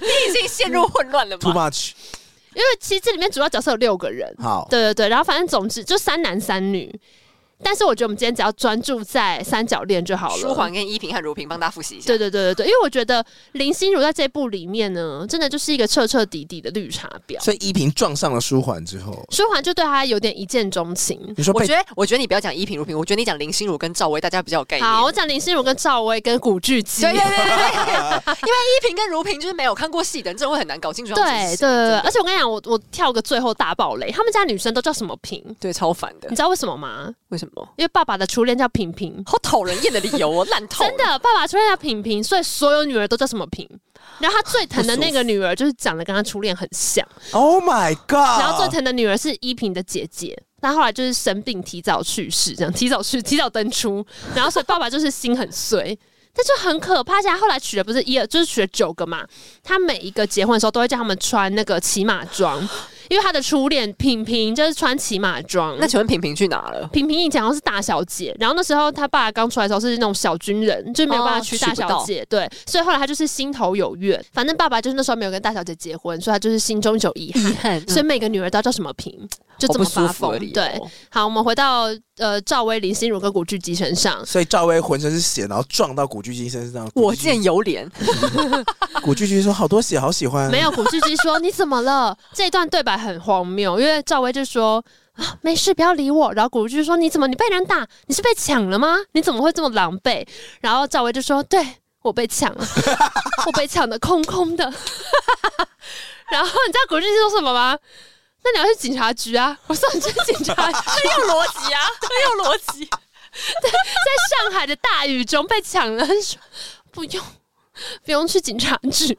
你已经陷入混乱了
，too
嘛？
much。
为其实这里面主要角色有六个人，
好，
对对对，然后反正总之就三男三女。但是我觉得我们今天只要专注在三角恋就好了。
舒缓跟依萍和如萍帮大家复习一下
对。对对对对，因为我觉得林心如在这部里面呢，真的就是一个彻彻底底的绿茶婊。
所以依萍撞上了舒缓之后，
舒缓就对她有点一见钟情。
你说
我
被
觉得，我觉得你不要讲依萍如萍，我觉得你讲林心如跟赵薇，大家比较有概念。
好，我讲林心如跟赵薇跟古巨基。
对对对对对，因为依萍跟如萍就是没有看过戏的人，真的会很难搞清楚他们
对对
是谁。
对，
真的
而且我跟你讲，我我跳个最后大爆雷，他们家女生都叫什么萍，
对超烦的
你，知道为什么吗？
为什么？
因为爸爸的初恋叫萍萍，
好讨人厌的理由哦，烂透了。
真的，爸爸初恋叫萍萍，所以所有女儿都叫什么萍。然后他最疼的那个女儿就是长得跟他初恋很像，
Oh my God！
然
哦
后最疼的女儿是依萍的姐姐，但后来就是生病提早去世，这样提早去提早登出，然后所以爸爸就是心很碎。但就很可怕，而且他后来娶的不是一二，就是娶了九个嘛。他每一个结婚的时候都会叫他们穿那个骑马装，因为他的初恋品平就是穿骑马装。
那请问萍萍去哪了？
平平以前好像是大小姐，然后那时候她爸刚出来的时候是那种小军人，就没有办法娶大小姐，对，所以后来她就是心头有怨。反正爸爸就是那时候没有跟大小姐结婚，所以她就是心中有遗憾，
憾
所以每个女儿都要叫什么平，
哦
就这么发疯。对，，好，我们回到呃赵薇、林心如跟古巨基身 上，
所以赵薇浑身是血，然后撞到古巨基身上。
我
古巨基
见犹怜。
古巨基说好多血，好喜欢。
没有古巨基说你怎么了？ 这一段对白很荒谬，因为赵薇就说。啊，没事，不要理我。然后古巨基说：“你怎么？你被人打？你是被抢了吗？你怎么会这么狼狈？”然后赵薇就说：“对我被抢了，我被抢的空空的。” 然后你知道古巨基说什么吗？那你要去警察局啊！ 我说你去警 察局，
这有逻 辑啊，这有逻辑。
在上海的大雨中被抢了，他就说不用，不用去警察局。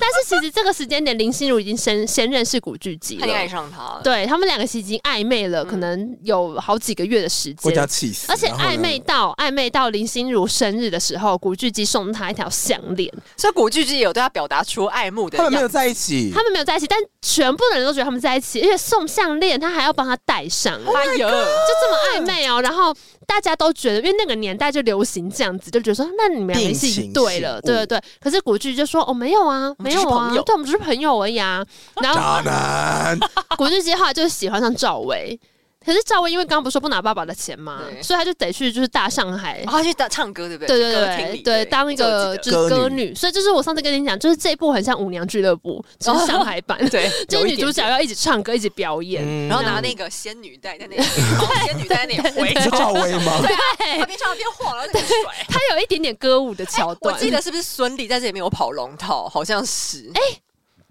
但是其实这个时间点，林心如已经先先认识古巨基
他已经爱
了，
上他了。
对他们两个其实已经暧昧
嗯
了，可能有好几个月的时
我
间
就。要气死。
而且
然后呢
暧昧到暧昧到林心如生日的时候，古巨基送她一条项链。
所以古巨基也有对他表达出爱慕的
他
样
们没有
子。
在一起
他。们没有在一起，但全部的人都觉得他们在一起，而且送项链，他还要帮她戴上。
哎
就
呦，
这么暧昧哦。然后大家都觉得，因为那个年代就流行这样子，就觉得说，那你们两个是一对了，
定情
对对
信
对。可是古巨就说，哦，没有啊，
我
没
们只
有
是
啊
朋友，
对，我们只是朋友而已啊。然 后
渣 男，
古巨基后来就喜欢上赵薇。可是赵薇因为刚刚不是说不拿爸爸的钱嘛，
对
所以他就得去就是大上海
然后他去打唱歌，对不对？
对
歌
对
厅
对
里
对，当一个就
这
是
我记得
歌
歌
女，所以就是我上次跟你讲，就是这一部很像《舞娘俱乐部》，只是上海版，
对，
就是
有一
女
点
主角要一起唱歌，一起表演。
嗯
然后拿那个仙女带在那里， 黄仙女带在那里回
你，说赵薇吗？
对啊，
对
她边唱边晃，然后在那边甩。
她有一点点歌舞的桥
哎我
段，
记得是不是孙俪在这里面有跑龙套？好像是，哎，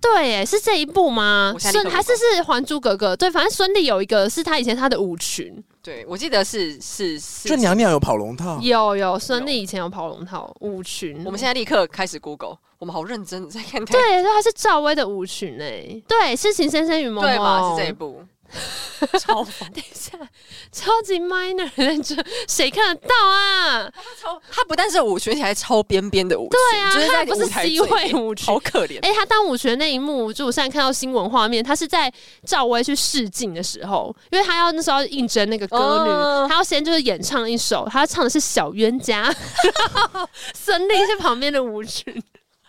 对耶，是这一部吗？
我下一个
孙还是是《还珠格格》？对，反正孙俪有一个是她以前她的舞裙，
对，我记得是是是。
就娘娘有跑龙套，
有有孙俪以前有跑龙套舞裙。
我们现在立刻开始 Google，我们好认真的在看它。
对，对，她是赵薇的舞裙哎，对，是《情深深雨蒙蒙
对吧？是这一部，
啊
超疯，
等一下， 超级 minor 在这，谁看得到啊？
超他不但是舞群，而且还超边边的舞群，
对啊
就是在你
他不是
舞台
C
最
位
边
舞群
好可怜。
哎、他当舞群那一幕，就我现在看到新闻画面，他是在赵薇去试镜的时候，因为他要那时候要应征那个歌女，
哦
他要先就是演唱一首，他唱的是《小冤 家》，孙俪是旁边的舞群，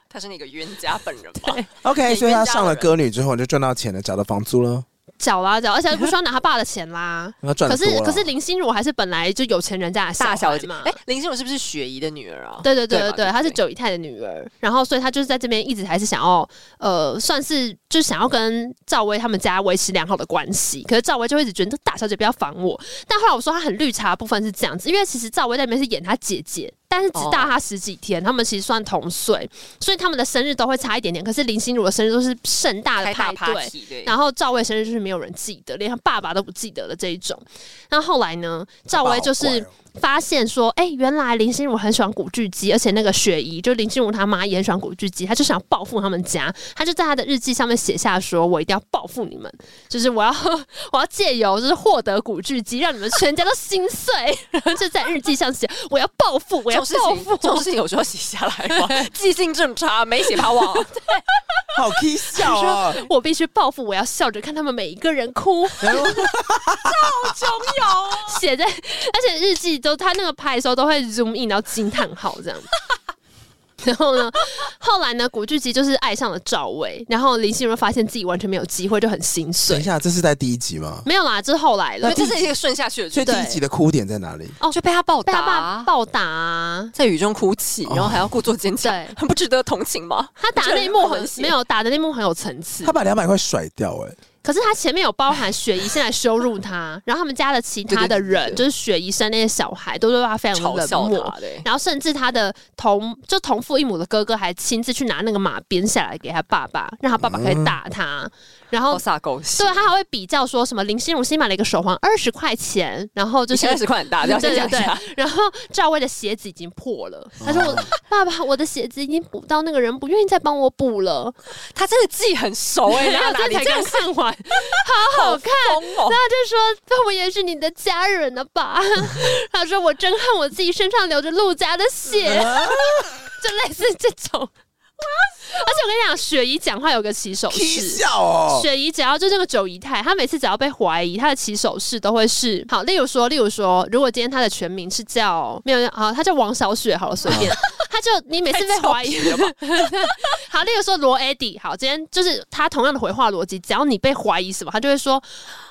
他是那个冤家本人吧？
OK，
演
所以他
冤家
上了
的人
歌女之后就赚到钱了，找到房租了，
缴啦啊缴，而且他不需要拿他爸的钱啦。
他赚
可
的多
是
了。
可是林心如还是本来就有钱人家的
大
小
小
孩
姐
嘛，，
哎、林心如是不是雪姨的女儿啊？
对对对
对
对对，
嘛
她是
对
九姨太的女儿，然后所以她就是在这边一直还是想要，呃，算是就是想要跟赵薇他们家维持良好的关系。可是赵薇就会一直觉得这大小姐不要烦我。但后来我说她很绿茶的部分是这样子，因为其实赵薇在里面是演她姐姐，但是只大她十几天，他们其实算同岁，所以他们的生日都会差一点点。可是林心如的生日都是盛大的
开大
派对，
party，对，
然后赵薇生日就是没有人记得，连她爸爸都不记得的这一种。那后来呢，赵薇就
他爸好
是
怪哦
发现说，哎、原来林心如很喜欢古巨基，而且那个雪姨就林心如她妈也很喜欢古巨基，她就想报复他们家，她就在她的日记上面写下说，我一定要报复你们，就是我要 我要借由就是获得古巨基，让你们全家都心碎， 然后就在日记上写我要报复，我
这
要
种事
报
情，
复
这，种事情有时候写下来吗？ 记性这么差，没写怕忘。
好 k 笑哦，
我必须报复，我要笑着看他们每一个人 哭。
然后
穷
啊
游，
写在，而且日记都他那个拍的时候都会 zoom in 到惊叹号 这样。然后呢，后来呢，古巨基就是爱上了赵薇，然后林心如发现自己完全没有机会，就很心
等一
碎。
下，这是在第一集吗？
没有啦，这是后来
因
了
为，这是一个顺下去的
所
剧
以第
情，
一集的哭点在哪里？
哦
就被他暴
被
打
他
啊，
爸暴打、啊。
在雨中哭泣，然后还要故作坚强，
哦对
很不值得同情吗？
他打那一幕很
我觉得
没有打的那一幕很有层次
他，把两百块甩掉、哎，
可是他前面有包含雪姨现在羞辱 他，然后他们家的其他的人，
对对对对
就是雪姨生那些小孩，都对他非常
嘲
冷
笑
漠
他，对。
然后甚至他的同就同父异母的哥哥还亲自去拿那个马鞭下来给他爸爸，让他爸爸可以打他。
嗯
然
好
后
哦撒狗血，
对啊他还会比较说什么林心如新买了一个手环二十块钱，然后就
你
是
现在。是块很大，要先
对
讲
对
一
对
下。，
然后赵薇的鞋子已经破 了，他说我爸爸，我的鞋子已经补到那个人不愿意再帮我补了。
他真的记很熟 哎，
然后
哪哪
这
里
才刚
真
看完，好好看。
疯哦
然后！他就说：“那我也是你的家人了吧？”他说：“我真恨我自己身上流着陆家的血。” 就类似这种。而且我跟你讲，雪姨讲话有个起手
k
式。
笑哦，
雪姨只要就这个九姨太，她每次只要被怀疑，她的起手式都会是好。例如说，例如说，如果今天她的全名是叫没有好，她叫王小雪好了，随便。她就你每次被怀疑，好，例如说罗 AD，好，今天就是他同样的回话逻辑，只要你被怀疑什么，他就会说：“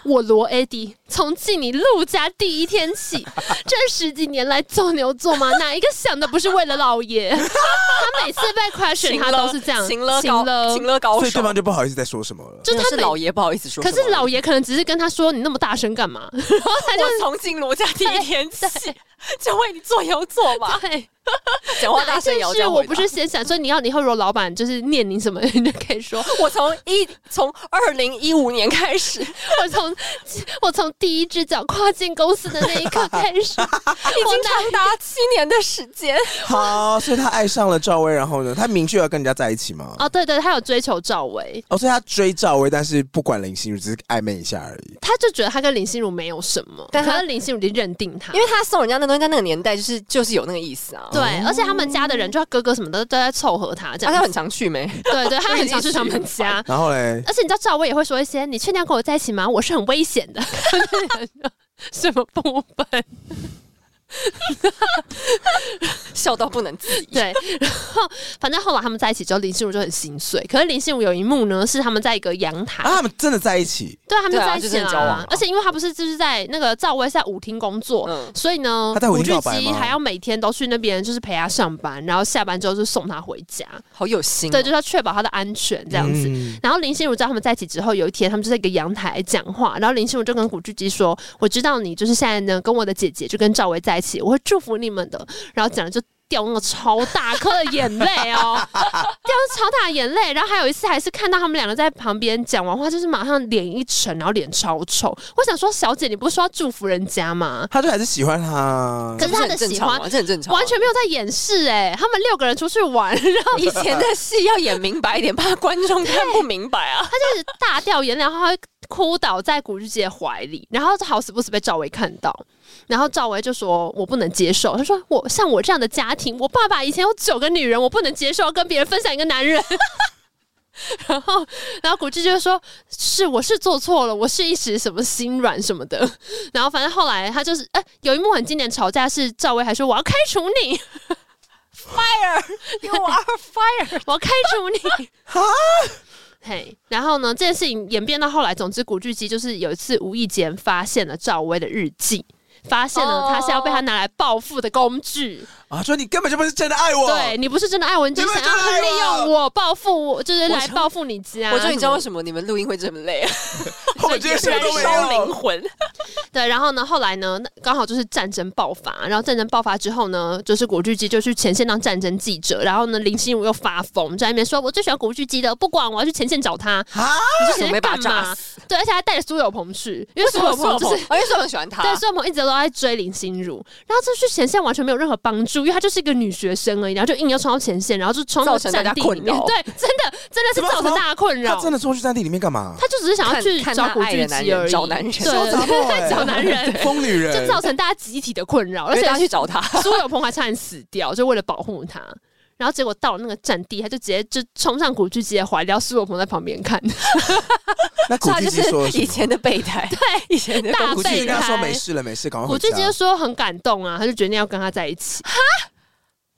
我罗 AD 从进你陆家第一天起，这十几年来做牛做马，哪一个想的不是为了老爷？” 他每次被 question，
情
他
勒
都是这样，
情勒
情
高，
勒
情勒高
所以
手
对。方就不好意思再说什么了。
就
真的
他
是
每
老爷不好意思说
可
什么，
是老爷可能只是跟他说：“你那么大声干嘛？” 然后他就
我从进罗家第一天起
对，
就为你做牛做马，
对，
讲话啊大声也要这
是
样
我
回答
不是先想说你要你以后如果老板就是念你什么，你就可以说
我从一从二零一五年开始，
我从我从第一只脚跨进公司的那一刻开 始，
已
我
经
哪
长达七年的时间。
好，所以他爱上了赵薇，然后呢，他明确要跟人家在一起嘛。
哦，对对，他有追求赵薇，
哦，所以他追赵薇，但是不管林心如，只是暧昧一下而已。
他就觉得他跟林心如没有什么，
但他
可是林心如已经认定他，
因为他送人家那东西，在那个年代就是就是有那个意思啊。
对，而且他们家的人，就他哥哥什么的都在凑合他这
啊，他
样
很
子，
常去没？
对对，他很常去他们家。
然后嘞，
而且你知道赵薇也会说一些，你确定要跟我在一起吗？我是很危险 的，什么部分？
笑到不能自已。
对，然后反正后来他们在一起之后，林心如就很心碎。可是林心如有一幕呢，是他们在一个阳台，
啊，他们真的在一起，
对，他们就
对啊
在一
就
起
真
了
的
啊、
交往了
而且因为他不是就是在那个赵薇是在舞厅工作，
嗯
所以呢，
他在舞
古
厅
巨
告白
基
吗
还要每天都去那边就是陪他上班，然后下班之后就送他回家，
好有心、哦
对，就是要确保他的安全这样子。
嗯
然后林心如知道他们在一起之后，有一天他们就在一个阳台讲话，然后林心如就跟古巨基说：“我知道你就是现在呢跟我的姐姐就跟赵薇在一起，我会祝福你们的。”然后讲的就。掉那个超大颗的眼泪 哦，掉那超大的眼泪。然后还有一次，还是看到他们两个在旁边讲完话，就是马上脸一沉，然后脸超臭。我想说，小姐，你不是说要祝福人家吗？
他就还是喜欢他
可。是他的
这很正
喜
常
欢
啊，这很正常啊、
完全没有在掩饰哎、他们六个人出去玩， 然后
以前的戏要演明白一点，怕观众看不明白啊。
他就是大掉眼泪，然后他会哭倒在古巨基的怀里，然后好死不死被赵薇看到，然后赵薇就说：“我不能接受。”他说：“我像我这样的家庭，我爸爸以前有九个女人，我不能接受跟别人分享一个男人。” 然后，然后古巨基就说：“是，我是做错了，我是一时什么心软什么的。” 然后，反正后来他就是，哎、有一幕很经典吵架是赵薇还说：“我要开除你，
You are fire！
我要开除 你。”嘿，然后呢，这件事情演变到后来，总之古巨基就是有一次无意间发现了赵薇的日记。发现了他是要被他拿来报复的工具，
啊，说你根本就不是真的爱我，
对你不是真的爱哦我，你就是想要利用我报复我，就是来报复你家。
我终于知道为
什
什么你们录音会这么累，啊
后面这些什么都没
烧
有
灵。 魂。
么对，然后呢，后来呢，那刚好就是战争爆发，然后战争爆发之后呢，就是古巨基就去前线当战争记者，然后呢，林心如又发疯，在那边说我最喜欢古巨基的，不管我要去前线找他，
啊，
你去前
准备
线
把他
干嘛
炸？
对，而且还带着苏有朋去，因为苏有朋 就是
我为什么喜欢他？
对，所以我们一直都在追林心如，然后这去前线完全没有任何帮助，因为她就是一个女学生而已，然后就硬要冲到前线，然后就冲到
造成大
战
家
地里
困
面，
扰
对，真的真的
什
是
么
造
什么
成大家困扰
他。真的冲去战地里面干嘛？
她就只是想要
看
去
看
找
她
古
爱
巨
的男
基
人
而已，
找男人
小杂货
对，
欸
找男 人，
疯女人，
就造成大家集体的困扰，而
而且
且
他去找他，
苏有朋还差点死掉，就为了保护他。然后结果到了那个战地，他就直接就冲上古巨基的怀里，然后苏有朋在旁边看，
那古
他
巨
就
基说了
是
什
以
么？
前的备胎，
对，
以前的
大
公
古
主
巨基
啊备
跟他说
胎
没事了，没事，赶快
古
回
巨
家
基。就说很感动啊，他就决定要跟他在一起。
啊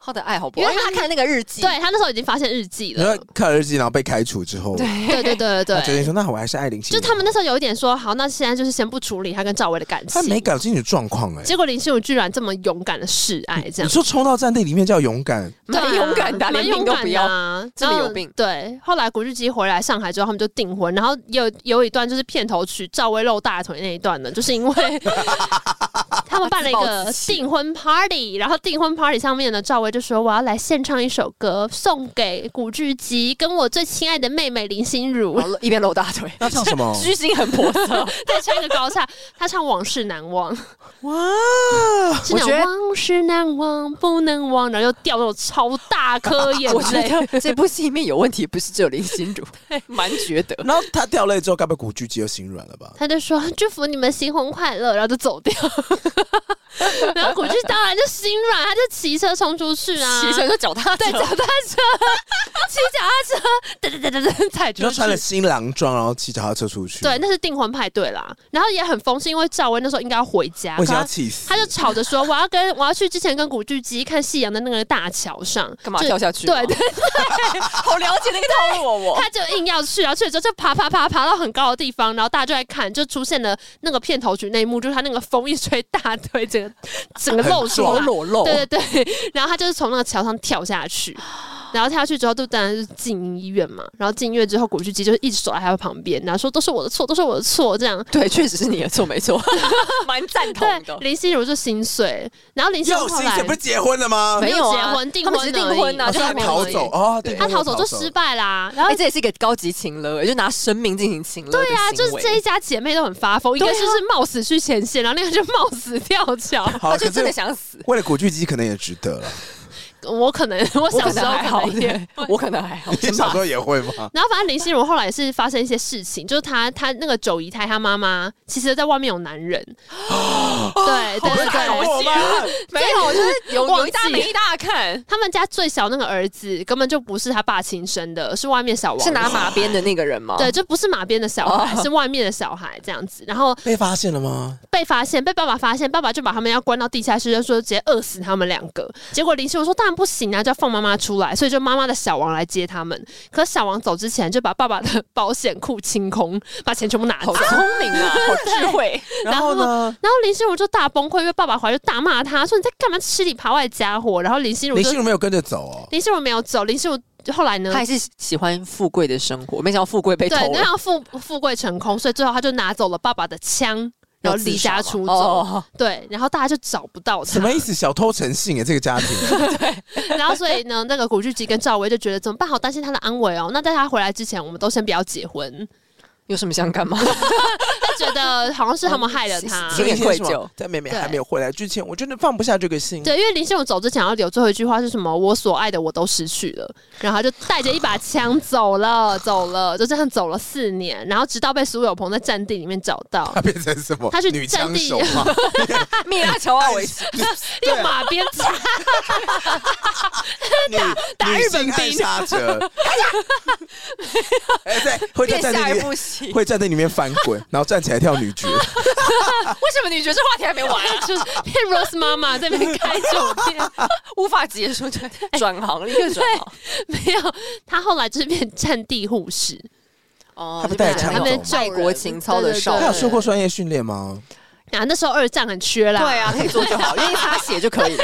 他的爱好不
因
好？
为他
看那个日记
对他那时候已经发现日记
然后
了，
看了日记，然后被开除之后，
对对 对对
他决定
对，
说，那我还是爱林心
就
如。
他们那时候有一点说好，那现在就是先不处理他跟赵薇的感
他没
情。
搞清楚状况哎。
结果林心如居然这么勇敢的示爱，这
你
样
说冲到战地里面叫勇 敢，
对啊
蛮勇敢的，连
蛮勇
命都
敢
不
的
要。
啊，
这么
然后
有病
对，后来古巨基回来上海之后，他们就订婚，然后有有一段就是片头曲赵薇露大腿那一段呢，就是因 为他们办了一
自暴
个
自弃
订婚 party，然后订婚 party 上面呢，赵薇就说我要来献唱一首歌送给古巨基，跟我最亲爱的妹妹林心如
然，后一边露大腿，
那唱什 么？
居心很叵 测。
再唱一个高唱，他唱《往事难忘》，
哇！
是那
我觉
种
得
往事难忘不能忘，然后又掉那种超大颗眼
我觉
泪。
得 这部戏里面有问题，不是只有林心如， 蛮觉 得。
然后他掉泪之后，该不会古巨基又心软了吧？
他就说 祝福你们新婚快乐，然后就走掉。 然后古巨当然就心软，他就骑车冲出去啊，
骑车就脚踏
对
车，
脚踏车，骑脚踏车，噔噔噔噔噔踩
就
出
穿了
去。
新郎装，然后骑脚踏车出去。
对，，那是订婚派对啦。然后也很丰盛，因为赵薇那时候应该要回家，
我已经要
可
气死。
他就吵着说 我要跟我要去之前跟古巨基看夕阳的那个大桥上，
干嘛
就
跳下去？
对对，
好了解那个套路哦，我
他就硬要去，然后去了之后就爬爬爬爬到很高的地方，然后大家就在看，就出现了那个片头曲那一幕，就是他那个风一吹，大腿整个整个露出
裸
来，
裸露，
对对对，然后他就是从那个桥上跳下 去，然后跳下去之后就当然是进医院嘛，然后进医院之后古巨基就是一直守在他的旁边，然后说都是我的错，都是我的错这样。
对，确实是你的错，没错，蛮赞 同
对
的，。
林心如就心碎，然后林心如
又
后
心
来
姐不是结婚了吗？
没有
没
结
有啊
婚，订
他
婚
们
而
只
已，
是订婚啊
哦
就
所以他
是他
订婚
逃
而已
走哦，对，
他逃走
走
就失。败啦，然
哎、
后
这也是一个高级情勒，就拿生命进行情勒的
对啊，
哎行
就是
为
这一家姐妹都很发疯，一个
对啊
就是冒死去前线，然后另一个就冒死跳桥。
好，
他就
可
真的
是
想死。
为了古巨基，可能也值得 了。
我可能我
我
小
可
时
能
候
还好
可能也，
对我可能还好，
你
真
小时
的。
候也会吗？
然后反正林心如后来也是发生一些事情，就是她她那个九姨太她妈妈其实在外面有男 人，
好
对对对
哦
对，
我 吗？
没有，就是哦有
忘
有一搭
记
没一搭看，
他们家最小那个儿子根本就不是他爸亲生的，是外面小王
是拿马哦鞭的那个人吗？
对，，就不是马边的小孩，是外面的小孩这样子。然后
被发现了吗？
被发现，被爸爸发现，爸爸就把他们要关到地下室，就说直接饿死他们两个。结果林心如说当然不行啊，就要放妈妈出来，所以就妈妈的小王来接他们。可是小王走之前就把爸爸的保险库清空， 把钱全部拿走
好。聪明啊，好智慧。
然后呢？
然后林心如就大崩溃，因为爸爸回来就大骂他说你在干嘛吃里扒外家伙。然后林心如
林
就
心如没有跟着走哦。
林心如没有走，林心如后来呢
他？还是喜欢富贵的生活，没想到富贵被偷
对，那
了，
样富富贵成空，所以最后他就拿走了爸爸的枪，然后离家出走。
哦
对，然后大家就找不到他。
什么意思？小偷成性哎，这个家 庭
然后所以呢，那个古巨基跟赵薇就觉得怎么办？好担心他的安危哦。那在他回来之前，我们都先不要结婚。
有什么想 干嘛？
他觉得好像是他们害了他。
嗯是
所以
有点
现在是什
愧疚
么在妹妹
对
还没有回来之前，我真的放不下这个心。
对，因为林信武走之前要留最后一句话是什么？我所爱的我都失去了，然后他就带着一把枪走了，走了，就这样走了四年，然后直到被苏有朋在战地里面找到
啊
她，变成什么？
她去
女
战
枪
地
手 嘛？
米拉乔瓦 维奇，
用马鞭插，
女
打
女
日本
性爱
兵
杀者。 哎呀，哎对，会在
变
战
下
地
一
里
部
面
戏。
会站在里面翻滚， 然后站起来跳女 爵。
为什么你觉得这话题还没 完啊？
就是骗 Rose 妈妈在那边开酒店，
无法结束，对， 转行立刻转行。
没有，他后来就是变战地护士，
哦
他不带枪
他们
走
救人
爱国情操的少
对
女
她
对
有
对
受过专业训练吗？
啊，那时候二战很缺啦，
对啊，可以做就好，愿意擦血就可 以了。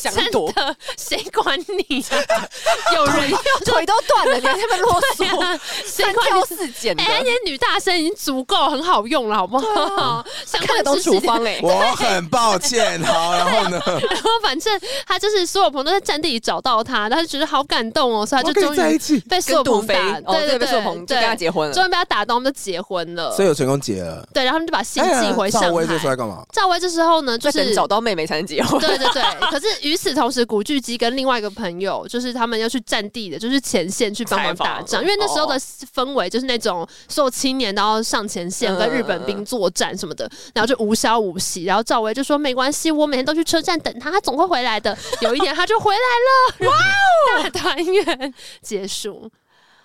想
真
躲，
的， 谁管你、 啊？有人要
腿都断了，你还在那边啰
对啊
嗦，
谁
啊三
管
挑
你？
四拣的
哎、，那些女大生已经足够很好用了，好不好？ 相
啊看
关
得懂
知识
处方哎。
我很抱歉。好，然后呢？
然后反正他就是苏有朋都在战地里找到他，他就觉得好感动哦，所以他
我
就
跟
终
你在一
于
起，
被苏有
跟杜
朋
飞
打，，
哦，
对
被
对
苏鹏就
对，
跟他结婚
终
了。
于被他打动，我们就结婚了。
所以有成功解了。
对，然后他们就把信
哎
寄
呀
回上
赵薇这时候
海。
在干嘛？
赵薇这时候呢，就
在等
是
找到妹妹才能结婚。
对对对，可是与此同时，古巨基跟另外一个朋友，就是他们要去战地的，就是前线去帮忙打
采
仗，
访
因为那时候的氛围就是那种所有青年都要上前线
嗯
跟日本兵作战什么的，然后就无消无息。然后赵薇就说没关系，我每天都去车站等他，他总会回来的。有一天他就回来了，哇哦，大团圆结束，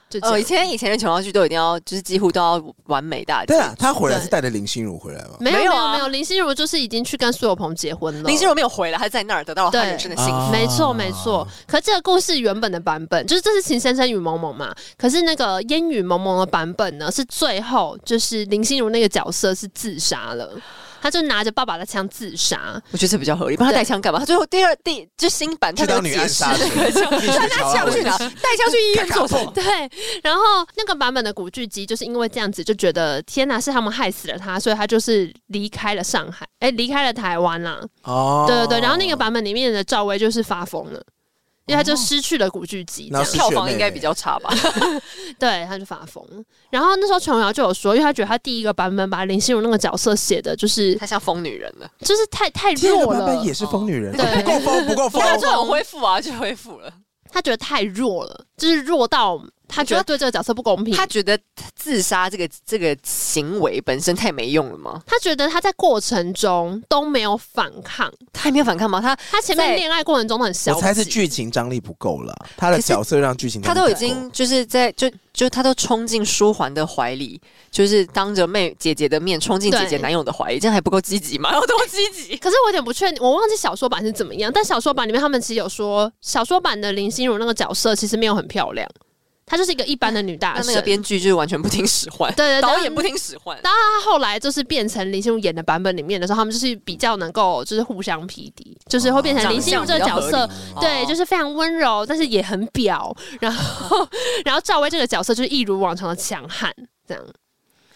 就这
呃，以
样。
前以前的琼瑶剧都一定要，就是几乎都要完美大结
对。啊，她回来
对嗯
是带着林心如回来吗？
没有
没
没
有
有
啊
没有，林心如就是已经去跟苏有朋结婚了。
林心如没有回来，她在那儿得到了她
对
人生的幸
啊
福。
没错，没错。可这个故事原本的版本，就是这是《情深深雨蒙蒙》嘛。可是那个《烟雨蒙蒙》的版本呢，是最后就是林心如那个角色是自杀了，她就拿着爸爸的枪自杀。
我觉得这比较合理。帮她带枪干嘛？她最后第二第就新版她
去
都
当女暗
解释
杀 手，带
她拿枪去哪？带枪去医院做什么？
对，然后那个版本的古巨基就是因为这样子就觉得天哪，是他们害死了他，所以他就是离开了上海，哎，离开了台湾啦、
哦，
对对对，然后那个版本里面的赵薇就是发疯了。因为他就失去了古巨基，这
然
样
后失去
票
了
房
妹
应该
妹
比较差吧？
对，他就发疯。然后那时候琼瑶就有说，因为他觉得他第一个版本把林心如那个角色写的就是
她像疯女人 了，
就是太太
天啊
弱
版
了哦
本，也是疯女人，
对
不够疯，不够疯。
她最后恢复啊，就恢复了。
他觉得太弱了，就是弱到他觉得对这个角色不公平。
她
他
觉得自杀这个这个行为本身太没用了吗？
他觉得他在过程中都没有反抗，
她还没有反抗吗？她
他前面
在
恋爱过程中都很消
我
极。
猜是剧情张力不够了，她的角色让剧情张
她
力
都已
不够
经就是在就就她都冲进舒缓的怀里，就是当着妹姐姐的面冲进姐姐
对
男友的怀里，这样还不够积极吗？ 要多积 极！
可是我有点不确定，我忘记小说版是怎么样。但小说版里面他们其实有说，小说版的林心如那个角色其实没有很漂亮，她就是一个一般的女大
那
生
那。个编剧就是完全不听使唤，
对对对
导演不听使唤。
然后他后来就是变成林心如演的版本里面的时候，他们就是比较能够就是互相匹敌，
哦
就是会变成林心如这个角色，对，就是非常温柔，但是也很 表。然后， 然后赵薇这个角色就是一如往常的强悍这样。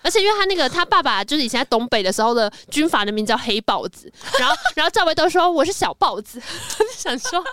而且因为他那个他爸爸就是以前在东北的时候的军阀的名叫黑豹子，然 后然后赵薇都说我是小豹子， 我就想说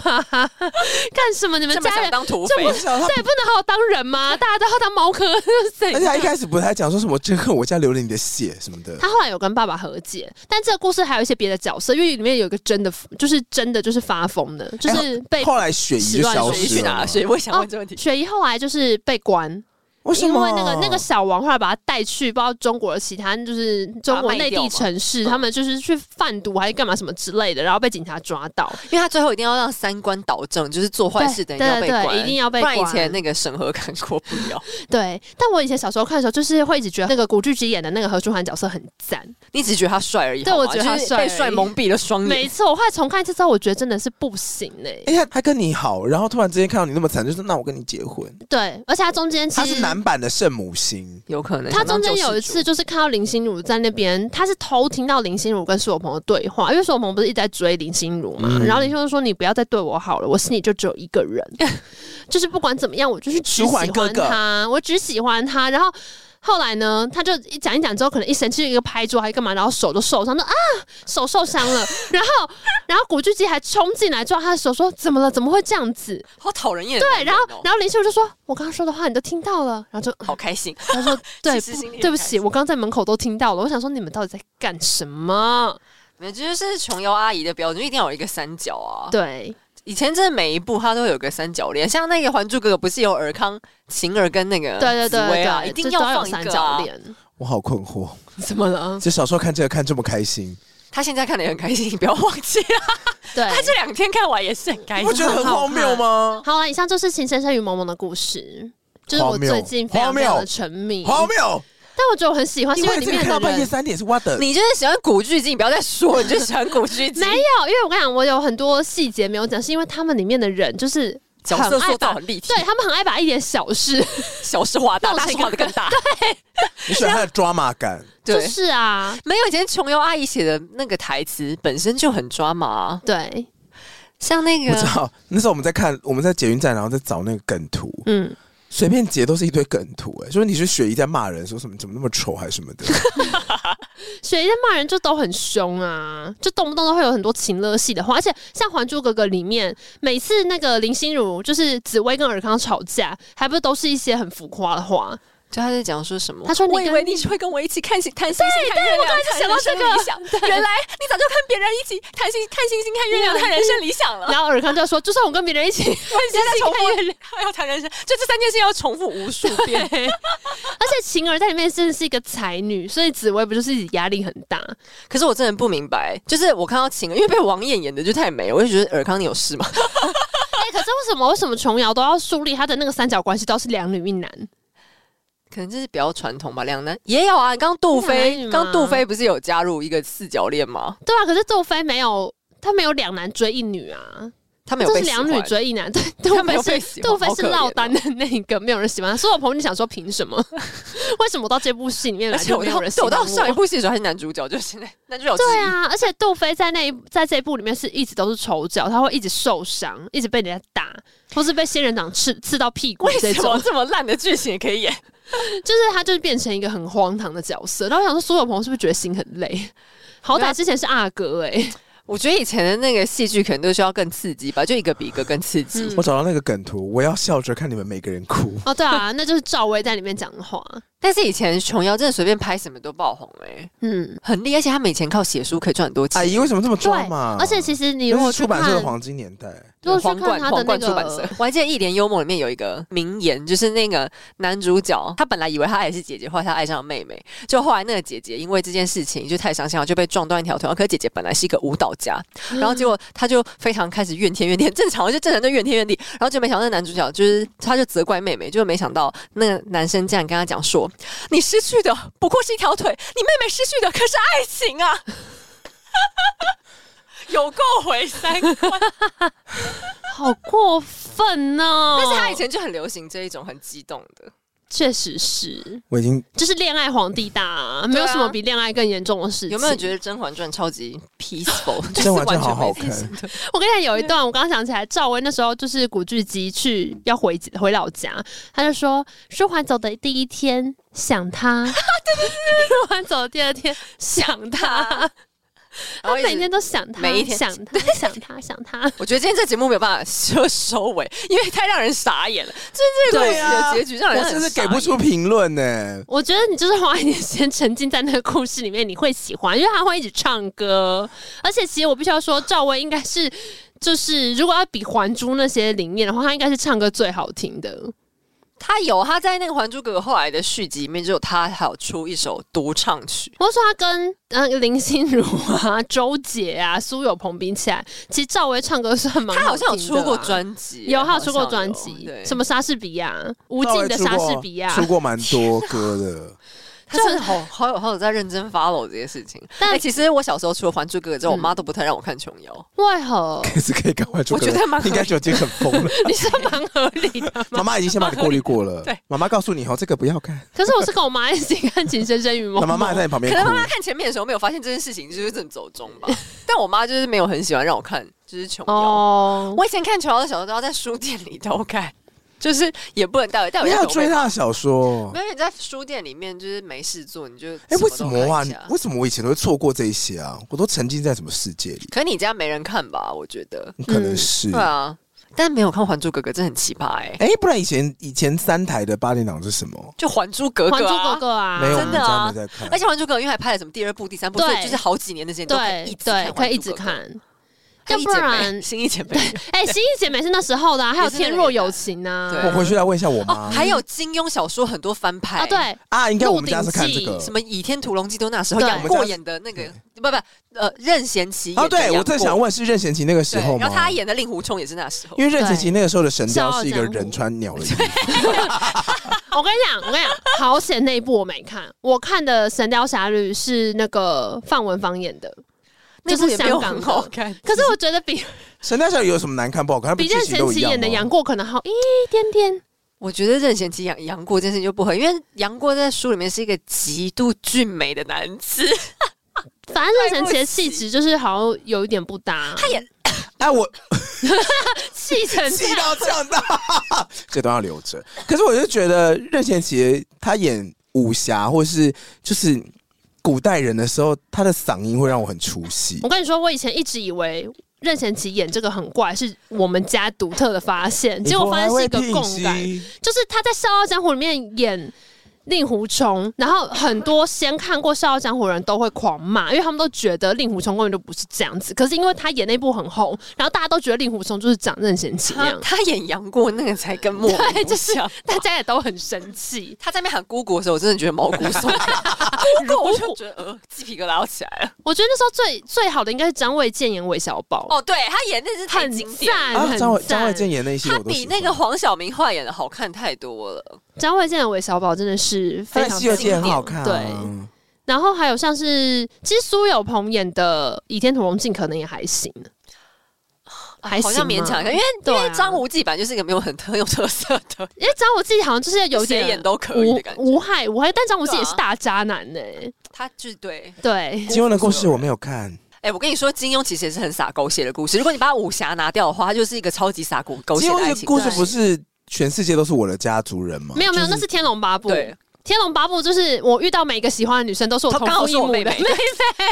干嘛 干什么？你们
这么
家
想
人
当土
这
匪
么
我，想 她
再也不能好好当人吗？大家都要当猫科，
而且她一开始不是还讲说什么“真恨我家流了你的血”什么的，
他后来有跟爸爸和解，但这个故事还有一些别的角色，因为里面有一个真的，就是真的就是发疯的，就是被、
哎后来雪姨就消
谁
失
去
了
哪？
嘛。
啊谁会想
哦
问这个问题？
雪姨后来就是被关，
为什
因
么？
为那个那个小王后来把他带去，不知道中国的其他就是中国内地城市，
嗯
把
他
他
们就是去贩毒还是干嘛什么之类的，然后被警察抓到。
因为他最后一定要让三观导正，就是做坏事等于要被
对对对
关，
一定要被
不然以
关
前那个审核看过不了。
嗯
对，但我以前小时候看的时候，就是会一直觉得那个古巨基演的那个何书涵角色很赞。
你只觉得他帅而已，
对
好吗
我觉得他
就是
帅而已
被帅蒙蔽了双
没
眼。
错，我后来重看一次之后，我觉得真的是不行哎、
嗯哎呀，他跟你好，然后突然之间看到你那么惨，就说那我跟你结婚。
对，而且他中间其
他
实
是男版的圣母心，
有可能
他
想当
中间
救世
有一
主
次就是看到林心如在那边，他是偷听到林心如跟苏有朋的对话，因为苏有朋不是一直在追林心如嘛，
嗯
然后林心如说：“你不要再对我好了，我心里就只有一个 人，就是不管怎么样，我就是只喜
舒缓
欢他，
哥哥
我只喜欢他。”然后。后来呢，他就一 讲一讲之后，可能一生气一个拍桌还是干嘛，然后手就受伤，说啊手受伤了，然后然然后古巨基还冲进来抓他的手说：“怎么了？怎么会这样子
好讨人厌？”的
对，
男人
然
哦、
后然后林秀如就说：“我刚刚说的话你都听到了。”然后就
好开心，
他 说：“对，
其实心里
不
很
对不
开
起，
心
我刚在门口都听到了。”我想说你们到底在干什
哦
么？
没有这就是琼瑶阿姨的标准，一定要有一个三角啊。
对，
以前真的每一部它都有个三角恋，像那个《还珠格格》不是有尔康、晴儿跟那个
对对
紫薇
对
啊，
对，
一定
就
要
都有
放一
三
个
角
啊。
恋。
我好困惑。
怎么了？
就小时候看这个看这么开心，
他现在看的也很开心，你不要忘记 啊。
对，
他这两天看完也是很开
你
心
不。觉得很荒谬吗？
好了，以上就是《情深深雨蒙蒙》的故事，就是我
荒谬
最近非常非常
荒谬
的沉迷。
荒谬！
但我觉得我很喜欢，是
你
因为
为
里
这个
面
看到
的
半夜
人。
三点是 what 的？
你就是喜欢古巨基，你不要再说，你就是喜欢古巨基。
没有，因为我跟你讲，我有很多细节没有讲，是因为他们里面的人就是
角
很
色
爱
塑造
把
很立体，
对他们很爱把一点小事，
小事化大，
弄
大
成一
事
个
化的更大。
你喜欢他的 drama 感？
就
对，
是啊，
没有以前琼瑶阿姨写的那个台词本身就很抓马，啊
对，
像那
我知
个
道那时候我们在看，我们在捷运站，然后在找那个梗图，
嗯，
随便截都是一堆梗图、哎，就是你是雪姨在骂人，说什么怎么那么丑还是什么的，
雪姨在骂人就都很凶啊，就动不动都会有很多情乐戏的话，而且像《还珠格格》里面，每次那个林心如就是紫薇跟尔康吵架，还不是都是一些很浮夸的 话，
就他在讲说什么？
他说你
我以
跟
为你会跟我一起看星看星星看月亮，看
想到
人生
这个
理想，原来你早就跟别人一起看星看星星看月亮看人生理想 了。
然后尔康就说，就算我跟别人一起
现在重复还要谈人生，就这三件事要重复无数遍。
而且晴儿在里面真的是一个才女，所以紫薇不就是压力很大？
可是我真的不明白，就是我看到晴儿，因为被王艳演的就太美了，我就觉得尔康你有 事吗？
哎、可是为什么为什么琼瑶都要树立她的那个三角关系都是两女一男？
可能就是比较传统吧，两男也有啊。刚 杜
哪
飞，
有
刚杜飞不是有加入一个四角恋吗？
对啊，可是窦妃没有，她没有两男追一女啊，
他没有
这
被
是
喜欢
两女追一男。对，
她
窦
没有
妃
被
是
喜欢
窦妃
好
是
可怜
落
哦
单的那一个，没有人喜欢她。所以我朋友就想说，凭什么？ 为什么到这部戏里面来
而且
就
我
没有
到
人喜
对
欢
我到
我
上一部戏的时候，还是男主角，就是现在男主角之
对
一。
啊，而且窦妃在那一在这一部里面是一直都是丑角，她会一直受伤，一直被人家打，或是被仙人掌刺刺到屁股
为
这
什么
种。
这么烂的剧情也可以演？
就是他就是变成一个很荒唐的角色。然后我想说，苏有朋是不是觉得心很累？好歹之前是阿哥哎、
我觉得以前的那个戏剧可能都需要更刺激吧，就一个比一个更刺激。
嗯
我找到那个梗图，我要笑着看你们每个人哭。
哦对啊，那就是赵薇在里面讲的话，
但是以前琼瑶真的随便拍什么都爆红哎、
嗯，
很厉害，而且他们以前靠写书可以赚很多钱。
阿姨为什么这么
对
抓嘛？。
而且其实你
因
如
为
果
是
去
出版社的
看，
黄金年代，
如果去
皇
看
冠
他的
皇
那
冠出版社
个，，
我还记得《一帘幽梦》里面有一个名言，就是那个男主角他本来以为他也是姐姐，后来他爱上了妹妹，就后来那个姐姐因为这件事情就太伤心了，就被撞断一条腿。可是姐姐本来是一个舞蹈家，然后结果他就非常开始怨天怨地，正常就正常就怨天怨地，然后就没想到那男主角就是他就责怪妹妹，就没想到那个男生竟然跟他讲说：“你失去的不过是一条腿，你妹妹失去的可是爱情啊！”有够毁三观。
好过分哦！
但是他以前就很流行这一种很激动的，
确实是，
我已经
就是恋爱皇帝大、啊，没有什么比恋爱更严重的事情。
有没有觉得《甄嬛传》超级 peaceful？就是
甄嬛传
完全
好好
没在
看
想的
我跟你讲，有一段我刚刚想起来，赵薇那时候就是古巨基去要回回老家，他就说舒缓走的第一天想 他，对对对，舒缓走的第二天想他， 他
然后一直
每天都想他，
每一天
想他，想他，想他，
我觉得今天这节目没有办法收收尾，因为太让人傻眼了。就是这个故
对啊
事的结局让人
我
很
真是
傻
给不
眼
出评论呢。
我觉得你就是花一点时间沉浸在那个故事里面，你会喜欢，因为他会一直唱歌。而且，其实我必须要说，赵薇应该是，就是如果要比《还珠》那些里面的话，她应该是唱歌最好听的。
他有他在那个《还珠格格》后来的续集里面，就有他还有出一首独唱曲。
我是说他跟呃林心如啊、周杰啊、苏有朋比起来，其实赵薇唱歌算蛮
他好
听的啊
像有出过。专辑，啊
有，他
好
有
像
出过专辑
有，对
什么莎士比亚，无
赵
尽
薇
的
出
莎士
过
比亚。
出过蛮多歌的，
他真的好好有好有在认真 follow 这些事情。
但
但、其实我小时候除了《还珠格格》之后，我
嗯
妈都不太让我看琼瑶。
为何？
可是可以赶快出歌。
我觉得蛮合理的
应该就已经很疯了。
你是蛮合理 的
妈
吗？
妈已经先把你过滤过了。
对，
妈妈告诉你哦，这个不要看。
可是我是跟我妈一起看《情深深雨蒙
那妈
蒙
妈还》，在你旁边
可能妈妈
哭。
看前面的时候没有发现这件事情，就是正走中吧。 但我妈就是没有很喜欢让我看，就是琼瑶。
哦，
我以前看琼瑶的小说都要在书店里偷看，就是也不能带回带回
你
家
还有
怎么
追
会
他的小说
没？有，你在书店里面就是没事做，你就
哎、
什
为
么
什
都
么啊
看一下？
为什么我以前都会错过这一些啊？我都沉浸在什么世界里？
可是你家没人看吧？我觉得，
可能
嗯
是
对啊，但没有看《还珠格格》，这很奇葩哎、
哎、不然以前以前三台的八点档是什么？
就《还珠格格
还》珠
啊，
格格》啊，
没有，
真的啊
我们家没在看。
而且《还珠格格》因为还拍了什么第二部、第三部，
对
所以就是好几年的时间都可以一
对
直看还
对，
珠格格
可以一直。看。
还
要
有一
不
姐妹
然，
心意姐妹，
哎，《心意姐妹》是那时候的啊，还有
也
《
是那个
天若有情》啊，
年代
我回去来问一下我妈、
哦，还有金庸小说很多翻拍
啊，，对，
啊，应该我们家是看
鹿
这
鼎记
个。
什么《倚天屠龙记》都那时候
对
杨过演的那个，不不，呃，任贤齐
哦，
演的
对，
杨
我正
过
想问是任贤齐那个时
对
候吗？
然后他演的令狐冲也是那时候
因，为任贤齐那个时候的《神雕
笑》傲
是一个
江湖
人穿鸟的衣服，
我跟你讲，我跟你讲，好险那一部我没看，我看的《神雕侠侣》是那个范文芳演的，
那
就
部
是
也没
香
有
港
很
的。
好看。
可是我觉得 比
神雕侠侣有什么难看不好看？它不
比
是剧
任
情
贤
都一
齐
样
演的
吗
杨过可能好一点点。
我觉得任贤齐杨杨过这件事情就不合，因为杨过在书里面是一个极度俊美的男 子，
反正任贤齐的气质就是好像有一点不搭，
他演
哎，我
气成这
气
样。
到呛到， 这段要留着。可是我就觉得任贤齐他演武侠或是就是古代人的时候，他的嗓音会让我很出戏
我。跟你说，我以前一直以为任贤齐演这个很怪，是我们家独特的发现，结果发现是一个共感，
你
就是他在《笑傲江湖》里面演。令狐冲，然后很多先看过《笑傲江湖》的人都会狂骂，因为他们都觉得令狐冲根本就不是这样子。可是因为他演那部很红，然后大家都觉得令狐冲就是长任贤齐那
他
样，
他演杨过那个才跟 莫
对
名
就
不
是
像。
大家也都很生气。
他在那边喊姑姑的时候，我真的觉得毛骨悚然。 姑姑，我就觉得呃，鸡皮疙瘩要起来了。
我觉得那时候最最好的应该是张卫健演韦小宝，
哦，对他演那是太
很
经典了，
赞，
啊，
很
张伟
赞
张卫健演那些
他
我都喜
比
欢
那个黄晓明化演的好看太多了。
张卫健的韦小宝真的是
他
非
在
常
《西游记》
经
很好
典
看、啊，
对，然后还有像是，其实苏有朋演的《倚天屠龙记》可能也还行，还行
好像勉强一
嘛
下，因为、因
对啊
为张无忌本来就是一个没有很特有特色的，
因为张无忌好像就是有
谁
点
演都可以
无
的感觉。
无害无害，但张无忌
对啊
也是大渣男呢、
他就是对，
对，
金庸的故事我没有看，
哎、我跟你说，金庸其实也是很洒狗血的故事。如果你把武侠拿掉的话，它就是一个超级洒狗狗血
金
的爱
庸
情
的故事
对啊
不是全世界都是我的家族人吗？
没有没有，
就
那是《天龙八部》。
对
《天龙八部》就是我遇到每一个喜欢的女生都是我
她
同
刚好
父
是
异
我
母的
妹妹
妹妹，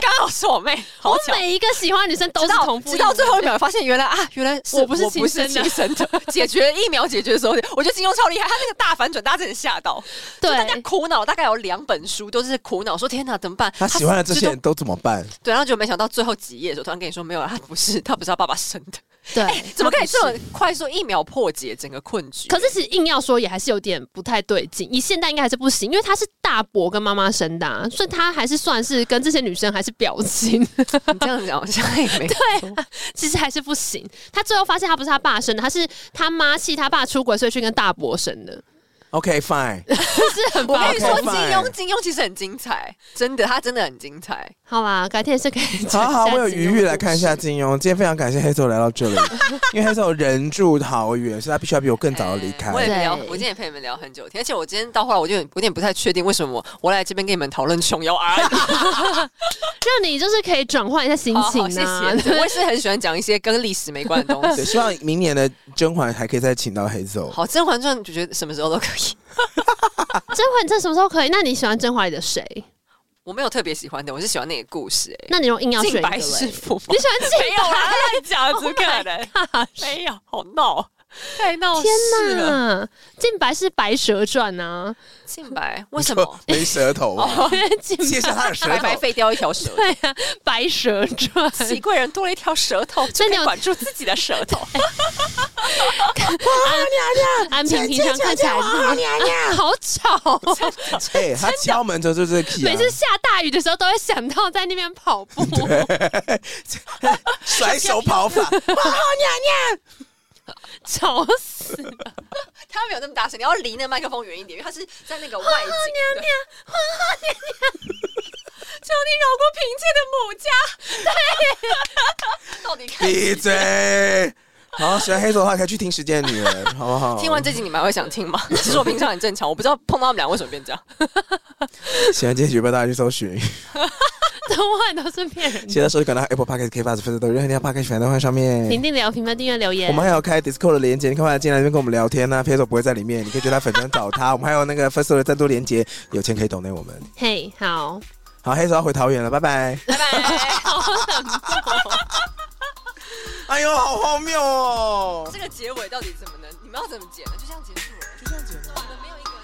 刚好是我妹，好
我
巧。
每一个喜欢的女生都
直
是
到
同父异母
直
的，
到最后一秒，发现原来啊，原来是
我不是
我不
亲
是
生的
亲生的，解决了一秒解决所有的。我觉得金庸超厉害，他那个大反转，大家真的吓到，大家
对。
苦恼，大概有两本书都是苦恼，说天哪，怎么办？
他喜欢的这
就
些
都
人都怎么办？
对，然后就没想到最后几页的时候，突然跟你说没有，他不是，他不是他爸爸生的，
对，
哎怎么可以
这
这么快速一秒破解整个困局？
可是其实硬要说也还是有点不太对劲，以现在应该还是不行，因为他是大伯跟妈妈生的、啊，所以他还是算是跟这些女生还是表亲，
你 这样讲好像也没对、
其实还是不行。他最后发现他不是他爸生的，他是他妈气他爸出轨，所以去跟大伯生的，
OK fine，
是很
我跟
棒
OK，
你。说，金
fine
庸金庸其实很精彩，真的，他真的很精彩。
好啦，改天也是可以 讲
好
一下哦
好，啊我有余
金庸的故
裕
事
来看一下。金庸。今天非常感谢黑手来到这里，因为黑手人住桃园，所以他必须要比我更早的离开
哎。我也
对
聊，我今天也陪你们聊很久天，而且我今天到后来，我就有有点不太确定为什么我来这边跟你们讨论琼 瑶啊。
让你就是可以转换一下心
好好
情、啊，
谢谢。我也是很喜欢讲一些跟历史没关的东
对，
西。
希望明年的甄嬛还可以再请到黑手。
好，《甄嬛传》就觉得什么时候都可以，
甄嬛，你这什么时候可以？那你喜欢甄嬛里的谁？
我没有特别喜欢的，我是喜欢那个故事、哎，
那你如果硬要选
靖
一个
白
嘞，
师傅吗
你喜欢
没
靖
有啦，
白？
乱讲，怎么
Oh
可
my
能？没有，好闹，太闹
天
事啊了。
呐，靖白是《白蛇传》啊，
靖白为什么？
没舌头
哦
啊？
靖
卸下他的舌
白
头
白。废掉一条舌头，
对啊，《白蛇传》
熹贵人多了一条舌头，就
真的
可以
有
管住自己的舌头。
安平平常看起来就是 好吵哦，
哎，他敲门之后就是这个 key，啊
每次下大雨的时候都会想到在那边跑步。
甩手跑法。
吵死！
他没有那么大声，你要离那个麦克风远一点，因为他是在那个外景。皇后娘娘，皇后娘娘，求你饶过嫔妾的母家。对，到底看。
闭嘴！好，喜欢黑手的话可以去听《时间的女人》，好不好？
听完这集你们还会想听吗？其实我平常很正常，我不知道碰到他们俩为什么变这样。
喜欢这些，不要大家去搜寻。
怎么会都是骗人的。
期待收听广到 Apple Podcast、K Bus 粉丝都有任何一条 Podcast 平台都会上
评
面。
定聊、评论、订阅、留言。
我们还有开 Discord 的连接，你可以进来这边跟我们聊天啊。p s 不会在里面，你可以去他粉专找他。我们还有那个 First Story 的赞助连接，有钱可以懂内我们。
嘿好，
好，黑手要回桃园了，拜拜。
拜 拜。
哎呦，好荒谬哦！
这个结尾到底怎么能？你们要怎么剪呢？就这样结束了，
就这样子。
我们没有一个。